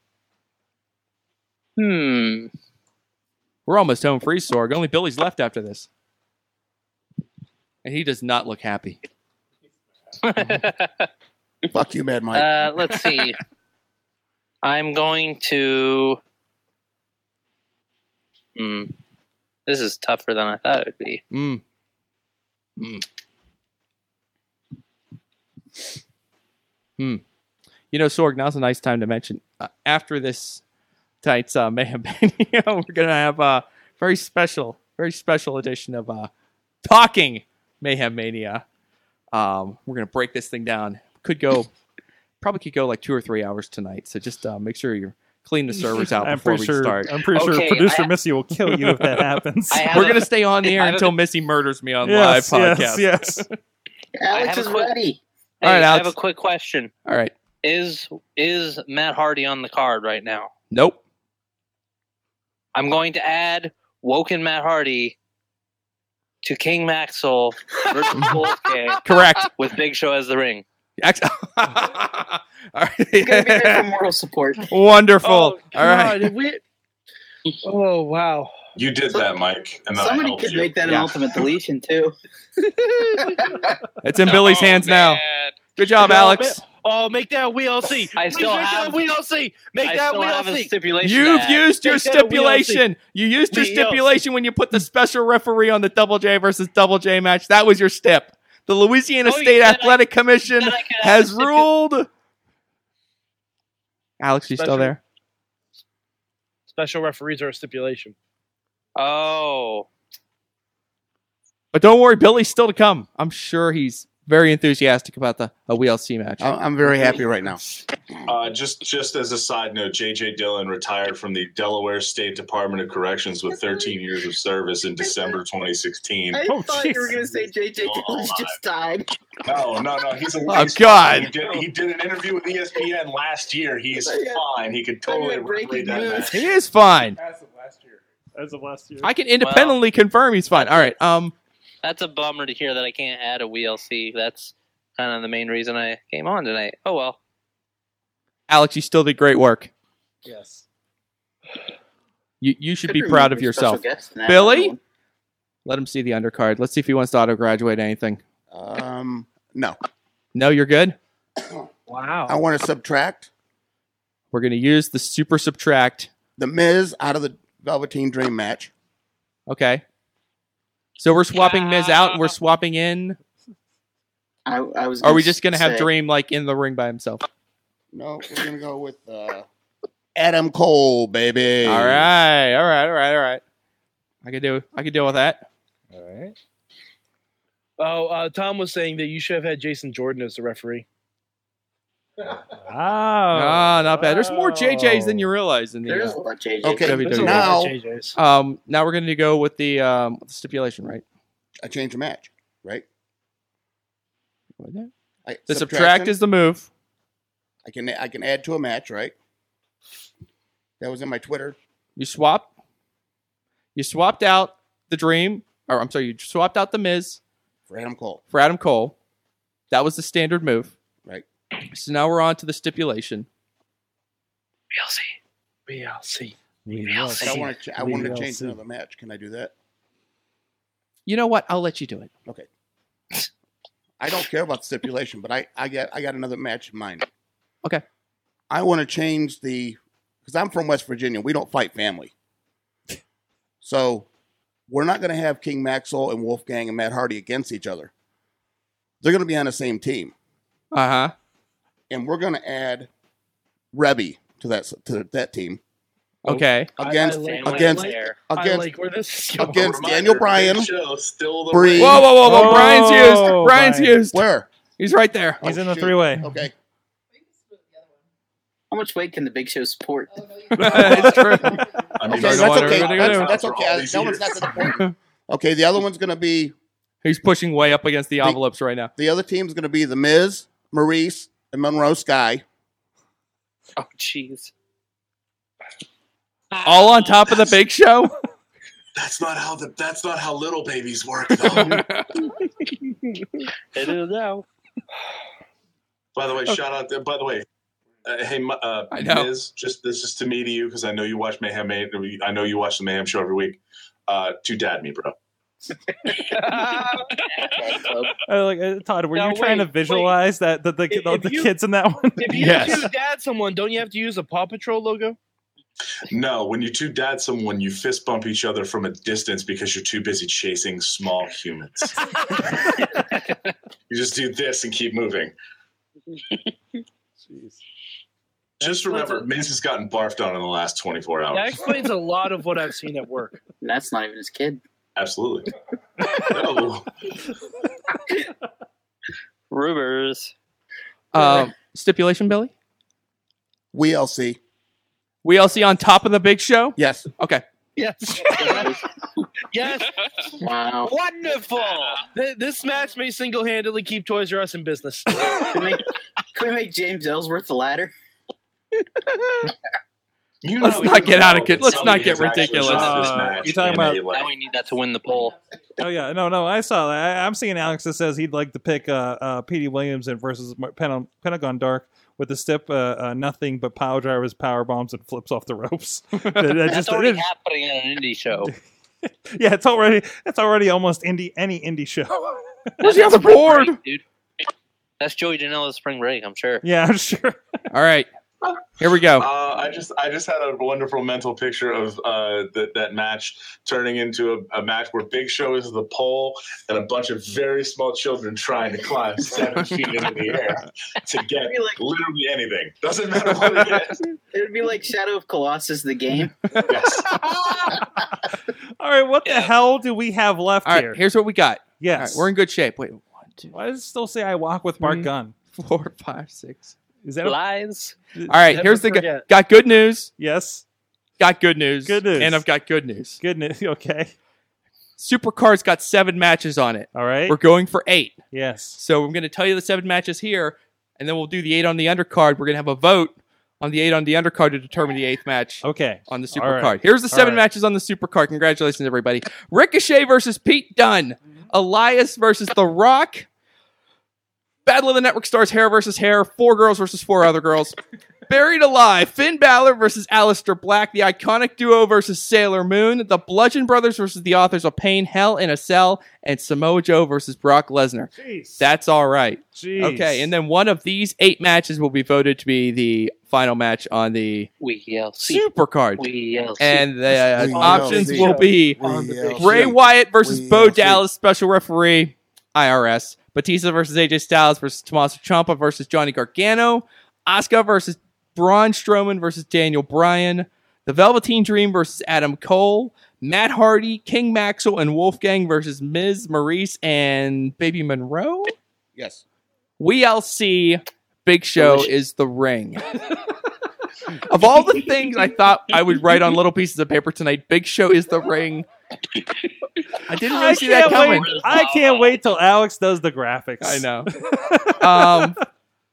S14: Hmm.
S10: We're almost home free, Sorg. Only Billy's left after this, and he does not look happy.
S5: Fuck you, Mad Mike.
S14: Uh, let's see. I'm going to. Hmm. This is tougher than I thought it would be.
S10: Hmm. Hmm. You know, Sorg, now's a nice time to mention. Uh, after this tonight's uh, Mayhem Mania, we're gonna have a very special, very special edition of uh, Talking Mayhem Mania. Um, we're gonna break this thing down. Could go, probably could go like two or three hours tonight. So just uh, make sure you're clean the servers out
S2: I'm
S10: before
S2: pretty
S10: we
S2: sure.
S10: start.
S2: I'm pretty
S14: Okay,
S2: sure producer
S14: I-
S2: Missy will kill you if that happens.
S14: I have
S10: We're
S14: a-
S10: gonna stay on the air
S14: I have a-
S10: until Missy murders me on
S2: Yes,
S10: live
S2: yes,
S10: podcast.
S2: yes.
S4: Alex
S14: have a
S4: is
S14: quick-
S4: ready.
S14: Hey,
S10: All right,
S14: I
S10: Alex.
S14: have a quick question.
S10: All right.
S14: Is is Matt Hardy on the card right now?
S10: Nope.
S14: I'm going to add Woken Matt Hardy to King Maxwell versus Wolfgang
S10: Correct.
S14: with Big Show as the ring.
S10: Ex-
S4: You're
S10: All
S4: gonna be there for
S10: right.
S14: Oh,
S4: moral support.
S10: Wonderful.
S7: Oh,
S10: All right.
S7: God, we- oh wow.
S11: You did that, Mike. And then I
S4: Somebody
S11: helped
S4: could
S11: you.
S4: make that an
S11: Yeah.
S4: ultimate deletion too.
S10: It's in Billy's
S14: Oh,
S10: hands now. Good job, Alex.
S7: Oh, make that WLC. I
S14: still
S7: make
S14: have-
S7: that WLC. Make
S14: I
S7: that
S14: still
S7: WLC.
S14: have a stipulation.
S10: You've
S14: that-
S10: used your
S7: Make that a WLC.
S10: stipulation. You used your
S7: WLC.
S10: stipulation when you put the special referee on the Double J versus Double J match. That was your stip. The Louisiana State Athletic Commission has ruled. Alex, you still
S7: Special-
S10: there?
S7: Special referees are a stipulation.
S14: Oh.
S10: But don't worry, Billy's still to come. I'm sure he's very enthusiastic about the a WLC match.
S5: I'm very happy right now.
S11: Uh, just just as a side note, J.J. Dillon retired from the Delaware State Department of Corrections with 13 years of service in December 2016.
S4: I
S10: Oh,
S4: thought you were going to say JJ
S11: Oh.
S4: Dillon's just died.
S11: No, no, no. He's a
S10: Oh, God.
S11: He did, he did an interview with E ESPN last year. He's fine. He could totally read that. match.
S10: He is fine.
S3: As of last year.
S2: As of last year.
S10: I can independently confirm he's fine. All right. Um.
S14: That's a bummer to hear that I can't add a WLC. That's kind of the main reason I came on tonight. Oh well.
S10: Alex, you still did great work.
S7: Yes.
S10: You you should
S14: Could
S10: be
S14: we
S10: proud
S14: move
S10: of
S14: your special
S10: yourself,
S14: guest now?
S10: Billy. Let him see the undercard. Let's see if he wants to auto graduate anything.
S5: Um, no.
S10: No, you're good.
S7: Wow.
S5: I want to subtract
S10: We're gonna use the super subtract.
S5: the Miz out of the Velveteen Dream match.
S10: Okay. So we're swapping Miz out. We're swapping in.
S4: I, I was.
S10: Are we just gonna have
S5: say-
S10: Dream like in the ring by himself?
S5: No, we're gonna go with uh, Adam Cole, baby.
S10: All right. All right. All right. All right. I could do. I could deal with that.
S7: All right. Oh, uh, Tom was saying that you should have had Jason Jordan as the referee.
S4: Oh.
S10: Ah, not bad. There's more JJ's than you realize in the.
S7: There's
S10: uh,
S7: a lot of JJ's.
S5: Okay,
S10: WWE.
S5: there's a lot of
S7: JJ's.
S10: um, now we're going to go with the um the stipulation, right?
S5: I changed the match, right?
S10: The
S5: I,
S10: The subtract is the move.
S5: I can I can add to a match, right? That was in my Twitter.
S10: You swap. You swapped out the Dream, or I'm sorry, you swapped out the Miz
S5: for Adam Cole.
S10: For Adam Cole, that was the standard move,
S5: right?
S10: So now we're on to the stipulation.
S7: WLC.
S5: But I want to I want to change
S10: You
S5: another match. Can I do that?
S10: know what? I'll let you do it.
S5: Okay. I don't care about the stipulation, but I I got I got another match in mind.
S10: Okay.
S5: I want to change the because I'm from West Virginia. We don't fight family, so we're not going to have King Maxwell and Wolfgang and Matt Hardy against each other. They're going to be on the same team,
S10: Uh huh.
S5: and we're going to add Rebby to that s- to that team.
S10: Okay.
S5: Against
S7: I like-
S5: against
S7: I like- I
S5: against
S7: like where this is going.
S5: against Daniel Bryan.
S11: Still
S5: Bree.
S10: Whoa, whoa, whoa, whoa! Brian's used. Brian's
S5: Brian.
S10: used.
S5: Where? Oh,
S10: He's right there.
S4: He's in the three-way.
S5: Okay.
S4: How much weight can the Big Show support?
S10: it's true.
S4: I
S5: Okay, that's okay. That's, that's okay. I- That one's not that important. Okay, the other one's going to be
S10: He's pushing way up against the envelopes right now.
S5: the other team's going to be the Miz, Maurice, and Monroe Sky.
S14: Oh jeez.
S10: All on top of the Big Show.
S11: That's not how the, that's not how little babies work though.
S14: It is now.
S11: By the way, shout out. By the way, uh, hey, Mi- uh,
S10: know.
S11: Miz, just this is to me to you because I know you watch Mayhem. Ma- I know you watch the Mayhem show every week. Uh, to dad me, bro.
S2: Uh, like, uh, Todd, were
S7: Now,
S2: you trying
S7: wait,
S2: to visualize that the, the, the, the kids in that one?
S7: If you if you dad someone, don't you have to use a Paw Patrol logo?
S11: No, when you two dad someone, you fist bump each other from a distance because you're too busy chasing small humans. you just do this and keep moving. Just remember, Miz has gotten barfed on in the last 24 hours.
S7: That explains a lot of what I've seen at work.
S4: That's not even his kid.
S11: Absolutely. no.
S14: Rumors.
S10: Um, stipulation, Billy.
S5: WLC.
S10: WLC on top of the Big Show.
S5: Yes.
S10: Okay.
S7: Yes. yes.
S4: Wow.
S7: Wonderful. Th- This match may single handedly keep Toys R Us in business.
S4: Can we, can we make James Ellsworth the ladder?
S11: You
S10: Let's not get out of kid. Let's not get ridiculous.
S2: you're Uh, talking about
S14: now we need that to win the poll.
S2: Oh yeah, no, no, I saw that. I, I'm seeing Alex that says he'd like to pick uh, uh, Petey Williams in versus Mar- Pen- Pentagon Dark with the step uh, uh, nothing but power drivers, power bombs, and flips off the ropes. That- that
S14: That's
S2: just-
S14: already
S2: it is-
S14: happening on an indie show.
S2: yeah, it's already it's already almost indie any indie
S10: Oh,
S2: show.
S14: Where's the other board, dude? That's Joey Janela's spring break, I'm sure.
S2: yeah, I'm sure.
S10: All right, here we go.
S11: Uh, I just I just had a wonderful mental picture of uh, that that match turning into a, a match where Big Show is the pole and a bunch of very small children trying to climb seven feet into the air to get literally anything. Doesn't matter what it is.
S4: It would be like Shadow of Colossus, the game.
S2: All right, what the hell do we have left
S10: All right,
S2: here?
S10: here's what we got.
S2: Yes.
S10: All right, we're in good shape. Wait,
S2: Why does it still say I walk with Mark Gunn?
S10: Mhm. Four, five, six.
S2: Is that a-
S14: lies?
S10: all right. Here's the gu-
S2: forget.
S10: got good news.
S2: Yes.
S10: Got good news. Good
S2: news.
S10: And I've got good news.
S2: Good news. Okay.
S10: Supercard's got seven matches on it.
S2: All right.
S10: We're going for eight.
S2: Yes.
S10: So I'm going to tell you the seven matches here, and then we'll do the eight on the undercard. We're going to have a vote on the eight on the undercard to determine the eighth match.
S2: Okay.
S10: On the
S2: All
S10: supercard.
S2: right.
S10: Here's the
S2: All
S10: seven
S2: right.
S10: matches on the supercard. Congratulations, everybody. Ricochet versus Pete Dunne.
S2: Mm-hmm.
S10: Elias versus The Rock. Battle of the Network Stars, hair versus hair, four girls versus four other girls. Buried Alive, Finn Balor versus Aleister Black, the iconic duo versus Sailor Moon, the Bludgeon Brothers versus the authors of Pain, Hell in a Cell, and Samoa Joe versus Brock Lesnar.
S2: Jeez.
S10: That's all right.
S2: Jeez.
S10: Okay, and then one of these eight matches will be voted to be the final match on the
S14: We yell
S10: supercard.
S14: We
S10: and the uh,
S14: We
S10: options
S14: yell.
S10: will be
S14: On the big
S10: Ray
S14: show.
S10: Wyatt versus Bo Dallas, special referee, IRS. Batista versus AJ Styles versus Tommaso Ciampa versus Johnny Gargano. Asuka versus Braun Strowman versus Daniel Bryan. The Velveteen Dream versus Adam Cole. Matt Hardy, King Maxwell, and Wolfgang versus Ms. Maurice and Baby Monroe.
S5: Yes.
S10: We LC Big Show is the ring. of all the things I thought I would write on little pieces of paper tonight, Big Show is the ring. I didn't really
S2: I
S10: see that
S2: can't
S10: coming.
S2: wait- I can't wait till Alex does the graphics. I
S10: know. Um,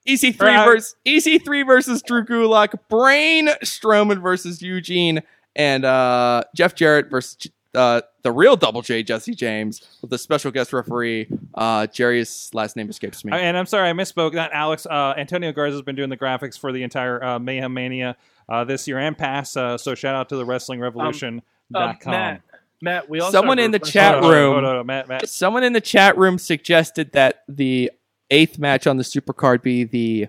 S10: EC3
S2: Right.
S10: versus EC3 versus Drew Gulak, Brain Strowman versus Eugene, and uh, Jeff Jarrett versus J- uh, the real Double J Jesse James with the special guest referee. Uh, Jerry's last name escapes me.
S2: And I'm sorry, I misspoke. Not Alex. Uh, Antonio Garza's been doing the graphics for the entire uh, Mayhem Mania uh, this year and past. Uh, so shout out to the Wrestling Revolution. dot com.
S7: Um, uh, Matt, Matt, we also
S10: someone
S7: have a
S10: in the
S7: request-
S10: chat
S2: Hold on,
S10: room.
S2: hold on, hold on, Matt, Matt.
S10: Someone in the chat room suggested that the eighth match on the supercard be the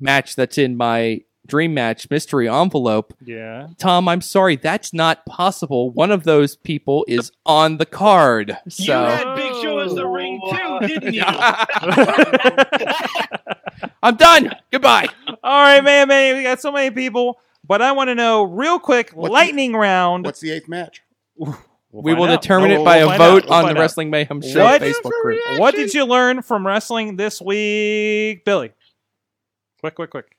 S10: match that's in my dream match mystery envelope.
S2: Yeah.
S10: Tom, I'm sorry, that's not possible. One of those people is on the card.
S7: You
S10: So
S7: had Big Show as the ring too, didn't you?
S10: I'm done. Goodbye.
S2: All right, man, man. We got so many people, but I want to know real quick, lightning round. What's
S5: the eighth match?
S10: we
S2: find
S10: will
S2: out.
S10: determine
S2: We'll-
S10: it by
S2: we'll
S10: a
S2: find
S10: vote
S2: out. We'll
S10: on
S2: find
S10: the
S2: out.
S10: Wrestling Mayhem Show
S2: What-
S10: Facebook group.
S2: What did you learn from wrestling this week, Billy? Quick, quick, quick.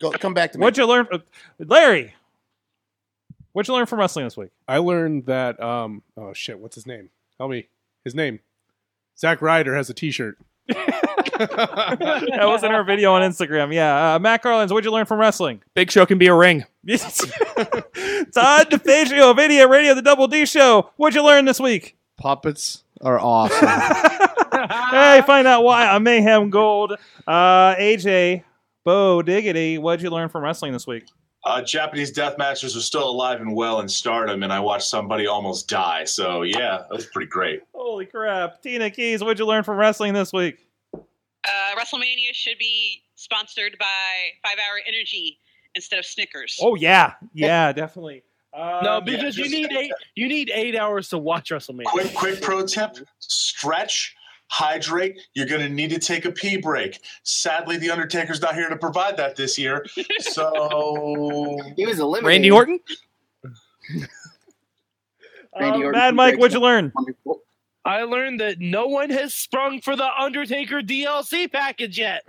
S5: Go, come back to
S2: me. What'd you learn, uh, Larry? What'd you learn from wrestling this week?
S3: I learned that um oh shit, what's his name? Help me. His name. Zack Ryder has a t shirt.
S2: that was in our video on Instagram. Yeah, uh, Matt Carlins. What'd you learn from wrestling?
S10: Big Show can be a ring.
S2: Todd DeFazio, Video Radio, The Double D Show. What'd you learn this week?
S6: Puppets are awesome.
S2: hey, find out why on Mayhem Gold. Uh, AJ, Bo Diggity. What'd you learn from wrestling this week?
S11: Uh, Japanese death matchers are still alive and well in stardom, and I watched somebody almost die. So yeah, that was pretty great.
S2: Holy crap, Tina Keys. What'd you learn from wrestling this week?
S13: Uh, WrestleMania should be sponsored by Five Hour Energy instead of Snickers.
S2: Oh yeah, yeah, definitely. Uh,
S7: no, because you need eight. You need eight hours to watch WrestleMania.
S11: Quick, quick pro tip: stretch, hydrate. You're going to need to take a pee break. Sadly, the Undertaker's not here to provide that this year. So
S4: He was eliminated.
S10: Randy Orton?
S4: Randy Orton.
S2: Mad Mike, what'd you learn?
S7: Um, I learned that no one has sprung for the Undertaker DLC package yet.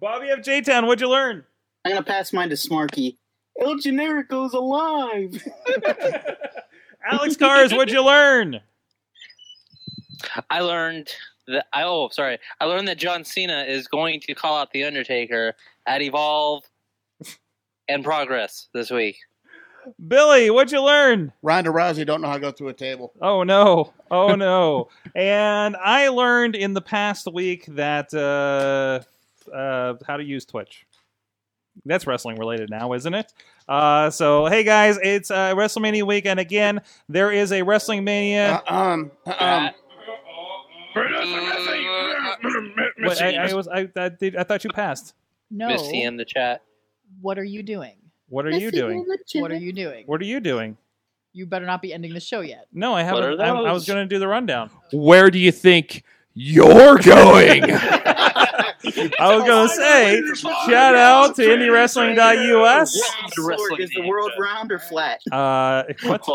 S2: Bobby of J Town, what'd you learn?
S4: I'm gonna pass mine to Smarky. El Generico's alive.
S2: Alex Cars, what'd you learn?
S14: I learned that I oh sorry. I learned that John Cena is going to call out the Undertaker at Evolve and Progress this week.
S2: Billy, what'd you learn?
S5: Ronda Rousey don't know how to go through a table.
S2: Oh no! Oh no! and I learned in the past week that uh, uh, how to use Twitch. That's wrestling related now, isn't it? Uh, so hey guys, it's uh, WrestleMania week, and again, there is a Wrestling Mania.
S5: um,
S2: Wait, I, I was I, I, did, I thought you passed.
S8: No.
S14: Miss T in the chat.
S8: What are you doing?
S2: What are you doing?
S8: What are you doing?
S2: What are you doing?
S8: You better not be ending the show yet.
S2: No, I haven't. I, I was going to do the rundown.
S10: Where do you think you're going?
S2: I was going to say, shout out to IndieWrestling.us.
S4: Sword, is the world round or flat?
S2: Uh, what?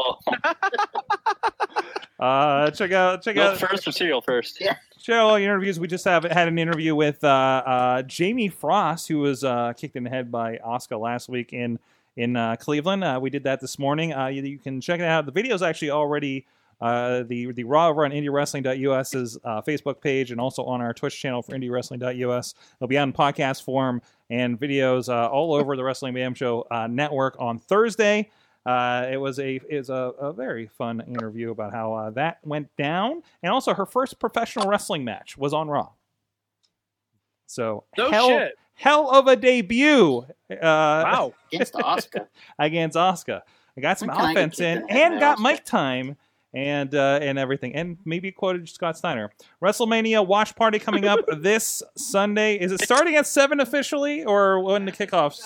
S2: uh, check out, check
S14: No,
S2: out.
S14: first material first.
S4: Yeah.
S2: Share all your interviews. We just have had an interview with uh, uh, Jamie Frost, who was uh, kicked in the head by Oscar last week in in uh, Cleveland. Uh, we did that this morning. Uh, you, you can check it out. The video is actually already uh, the the raw over on IndieWrestling.us's uh, Facebook page and also on our Twitch channel for IndieWrestling.us. It'll be on podcast form and videos uh, all over the Wrestling Bam Show uh, network on Thursday. Uh, it was a is a, a very fun interview about how uh, that went down, and also her first professional wrestling match was on Raw. So
S1: No
S2: hell,
S1: shit.
S2: hell of a debut. Uh, wow,
S4: Against Asuka.
S2: against Oscar. I got some
S4: When can I get
S2: offense
S4: kicked
S2: in
S4: in the head
S2: and
S4: by
S2: got
S4: Asuka?
S2: mic time and uh, and everything, and maybe quoted Scott Steiner. WrestleMania watch party coming up this Sunday. Is it starting at seven officially, or when the kickoffs?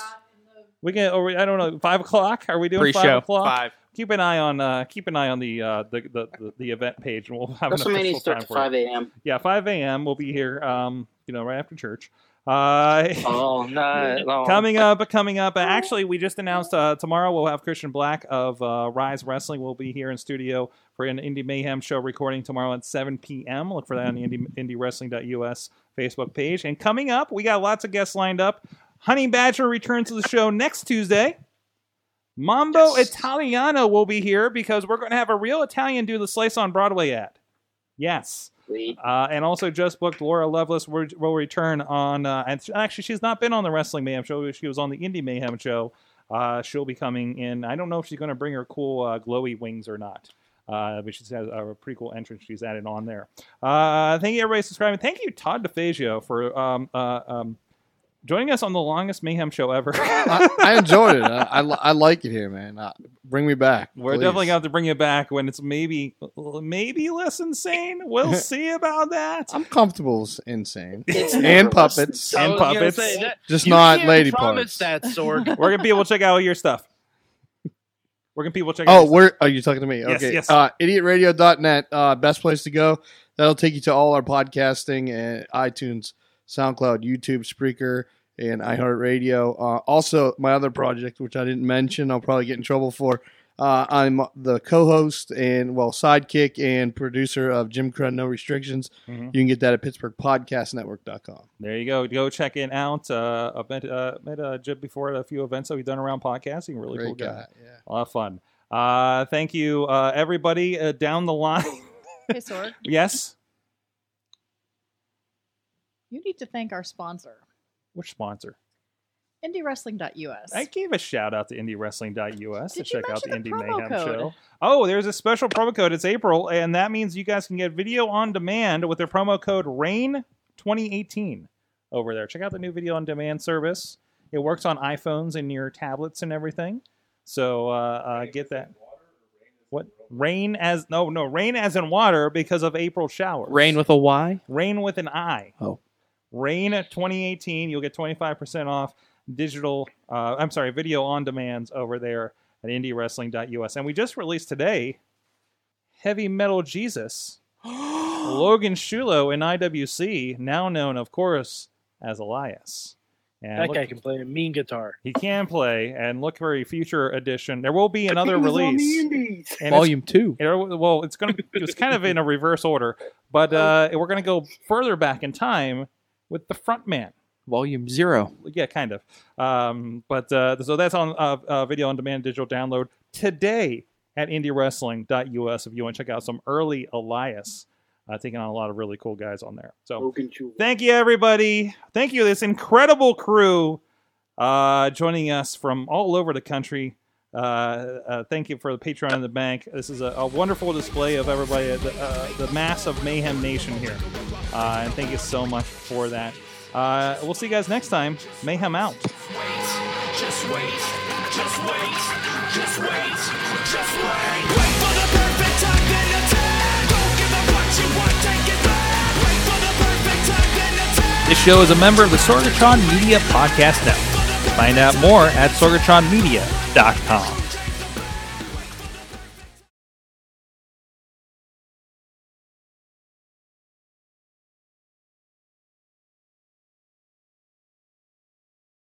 S2: We can. Or we, I don't know. Five o'clock. Are we doing
S10: Pre-show,
S2: five o'clock?
S10: five.
S2: Keep an eye on uh, keep an eye on the, uh, the, the the the event page, and we'll have an
S4: WrestleMania
S2: official time
S4: starts at
S2: for it.
S4: 5 a.m.
S2: Yeah, five a.m. We'll be here. Um, you know, right after church. Uh,
S14: Oh, no. no.
S2: coming up, coming up. Uh, Actually, we just announced uh, tomorrow we'll have Christian Black of uh, Rise Wrestling. will be here in studio for an Indie Mayhem show recording tomorrow at 7 p.m. Look for that on the indie, IndieWrestling.us Facebook page. And coming up, we got lots of guests lined up. Honey Badger returns to the show next Tuesday. Mambo Italiano will be here because we're going to have a real Italian do the slice on Broadway ad. Yes. Uh, and also just booked Laura Lovelace will, will return on. Uh, and she- actually, she's not been on the Wrestling Mayhem show. She was on the Indie Mayhem show. Uh, she'll be coming in. I don't know if she's going to bring her cool uh, glowy wings or not. Uh, but she has a pretty cool entrance she's added on there. Uh, thank you everybody for subscribing. Thank you Todd DeFazio for um, uh, um, joining us on the longest Mayhem show ever.
S6: I, I enjoyed it. I, I, li- I like it here, man. Uh, bring me back.
S2: We're
S6: please.
S2: definitely going to have to bring you back when it's maybe maybe less insane. We'll see about that.
S6: I'm comfortable with insane
S2: It's
S6: and
S2: never
S6: puppets
S2: I was gonna say that-
S6: Just
S2: you
S6: not
S2: can't
S6: lady
S2: promise
S6: parts.
S7: That sword.
S2: Where can people check out all your stuff? Where can people check out
S6: Oh,
S2: your stuff?
S6: where are you talking to me?
S2: Yes,
S6: Okay.
S2: yes.
S6: Uh, idiotradio.net, uh, best place to go. That'll take you to all our podcasting and iTunes, SoundCloud, YouTube, Spreaker, and iHeartRadio. Uh, also, my other project, which I didn't mention, I'll probably get in trouble for. Uh, I'm the co-host and well sidekick and producer of Jim Crow No Restrictions.
S2: Mhm.
S6: You can get that at PittsburghPodcastNetwork.com.
S2: There you go. Go check it out. Uh, I met, uh, met uh, Jib before at a few events that we've done around podcasting. Really
S6: Great
S2: cool guy.
S6: guy,
S2: A lot of fun. Uh, thank you, uh, everybody uh, down the line.
S8: Hey, Sword,
S2: yes.
S8: you need to thank our sponsor,
S2: Which sponsor?
S8: IndieWrestling.us.
S2: I gave a shout out to IndieWrestling.us to
S8: Did you
S2: check out the
S8: mention
S2: Indie
S8: the promo
S2: Mayhem
S8: code?
S2: show. Oh, there's a special promo code. It's April, and that means you guys can get video on demand with their promo code RAIN2018 over there. Check out the new video on demand service. It works on iPhones and your tablets and everything. So uh, uh, get that. What rain as no no rain as in water because of April showers.
S10: Rain with a Y?
S2: Rain with an I.
S10: Oh.
S2: Rain 2018. You'll get 25% off digital, uh, I'm sorry, video on demands over there at indiewrestling.us. And we just released today Heavy Metal Jesus, Logan Shulo in IWC, now known, of course, as Elias. And
S7: that
S2: look-
S7: guy can play a mean guitar.
S2: he can play, and look for a future edition. There will be another release. And it's-
S10: Volume two.
S2: it- well, it's going to it's kind of in a reverse order, but uh, we're going to go further back in time with the front man.
S10: Volume zero.
S2: Yeah, kind of. Um, but uh, so that's on uh, uh, video on demand digital download today at indiewrestling.us if you want to check out some early Elias uh, taking on a lot of really cool guys on there. So Thank you, everybody. Thank you, this incredible crew uh, joining us from all over the country. Uh, uh, thank you for the Patreon and the bank. This is a, a wonderful display of everybody, uh, the, uh, the mass of Mayhem Nation here. Uh, and thank you so much for that. Uh, we'll see you guys next time. Mayhem out.
S7: Just wait, just wait, just wait, just wait. Wait for the perfect time, then attack. Don't give up what you want, take it back. Wait for the perfect time, then attack.
S2: This show is a member of the Sorgatron Media Podcast Network. Find out more at sorgatronmedia.com.